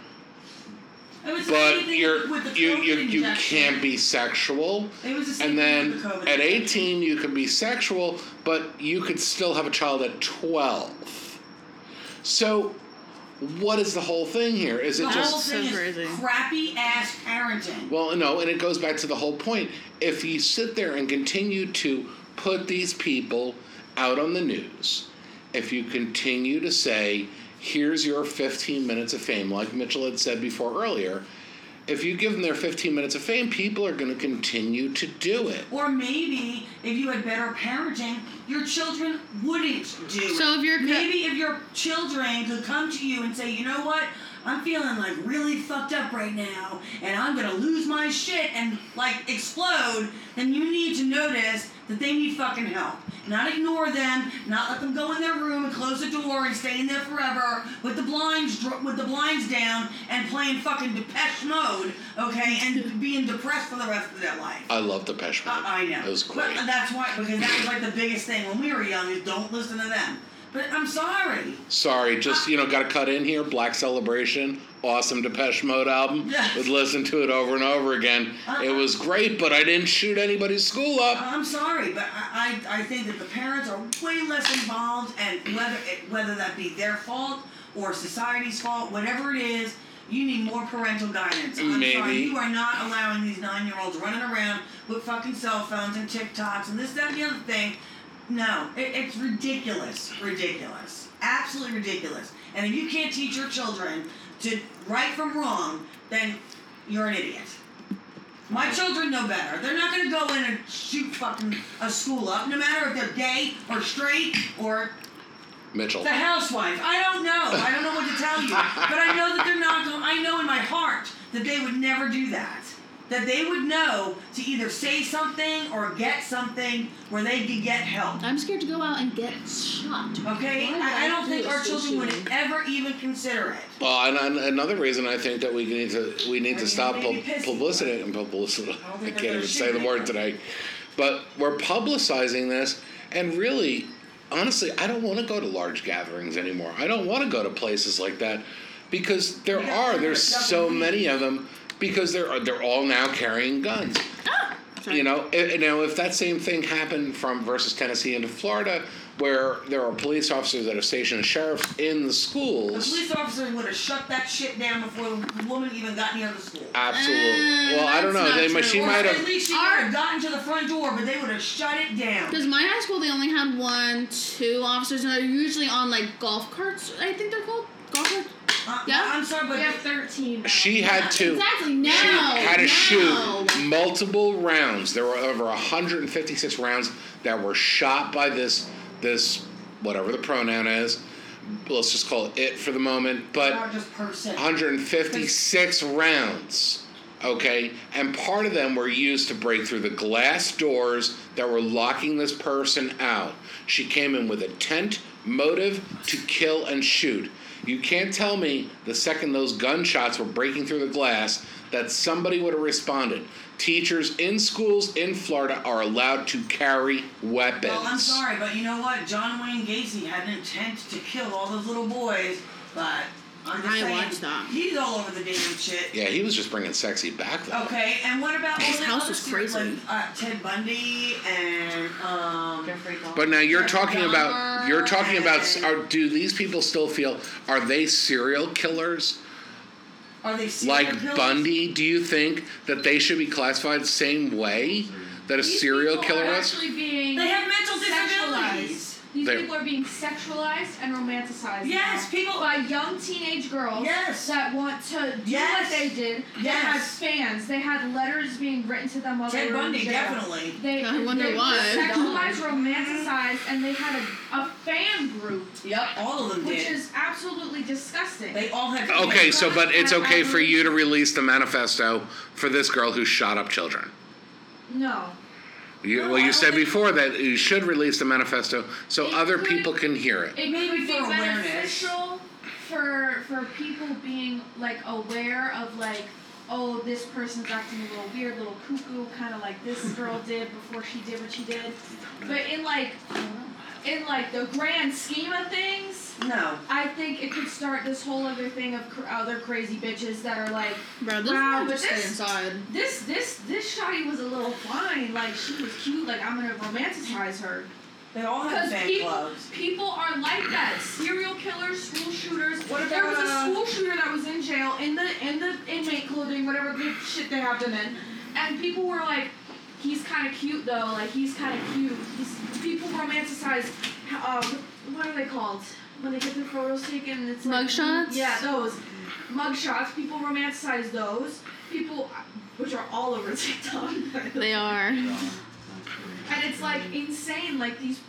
S5: It was the same
S3: but
S5: thing
S3: you're
S5: with the
S3: you you,
S5: COVID
S3: you
S5: injection.
S3: can't be sexual.
S5: It was the same
S3: And
S5: thing
S3: then
S5: with the COVID
S3: at
S5: injection.
S3: 18, you can be sexual, but you could still have a child at 12. So, what is the whole thing here? Is it
S5: The
S3: just
S5: whole thing
S1: so
S5: is
S1: crazy.
S5: crappy ass parenting.
S3: Well, no, and it goes back to the whole point. If you sit there and continue to put these people out on the news, if you continue to say, here's your 15 minutes of fame, like Mitchell had said before earlier, if you give them their 15 minutes of fame, people are going to continue to do it.
S5: Or maybe if you had better parenting, your children wouldn't do it.
S1: So if your co-
S5: maybe if your children could come to you and say, you know what, I'm feeling like really fucked up right now, and I'm gonna lose my shit and like explode, then you need to notice that they need fucking help. Not ignore them. Not let them go in their room and close the door and stay in there forever with the blinds dr- with the blinds down and playing fucking Depeche Mode, okay, and being depressed for the rest of their life.
S3: I love the Mode.
S5: Uh, I know.
S3: It was great.
S5: But that's why, because that was like the biggest thing when we were young is don't listen to them. But I'm sorry.
S3: Sorry, just
S5: Uh,
S3: you know, got to cut in here. Black Celebration, awesome Depeche Mode album.
S5: Yes.
S3: Would listen to it over and over again. It
S5: Uh-uh.
S3: was great, but I didn't shoot anybody's school up.
S5: I'm sorry, but I, I, I think that the parents are way less involved, and whether it, whether that be their fault or society's fault, whatever it is, you need more parental guidance. I'm sorry,
S3: Maybe.
S5: you are not allowing these nine year olds running around with fucking cell phones and TikToks and this, that, and the other thing. No, it, it's ridiculous. Ridiculous. Absolutely ridiculous. And if you can't teach your children to right from wrong, then you're an idiot. My children know better. They're not gonna go in and shoot fucking a school up, no matter if they're gay or straight or
S3: Mitchell.
S5: the housewife. I don't know. I don't know what to tell you. But I know that they're not going. I know in my heart that they would never do that. That they would know to either say something or get something where they could get help.
S1: I'm scared to go out and get shot.
S5: Okay?
S7: Why
S5: I, I don't think our
S7: do this
S5: children would
S7: issue?
S5: ever even consider it.
S3: Well, and, and another reason I think that we need to we need to
S5: Are you
S3: stop
S5: gonna be
S3: pub-
S5: pissy?
S3: publicity and publicity.
S5: don't
S3: I can't
S5: think they're
S3: even
S5: gonna
S3: say the
S5: shoot
S3: word
S5: me.
S3: today, but we're publicizing this, and really, honestly, I don't want to go to large gatherings anymore. I don't want to go to places like that because there
S5: You got
S3: are
S5: to
S3: there's
S5: stop
S3: so
S5: and
S3: many of them because they're they're all now carrying guns.
S1: Sorry.
S3: You know, i- now if that same thing happened from versus Tennessee into Florida, where there are police officers that are stationed as sheriffs in the
S5: The
S3: schools,
S5: police officers would have shut that shit down before the woman even got near the school.
S3: absolutely.
S1: Uh,
S3: well, I
S1: that's
S3: don't know.
S1: not
S3: They, might- she
S1: true.
S5: Or
S3: might
S5: At
S3: have.
S5: least she would
S1: Our-
S5: have gotten to the front door, but they would have shut it down.
S1: Because my high school, they only had one, two officers, and they're usually on like golf carts. I think they're called golf carts.
S5: Uh,
S1: Yeah.
S5: I'm sorry, but
S6: We have 13 now.
S3: She had to.
S1: Exactly. Now,
S3: She had to
S1: now.
S3: shoot multiple rounds. There were over 156 rounds that were shot by this this whatever the pronoun is. Let's just call it it for the moment. But
S5: not just person.
S3: 156 rounds. Okay, and part of them were used to break through the glass doors that were locking this person out. She came in with intent, motive to kill and shoot. You can't tell me the second those gunshots were breaking through the glass that somebody would have responded. Teachers in schools in Florida are allowed to carry weapons.
S5: Well, I'm sorry, but you know what? John Wayne Gacy had an intent to kill all those little boys, but I'm just
S1: I
S5: saying,
S1: watched that.
S5: he's all over the damn shit.
S3: Yeah, he was just bringing sexy back. though.
S5: Okay, and what about all
S1: His
S5: the
S1: house
S5: other
S1: was
S5: serials,
S1: crazy.
S5: like uh, Ted Bundy and um?
S4: Jeffrey Dahmer.
S3: But now you're
S5: Yeah,
S3: talking about you're talking about s-
S5: and-
S3: are, do these people still feel are they serial killers
S5: Are they serial
S3: like
S5: killers?
S3: Bundy? Do you think that they should be classified same way that a
S6: These
S3: serial
S6: people
S3: killer
S6: are
S3: is?
S6: actually being
S5: They have mental disabilities.
S6: sexualized. These
S3: They-
S6: people are being sexualized and romanticized.
S5: Yes,
S6: now
S5: people-
S6: by young teenage girls
S5: Yes.
S6: that want to do
S5: Yes.
S6: what they did. They had
S5: Yes.
S6: fans. They had letters being written to them while they
S5: Ted
S6: were
S5: Bundy
S6: in jail.
S5: definitely.
S6: They,
S1: I wonder
S6: they
S1: why.
S6: Sexualized, romanticized, and they had a, a fan group,
S5: Yep, all of them
S6: which
S5: did.
S6: is absolutely disgusting.
S5: They all had.
S3: Okay, so but it's
S6: And
S3: okay for
S6: average-
S3: you to release the manifesto for this girl who shot up children.
S6: no.
S3: You,
S5: No,
S3: well,
S5: I
S3: you
S5: don't
S3: said
S5: think-
S3: before that you should release the manifesto so
S6: It
S3: other
S6: could-
S3: people can hear it.
S6: It
S5: Maybe
S6: would be
S5: for awareness.
S6: beneficial for for people being like aware of like, oh, this person's acting a little weird, little cuckoo, kind of like this girl did before she did what she did. But in like, in like the grand scheme of things,
S5: No.
S6: I think it could start this whole other thing of cr- other crazy bitches that are like,
S1: Bro, this
S6: Wow,
S1: wow,
S6: but
S1: just stay
S6: this-
S1: inside.
S6: this this this shotty was a little fine, like she was cute, like I'm gonna romanticize her.
S5: They all have
S6: Because
S5: fan
S6: people,
S5: clubs.
S6: people are like that. Serial killers, school shooters.
S5: What
S6: there was
S5: about,
S6: a
S5: uh,
S6: school shooter that was in jail in the in the inmate clothing, whatever good shit they have them in, and people were like, "He's kind of cute though. Like he's kind of cute." He's, people romanticize. Um, what are they called when they get their photos taken? It's like,
S1: Mugshots?
S6: Yeah, those mugshots. People romanticize those. People, which are all over TikTok. by the
S1: They are.
S6: and it's like insane. Like these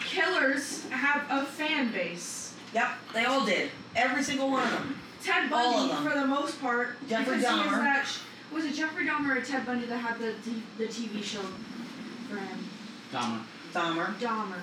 S6: killers have a fan base.
S5: Yep, they all did. Every single one of them.
S6: Ted
S5: All
S6: Bundy,
S5: of them.
S6: for the most part,
S5: Jeffrey
S6: because he was
S5: Dahmer.
S6: that. sh- Was it Jeffrey Dahmer or Ted Bundy that had the t- the TV show for him?
S2: Dahmer.
S5: Dahmer.
S6: Dahmer.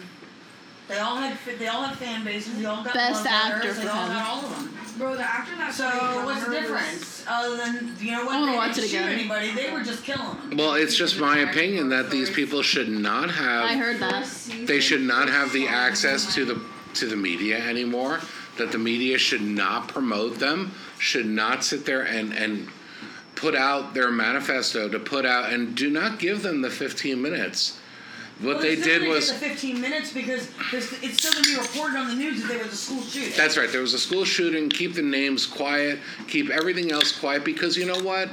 S5: They all had. fi- They all had fan bases. They all got
S1: Best
S5: love letters,
S1: actor
S5: They
S1: for
S5: all
S1: him.
S5: got all of them.
S6: Bro, the actor that
S5: So
S6: played
S5: what's the
S6: Dahmer was-
S5: difference? Other than you know what?
S1: I wanna
S5: they
S1: watch
S5: didn't
S1: it
S5: shoot
S1: again.
S5: anybody. They were just killing them.
S3: Well, it's just my opinion that these people should not have
S1: I heard that.
S3: they should not have the access to the to the media anymore that the media should not promote them should not sit there and and put out their manifesto to put out and do not give them the 15 minutes what
S5: Well,
S3: they
S5: still
S3: did
S5: didn't get
S3: was
S5: the 15 minutes because there's, it's still gonna be reported on the news that there was a school shooting.
S3: that's right there was a school shooting keep the names quiet keep everything else quiet because you know what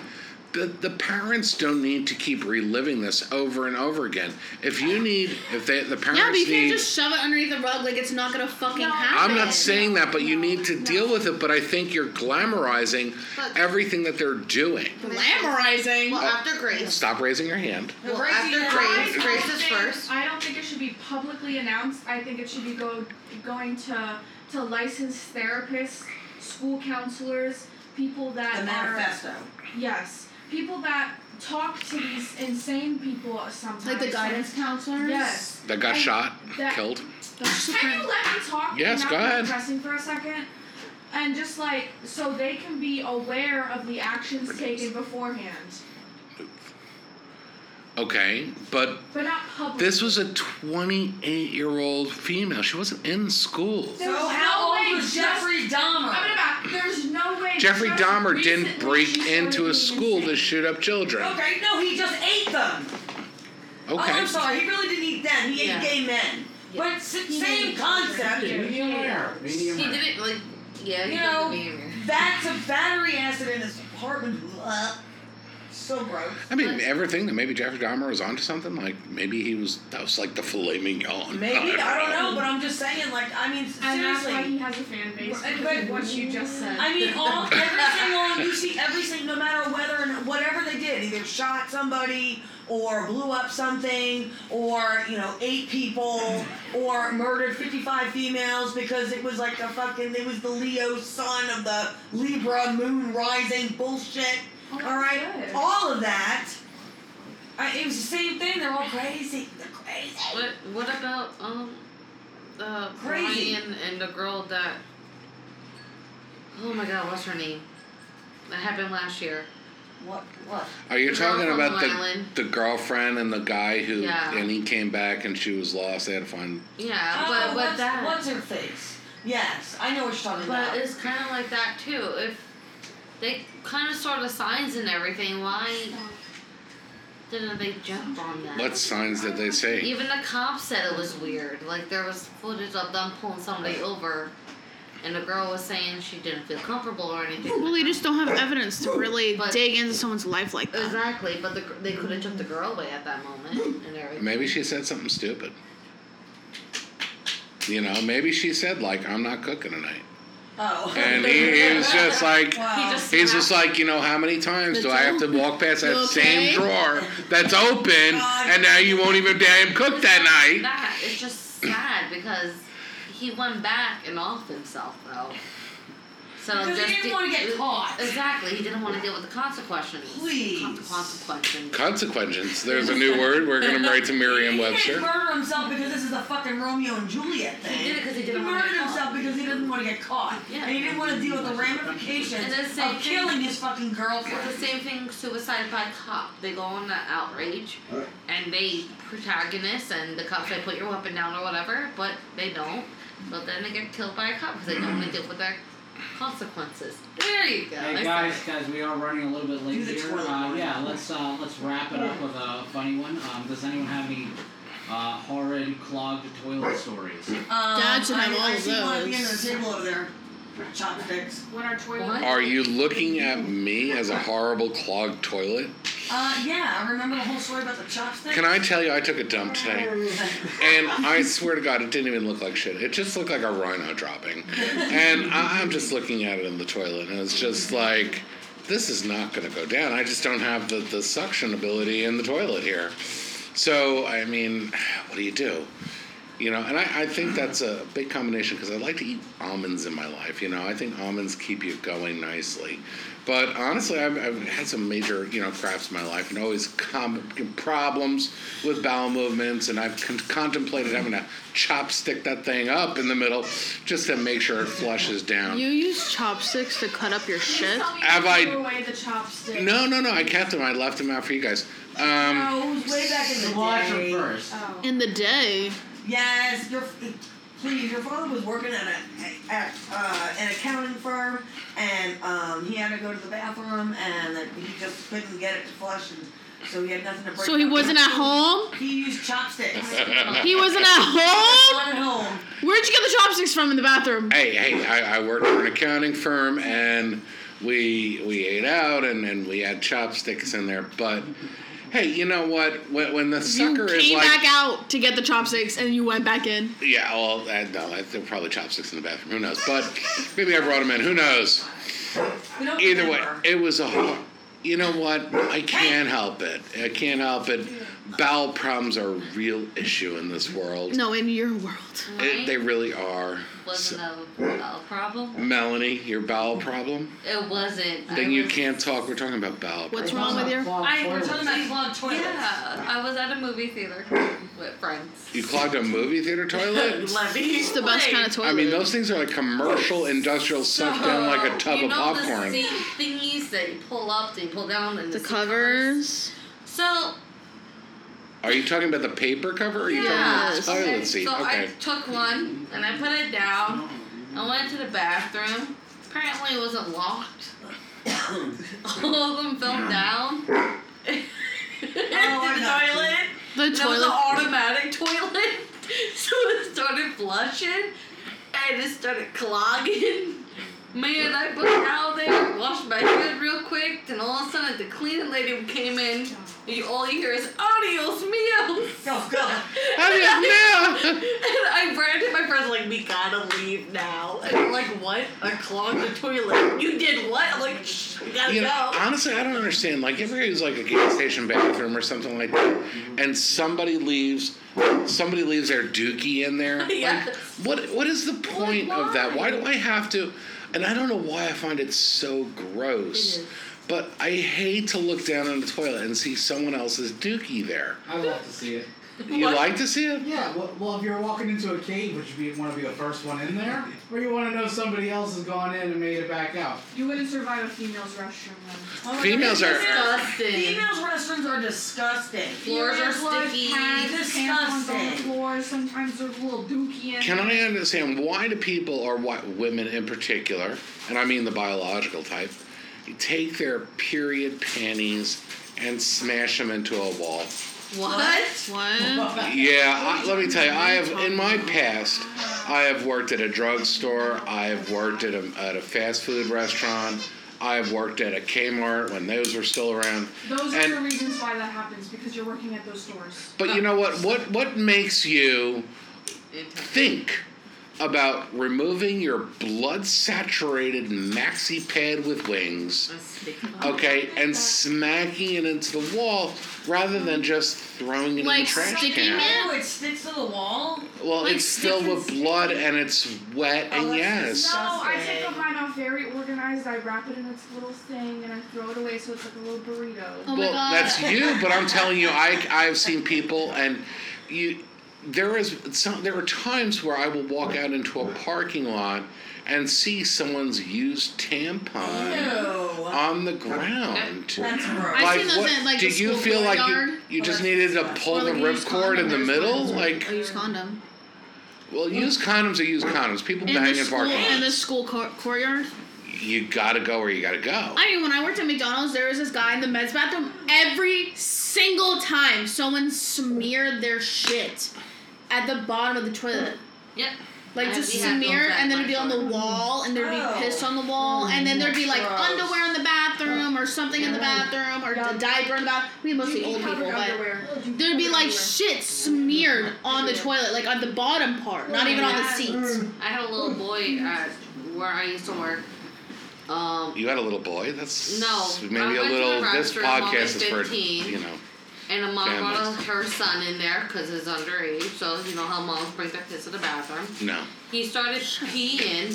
S3: the, the parents don't need to keep reliving this over and over again if you need if they the parents
S1: Yeah, but you
S3: need
S1: can't just shove it underneath the rug like it's not gonna fucking
S6: No.
S1: happen.
S3: I'm not saying that, but you
S6: No,
S3: need to
S6: no.
S3: deal with it. But I think you're glamorizing
S7: But-
S3: everything that they're doing.
S1: glamorizing.
S7: Well, after Grace.
S3: Stop raising your hand.
S5: The
S7: Well,
S5: crazy
S7: after
S5: thing-
S7: Grace,
S6: I
S7: Grace
S6: don't
S7: is
S6: think-
S7: first.
S6: I don't think it should be publicly announced. I think it should be go, going to to licensed therapists, school counselors, people that
S5: The
S6: are
S5: manifesto.
S6: yes, people that talk to these insane people sometimes.
S1: Like the guidance counselors.
S6: Yes.
S3: That got
S6: I-
S3: shot,
S6: that-
S3: killed.
S1: That's just a
S6: Can you
S1: print.
S6: let me talk?
S3: Yes,
S6: and not
S3: go
S6: be
S3: ahead.
S6: Pressing for a second, and just like so they can be aware of the actions taken beforehand,
S3: Okay, but
S6: but not publicly.
S3: this was a 28 year old female. She wasn't in school.
S6: There
S5: So
S6: was
S5: how
S6: no
S5: old
S6: way
S5: was
S6: just-
S5: Jeffrey Dahmer?
S6: I'm gonna back. There's no way
S3: Jeffrey
S6: just
S3: Dahmer didn't
S6: recently
S3: break
S6: she started
S3: into
S6: being
S3: a school to
S6: insane.
S3: shoot up children.
S5: Okay, no, he just ate them. Oh,
S3: Okay.
S5: I'm sorry. He really didn't eat them. He ate
S4: Yeah.
S5: gay men.
S4: Yeah.
S5: But s-
S7: He
S5: same
S7: ate-
S5: concept.
S2: Medium rare. Medium
S4: He
S2: rare.
S4: did it like yeah. He
S5: You
S4: did
S5: know,
S4: the behavior.
S5: That's a battery acid in his apartment. Ugh. So gross.
S3: I mean, everything that maybe Jeffrey Dahmer was onto something. Like maybe he was that was like the filet mignon.
S5: Maybe I don't know, but I'm just saying. Like, I mean,
S6: And that's why
S5: seriously.
S6: he has a fan base.
S5: Right,
S6: because of
S5: but-
S6: what you just said.
S5: I mean, all every single you see every single, no matter whether or not, whatever they did, either shot somebody or blew up something or you know eight people or murdered 55 females because it was like a fucking it was the Leo sun of the Libra moon rising bullshit.
S6: Oh, that's
S5: all right,
S6: good.
S5: all of that. I, it was the same thing. They're all crazy. They're crazy.
S4: What What about um, uh,
S5: Crazy.
S4: Brian and the girl that? Oh my God, what's her name? That happened last year.
S5: What? What?
S3: Are you
S4: The girl
S3: talking
S4: from
S3: about
S4: Long Island.
S3: the, the girlfriend and the guy who
S4: Yeah.
S3: and he came back and she was lost? They had to find.
S4: Yeah,
S5: Oh,
S4: but
S5: what's,
S4: but that.
S5: what's her face? Yes, I know what you're talking
S4: but
S5: about.
S4: it's kind of like that too. If they kind of saw the signs and everything, why didn't they jump on that?
S3: What signs did they say?
S4: Even the cops said it was weird. Like there was footage of them pulling somebody over, and the girl was saying she didn't feel comfortable or anything.
S1: Well, they just don't have evidence to really
S4: But-
S1: dig into someone's life like that.
S4: Exactly, but the, gr- they could have took the girl away at that moment and everything.
S3: Maybe she said something stupid. You know, maybe she said like, "I'm not cooking tonight,"
S5: oh.
S3: and he, he was just like.
S5: Wow.
S4: He just
S3: He's just
S4: snapped.
S3: like, you know, how many times do I have to walk past that
S1: You
S3: same
S1: okay?
S3: drawer that's open, and now you won't even damn cook that
S4: It's
S3: night?
S4: not that. It's just sad because he went back and off himself though. So
S5: Because he
S4: just
S5: didn't
S4: de-
S5: wanna get caught.
S4: Exactly, he didn't want to deal with the consequences.
S5: Please.
S4: Con- consequences.
S3: Consequences. There's a new word. We're gonna write to
S5: He didn't
S3: Merriam-Webster.
S5: murder himself because this is a fucking Romeo and Juliet thing.
S4: He did it 'cause he didn't
S5: He
S4: wanna
S5: murdered
S4: get caught.
S5: himself because he didn't want to get caught.
S4: Yeah.
S5: And he didn't want to deal with the ramifications
S4: And the same
S5: of
S4: thing-
S5: killing his fucking girlfriend.
S4: It's the same thing suicide by cop. They go on the outrage and they protagonist and the cops say put your weapon down or whatever, but they don't. But then they get killed by a cop because they don't want to deal with their consequences. There you go. I
S2: Hey
S4: said
S2: guys,
S4: it.
S2: guys, we are running a little bit late
S5: Do the
S2: here.
S5: twirl.
S2: Uh, yeah, let's uh, let's wrap it up with a funny one. Um, does anyone have any uh, horrid clogged toilet stories?
S5: Um,
S1: Dad should have
S5: I,
S1: all
S5: I see one at the
S1: those.
S5: end of the table over there. Chopsticks.
S6: when our toilet.
S4: What?
S3: Are you looking at me as a horrible clogged toilet?
S5: Uh, yeah, I remember the whole story about the chopsticks.
S3: Can I tell you, I took a dump today, and I swear to God, it didn't even look like shit. It just looked like a rhino dropping, and I, I'm just looking at it in the toilet, and it's just like, this is not going to go down. I just don't have the, the suction ability in the toilet here. So I mean, what do you do? You know, and I, I think that's a big combination because I like to eat almonds in my life. You know, I think almonds keep you going nicely. But honestly, I've, I've had some major, you know, crafts in my life and always com- problems with bowel movements. And I've con- contemplated having to chopstick that thing up in the middle just to make sure it flushes down.
S1: You use chopsticks to cut up your
S6: Please
S1: shit?
S6: tell me
S3: Have
S6: you
S3: I-
S6: threw away the chopsticks.
S3: No, no, no. I kept them. I left them out for you guys. Um,
S5: No, it was way back in the
S2: Watch
S5: day.
S2: them first.
S6: Oh.
S1: In the day.
S5: Yes, your please. Your father was working at a at uh, an accounting firm, and um, he had to go to the bathroom, and he just couldn't get it to flush, and so he had nothing to break.
S1: So he
S5: up.
S1: wasn't at home?
S5: He used chopsticks.
S1: He wasn't at home?
S5: Not at home.
S1: Where'd you get the chopsticks from in the bathroom?
S3: hey, hey, I, I worked for an accounting firm and we we ate out and, and we had chopsticks in there. But hey, you know what? When, when the
S1: You
S3: sucker is
S1: came
S3: like,
S1: back out to get the chopsticks and you went back in.
S3: yeah, well, uh, no, I- there were probably chopsticks in the bathroom. Who knows? But maybe I brought them in. Who knows?
S5: We don't
S3: Either way,
S5: remember.
S3: it was a hard. You know what? I can't help it. I can't help it. Bowel problems are a real issue in this world.
S1: No, in your world.
S3: It, they really are.
S4: wasn't
S3: So-
S4: a, a problem.
S3: Melanie, your bowel problem?
S4: It wasn't. I
S3: Then you
S4: was-
S3: can't talk. We're talking about bowel.
S1: What's wrong with your.
S2: Clogged
S4: I we're
S2: toilets.
S4: talking about clogged toilets. Yeah, I was at a movie theater with friends.
S3: You clogged a movie theater toilet?
S1: It's the best kind of toilet.
S3: I mean, those things are like commercial industrial suck down like a tub
S4: you
S3: of
S4: know
S3: popcorn.
S4: The seat thingies that you pull up, that you pull down, and the,
S1: the
S4: seat
S1: covers.
S4: So
S3: Are you talking about the paper cover or are you
S4: yeah,
S3: talking about the toilet
S4: okay,
S3: seat?
S4: So
S3: okay.
S4: I took one and I put it down. I went to the bathroom Apparently, it wasn't locked. All of them fell down.
S5: I
S4: Into the
S5: Oh, got you.
S4: toilet.
S1: The
S4: That was an
S1: toilet.
S4: automatic toilet. So it started flushing and it started clogging. Man, I put it out there, washed my head real quick, and all of a sudden the cleaning lady came in. And you, all you hear is adios mios.
S5: Oh god.
S3: I just
S4: and I ran to my friends like, we gotta leave now. And I'm like, what? I clogged the toilet. You did what? I'm like, shh, we gotta
S3: You know,
S4: go.
S3: honestly, I don't understand. Like, if there's like a gas station bathroom or something like that,
S4: Mm-hmm.
S3: and somebody leaves, somebody leaves their dookie in there. like,
S4: Yes.
S3: what What is the point of that? Why do I have to? And I don't know why I find it so gross.
S4: It is.
S3: But I hate to look down in the toilet and see someone else's dookie there.
S2: I love to see it.
S3: You
S4: What?
S3: like to see it?
S2: Yeah, well, well, if you're walking into a cave, would you be, want to be the first one in there? Or you want to know somebody else has gone in and made it back out?
S6: You wouldn't survive a female's restroom. Then.
S5: Oh my God,
S3: Females are-
S4: Disgusting.
S5: Females restrooms are disgusting.
S4: Floors are
S6: Female blood,
S4: sticky.
S6: Pads, tampons on the
S5: Disgusting.
S6: floor. Sometimes there's a little dookie in.
S3: Can
S6: there.
S3: I understand why do people, or why women in particular, and I mean the biological type, take their period panties and smash them into a wall?
S4: What?
S1: What?
S3: Yeah, I, let me tell you, I have in my past, I have worked at a drugstore, I have worked at a, at a fast food restaurant, I have worked at a Kmart when those were still around.
S6: Those
S3: And-
S6: are the reasons why that happens because you're working at those stores.
S3: But you know what? What what makes you
S4: Intense.
S3: think about removing your blood-saturated maxi pad with wings? Okay, and smacking it into the wall rather than just throwing it in the
S1: Like
S3: trash
S1: sticking
S3: can.
S1: it?
S5: Oh, it sticks to the wall.
S3: Well,
S1: Like
S3: it's filled with
S1: sticking-
S3: blood and it's wet,
S5: Oh,
S3: and
S5: that's
S3: yes.
S6: No, I
S5: Disgusting.
S6: take up mine off very organized. I wrap it in its little thing and I throw it away so it's like a little burrito.
S1: Oh my
S3: well,
S1: god.
S3: that's you, but I'm telling you, I I've seen people, and you there is some there are times where I will walk out into a parking lot and see someone's used tampon
S5: Ew.
S3: on the ground.
S5: That's gross.
S1: I've seen those in, like,
S3: do
S1: the
S3: you
S1: school
S3: feel like you,
S1: courtyard,
S3: you just
S5: or-
S3: needed to pull
S1: Or,
S3: the
S1: like, a used
S3: ripcord in
S1: condom,
S3: the
S1: there's
S3: middle?
S1: condoms.
S3: Like,
S1: a used condom.
S3: well, used condoms are used condoms. People
S1: In
S3: bang
S1: the
S3: in
S1: school,
S3: parking
S1: in the
S3: lots.
S1: school cour- courtyard.
S3: You gotta go where you gotta go.
S1: I mean, when I worked at McDonald's, there was this guy in the men's bathroom. Every single time someone smeared their shit at the bottom of the toilet.
S4: Yep.
S1: Like
S4: I-
S1: just
S4: we had
S1: smear,
S4: those at
S1: and then it'd
S4: my
S1: be on the
S4: store.
S1: wall, and there'd
S5: Oh.
S1: be piss on the wall, and then there'd be like
S5: Gross.
S1: underwear in the bathroom, or something in the bathroom, or a diaper in the bathroom. We had mostly
S6: You
S1: old
S6: covered
S1: people, but
S6: underwear.
S1: there'd be like shit smeared on the toilet, like on the bottom part, not even on the
S4: Yeah.
S1: seats.
S4: I had a little boy at where I used to work. Um,
S3: You had a little boy. That's
S4: No, I
S3: Maybe
S4: went
S3: a
S4: to the
S3: little. This
S4: restroom while I
S3: podcast
S4: was
S3: is for
S4: 15.
S3: you know.
S4: and a mom brought
S3: Families.
S4: her son in there because he's underage, so you know how moms bring their kids to the bathroom.
S3: No.
S4: He started peeing,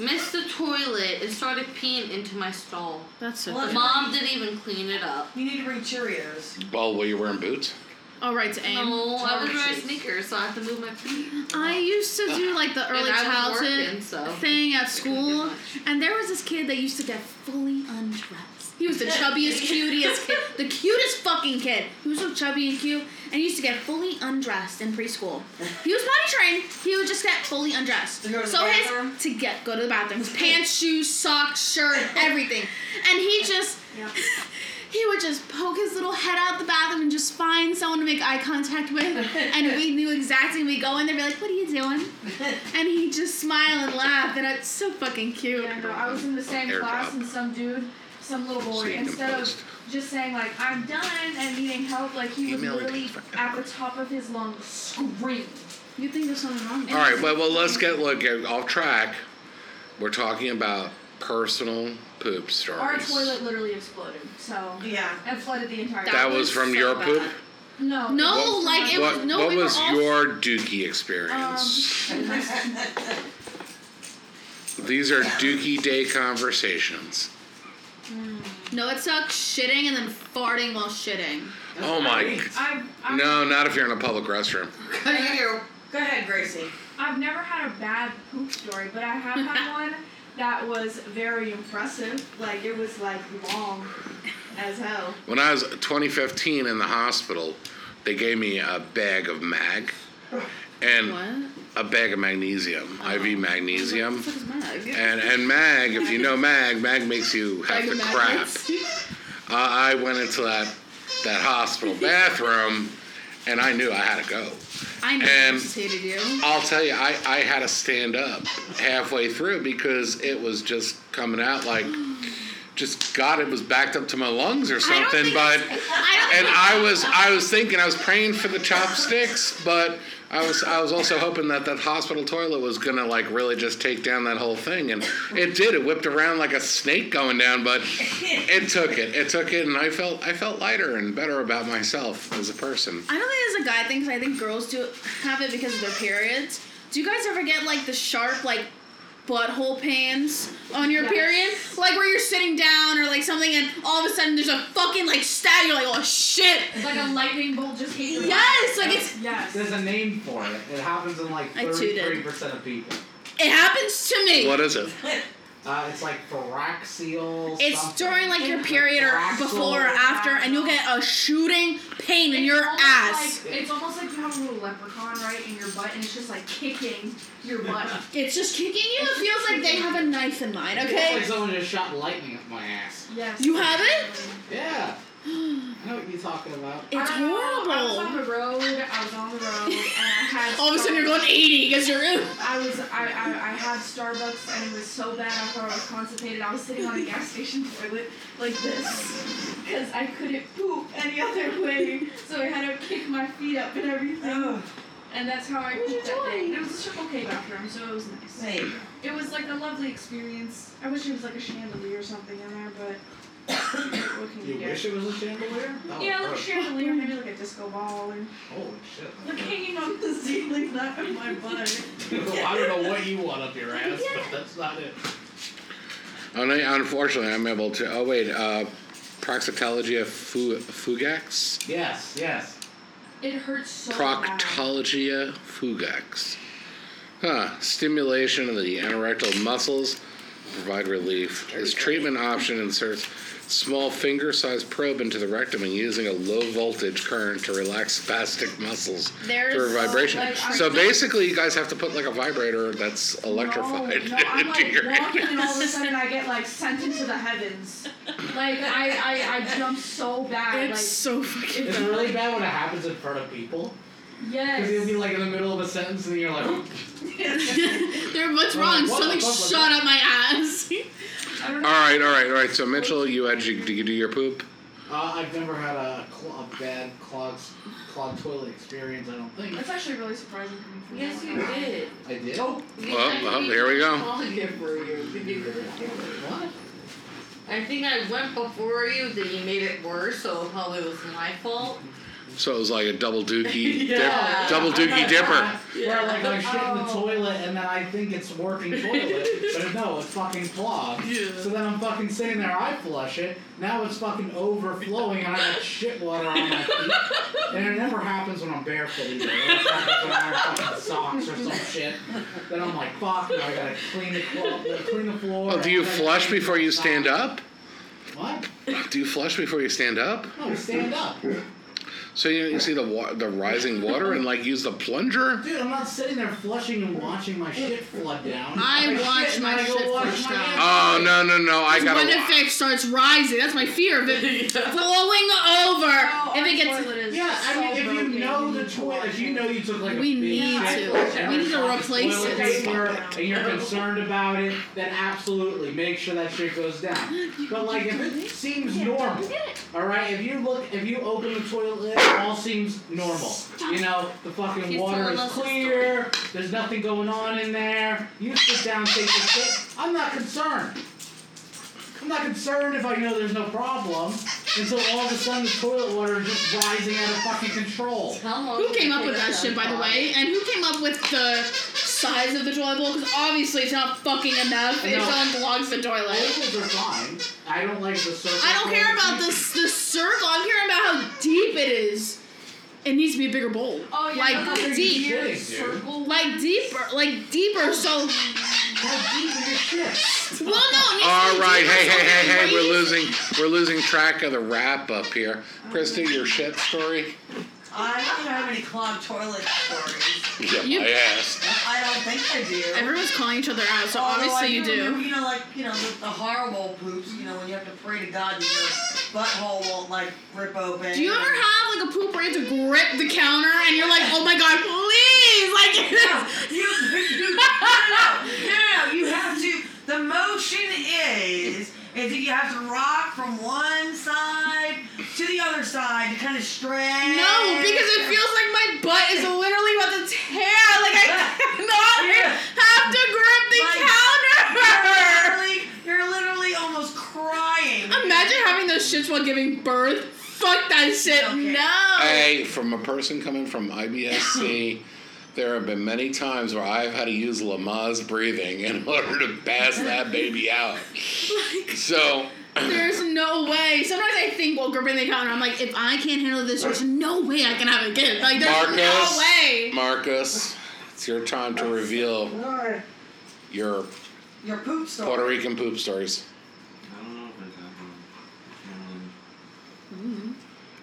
S4: missed the toilet, and started peeing into my stall.
S1: That's so.
S5: Well,
S1: gross.
S4: Mom didn't even clean it up.
S5: You need to bring Cheerios.
S3: Well, were you wearing boots?
S1: All right, to aim.
S4: No, I was wearing
S5: Target.
S4: sneakers, so I had to move my feet.
S1: I used to do like the early
S4: and I was
S1: childhood
S4: working, so.
S1: thing at school,
S4: much.
S1: and there was this kid that used to get fully undressed. He was the chubbiest, cutest kid, the cutest fucking kid. He was so chubby and cute, and he used to get fully undressed in preschool. He was potty trained. He would just get fully undressed.
S5: To go to the
S1: so
S5: bathroom?
S1: his to get go to the bathroom. His pants, shoes, socks, shirt, everything, and he just. He would just poke his little head out the bathroom and just find someone to make eye contact with. And we knew exactly. We'd go in there and be like, What are you doing? And he'd just smile and laugh. And it's so fucking cute.
S6: Yeah, no, I was in the same
S3: Airdrop.
S6: class and some dude, some little boy,
S3: Sneak and
S6: instead
S3: post.
S6: of just saying like I'm done and needing help, like he was
S3: Email it
S6: literally
S3: takes forever.
S6: at the top of his lungs screaming.
S1: You think there's something wrong?
S3: All right. Well, well, let's get look get off track. We're talking about personal poop stories.
S6: Our toilet literally exploded, so
S5: Yeah.
S6: and flooded the entire.
S3: That was
S1: was
S3: from
S1: so
S3: your
S1: bad.
S3: poop.
S6: no,
S1: No,
S6: it was
S1: like,
S6: not.
S1: it was-
S3: what
S1: no,
S3: what
S1: we were
S3: was
S1: all-
S3: your dookie experience?
S6: Um,
S1: um,
S3: These are dookie day conversations.
S1: No, it sucks shitting and then farting while shitting.
S3: Oh my!
S2: Great.
S6: I've I've,
S3: No, not if you're in a public restroom.
S5: Go ahead, Gracie.
S6: I've never had a bad poop story, but I have had one that was very impressive. Like it was like long as hell.
S3: When I was 2015 in the hospital, they gave me a bag of mag, and
S1: What? Uh-huh.
S3: a bag of magnesium, IV
S1: What
S3: magnesium.
S1: the fuck is Mag?
S3: And and mag, if you know mag, mag makes you have
S1: Bag
S3: to
S1: of
S3: crap.
S1: magnets.
S3: Uh, I went into that that hospital bathroom, and I knew I had to go.
S1: I know
S3: And-
S1: I just hated you.
S3: I'll tell you, I, I had to stand up halfway through because it was just coming out like, just God, it was backed up to my lungs or
S1: I don't
S3: something.
S1: think
S3: But
S1: it's- I don't
S3: and
S1: think
S3: I was I was thinking I was praying for the chopsticks, but I was I was also hoping that that hospital toilet was gonna like really just take down that whole thing, and it did. It whipped around like a snake going down, but it took it. It took it, and I felt I felt lighter and better about myself as a person.
S1: I don't think it's a guy thing 'cause I think girls do have it because of their periods. Do you guys ever get like the sharp like butthole pains on your
S6: Yes.
S1: period? Like where you're sitting down or like something and all of a sudden there's a fucking like stab, you're like, oh shit.
S6: It's like a lightning bolt just hit you.
S1: Yes, like it's
S6: Yes.
S2: There's a name for it. It happens in like
S1: I
S2: thirty-three
S1: tooted.
S2: percent of people.
S1: it happens to me.
S3: What is it?
S2: Uh, it's like thoraxial.
S1: It's
S2: something.
S1: during like your period or
S2: Thoraxal-
S1: before or after and you'll get a shooting pain in
S6: It's
S1: your
S6: almost
S1: ass.
S6: Like, it's almost like you have a little leprechaun right in your butt, and it's just like kicking your butt.
S1: it's just kicking you. It feels like they have a knife in mine,
S2: It's
S1: okay?
S2: like someone just shot lightning up my ass.
S6: yes.
S1: You have it?
S2: Yeah. I know what you're talking about.
S1: It's
S6: I don't know, I was on
S1: horrible.
S6: the road. I was on the road, and I had.
S1: All of a sudden you're going 80 because you're in.
S6: I was I, I, I had Starbucks and it was so bad after I was constipated. I was sitting on a gas station toilet like this because I couldn't poop any other way, so I had to kick my feet up and everything.
S5: Oh,
S6: And that's how I
S7: What
S6: pooped
S7: you
S6: that day.
S7: doing?
S6: It was a Circle K bathroom, so it was nice.
S4: Hey,
S6: It was like a lovely experience. I wish it was like a chandelier or something in there, but what can you,
S2: You
S6: do?
S2: wish it was a chandelier? That
S6: Yeah,
S2: would
S6: like
S2: hurt.
S6: a chandelier, maybe like a disco ball, and
S2: Holy shit.
S6: like hanging on the ceiling, not in my butt.
S2: I don't know what you want up your ass, but that's not it.
S3: Un- Unfortunately, I'm able to. Oh wait, uh, Proxicologia fu- fugax.
S2: Yes, yes.
S6: It hurts so bad.
S3: Proctologia fugax. Huh. Stimulation of the anorectal muscles provide relief. As treatment option inserts small finger-sized probe into the rectum and using a low voltage current to relax spastic muscles through
S1: There's
S3: a vibration.
S6: like, I-
S3: so basically, you guys have to put like a vibrator that's electrified
S6: No, no, I'm
S3: into
S6: like
S3: your.
S6: walking and all of a sudden I get like sent into the heavens. Like I, I, I jump so bad.
S1: It's so fucking
S2: It's
S1: bad.
S2: really bad when it happens in front of people.
S6: like
S2: Because you'll be
S6: yes.
S2: like in the middle of a sentence and you're like,
S1: There, what's
S2: Oh,
S1: wrong?
S2: what
S1: Something
S2: the fuck was
S1: shot
S2: that?
S1: up my ass.
S6: I don't
S3: All
S6: know.
S3: right, all right, all right. So Mitchell, you had you, do you do your poop?
S2: uh, I've never had a, cl- a bad clogged, clogged toilet experience, I don't think.
S6: That's actually really surprising coming from
S4: yes,
S6: you.
S4: you did.
S2: I did?
S4: You
S3: Well,
S4: actually
S3: well, here we go.
S4: called you for you. Did you really do it?
S2: What?
S4: I think I went before you, then you made it worse, so it probably was my fault.
S3: So it was like a double dookie,
S4: Yeah.
S3: dip, double dookie
S2: "Ah,
S3: dipper.
S2: Where like I shit in the
S6: Oh.
S2: toilet and then I think it's working toilet, but no, it's fucking clogged. So then I'm fucking sitting there, I flush it. Now it's fucking overflowing and I got shit water on my feet. And it never happens when I'm barefoot either. It always happens when I'm wearing fucking socks or some shit. Then I'm like, fuck, now I gotta clean the clo- clean the floor.
S3: Oh, do you
S2: and then
S3: flush
S2: clean
S3: before
S2: the
S3: you stand
S2: socks.
S3: up?
S2: What?
S3: Do you flush before you stand up?
S2: No, stand up.
S3: So you, you see the wa- the rising water and like use the plunger.
S2: Dude, I'm not sitting there flushing and watching my shit flood down.
S1: I watch
S2: shit, and
S1: my
S2: I go
S1: shit
S2: wash
S1: flush
S2: my
S1: down.
S2: ass.
S3: Oh no no no! I
S1: when the
S3: gotta.
S1: fish starts rising, that's my fear of it flowing over.
S6: Oh,
S1: if
S6: our
S1: it gets,
S6: toilet is
S2: Yeah, I
S6: so
S2: mean, if
S6: broken,
S2: you know
S6: need
S2: the
S6: to
S2: toilet,
S6: wash
S2: if you know you took like a
S1: We
S2: big
S1: need
S2: shit
S1: to.
S2: and
S1: We need
S2: it's
S1: to
S2: on
S1: replace
S2: toilet
S1: it.
S2: paper and you're concerned about it, then absolutely make sure that shit goes down. But like, if it seems normal, all right, if you look, if you open the toilet lid, it all seems normal. You know, the fucking
S7: He's
S2: water
S7: telling
S2: is
S7: us a story.
S2: clear. There's nothing going on in there. You sit down, take your shit. I'm not concerned. I'm not concerned if I know there's no problem until all of a sudden the toilet water is just rising out of fucking control.
S1: who came up with that shit, by the way? And who came up with the size of the toilet bowl? Because obviously it's not fucking enough. It
S2: No.
S1: someone blogs the toilet.
S2: Locals are fine. I don't like the circle.
S1: I don't care about the the circle. I'm caring about how deep it is. It needs to be a bigger bowl.
S6: Oh yeah.
S1: Like,
S6: those are
S1: deep.
S6: weird
S2: Kidding, dude.
S6: circle-
S1: Like deeper, like deeper. So
S2: How deep is your shit?
S1: well, no. It needs to
S3: All
S1: be
S3: right,
S1: deeper
S3: hey
S1: so
S3: hey
S1: it
S3: hey hey, we're
S1: raises
S3: losing we're losing track of the wrap up here. Krista, your shit story.
S5: I don't have any clogged toilet stories.
S3: Yeah,
S1: You-
S3: I asked.
S5: I don't think I do.
S1: Everyone's calling each other out, so
S5: Although I
S1: obviously you
S5: remember,
S1: do.
S5: You know, like you know the, the horrible poops. You know when you have to pray to God that your butthole won't like rip open.
S1: Do you ever have like a poop where you have to grip the counter and you're like, oh my god, please, like.
S5: No, you, you, no, no, no, no, no, you have to. The motion is is that you have to rock from one side to the other side to kind of stretch.
S1: No, because it feels like my butt is literally about to tear. Like I cannot
S5: Yeah.
S1: have to grip the counter.
S5: Like- You're literally, you're literally almost crying.
S1: Imagine having those shits while giving birth. Fuck that shit.
S5: Okay.
S1: No.
S3: Hey, from a person coming from IBSC, there have been many times where I've had to use Lamaze breathing in order to pass that baby out. So,
S1: There's no way. Sometimes I think while gripping the counter, I'm like, if I can't handle this, there's no way I can have a kid. Like there's
S3: Marcus,
S1: no way.
S3: Marcus, it's your time to reveal your
S5: Your poop story.
S3: Puerto Rican poop stories.
S8: I don't know if I have one. Um,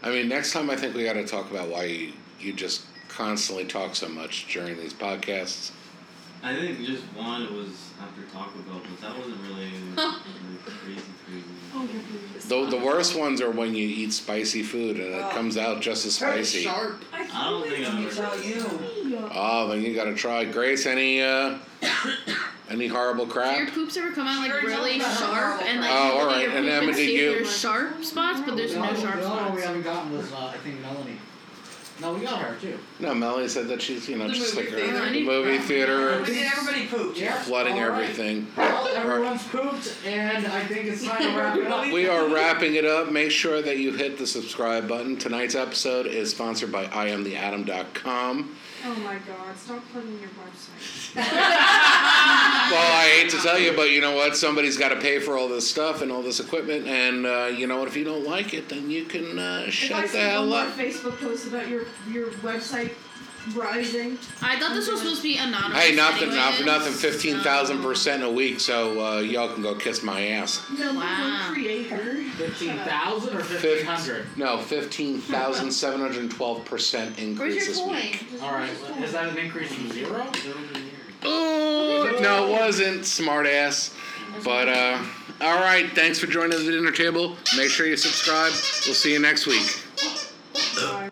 S3: I mean, next time I think we got to talk about why you, you just constantly talk so much during these podcasts.
S8: I think just one was after Taco Bell, but that wasn't really anything like, crazy, crazy.
S5: Oh,
S3: The, the worst ones are when you eat spicy food and it
S5: Oh.
S3: comes out just as spicy.
S5: Sharp.
S8: I don't think
S5: Let
S8: I've
S5: me
S8: ever.
S5: tell you.
S3: Oh, then you gotta try Grace. Any uh, any horrible
S1: Do your
S3: crap?
S1: poops ever come out like
S5: Sure,
S1: really
S5: no.
S1: sharp and like
S3: Oh,
S1: you look at
S3: alright,
S1: your
S3: and
S1: poop
S3: Emma, did
S1: see if
S3: you-
S1: there's sharp spots, but there's
S2: the
S1: no
S2: only-
S1: sharp
S2: the only one Oh, we
S1: spots.
S2: haven't gotten was, uh, I think, Melanie. No, we got her, too.
S3: No, Melanie said that she's you know
S4: The
S3: just
S4: movie
S3: like
S4: theater.
S3: the movie theater,
S5: We did everybody poop.
S2: Yeah.
S3: flooding
S2: all right.
S3: everything.
S2: Well, everyone's pooped, and I think it's time to wrap it up.
S3: We are wrapping it up. Make sure that you hit the subscribe button. Tonight's episode is sponsored by IamTheAtom.com.
S6: Oh my god, stop plugging your website.
S3: Well, I hate to tell you, but you know what? Somebody's got to pay for all this stuff and all this equipment, and uh, you know what? If you don't like it, then you can uh,
S6: if I
S3: shut the
S6: see
S3: hell
S6: one
S3: up.
S6: more Facebook post about your your website rising,
S1: I thought this was supposed to be anonymous.
S3: Hey, nothing,
S1: anyways. Um,
S3: nothing, nothing. Fifteen thousand percent a week, so uh, y'all can go kiss my ass.
S6: no
S1: Wow.
S6: creator.
S2: 15,000 or
S3: Fif-
S2: 1,500?
S3: No, fifteen thousand seven hundred twelve percent
S1: Where's your
S3: increase this
S1: coin?
S3: week.
S2: All right, well, is that an increase from zero?
S3: Oh, no, it wasn't, smartass. But uh, all right, thanks for joining the dinner table. Make sure you subscribe. We'll see you next week.
S6: Sorry.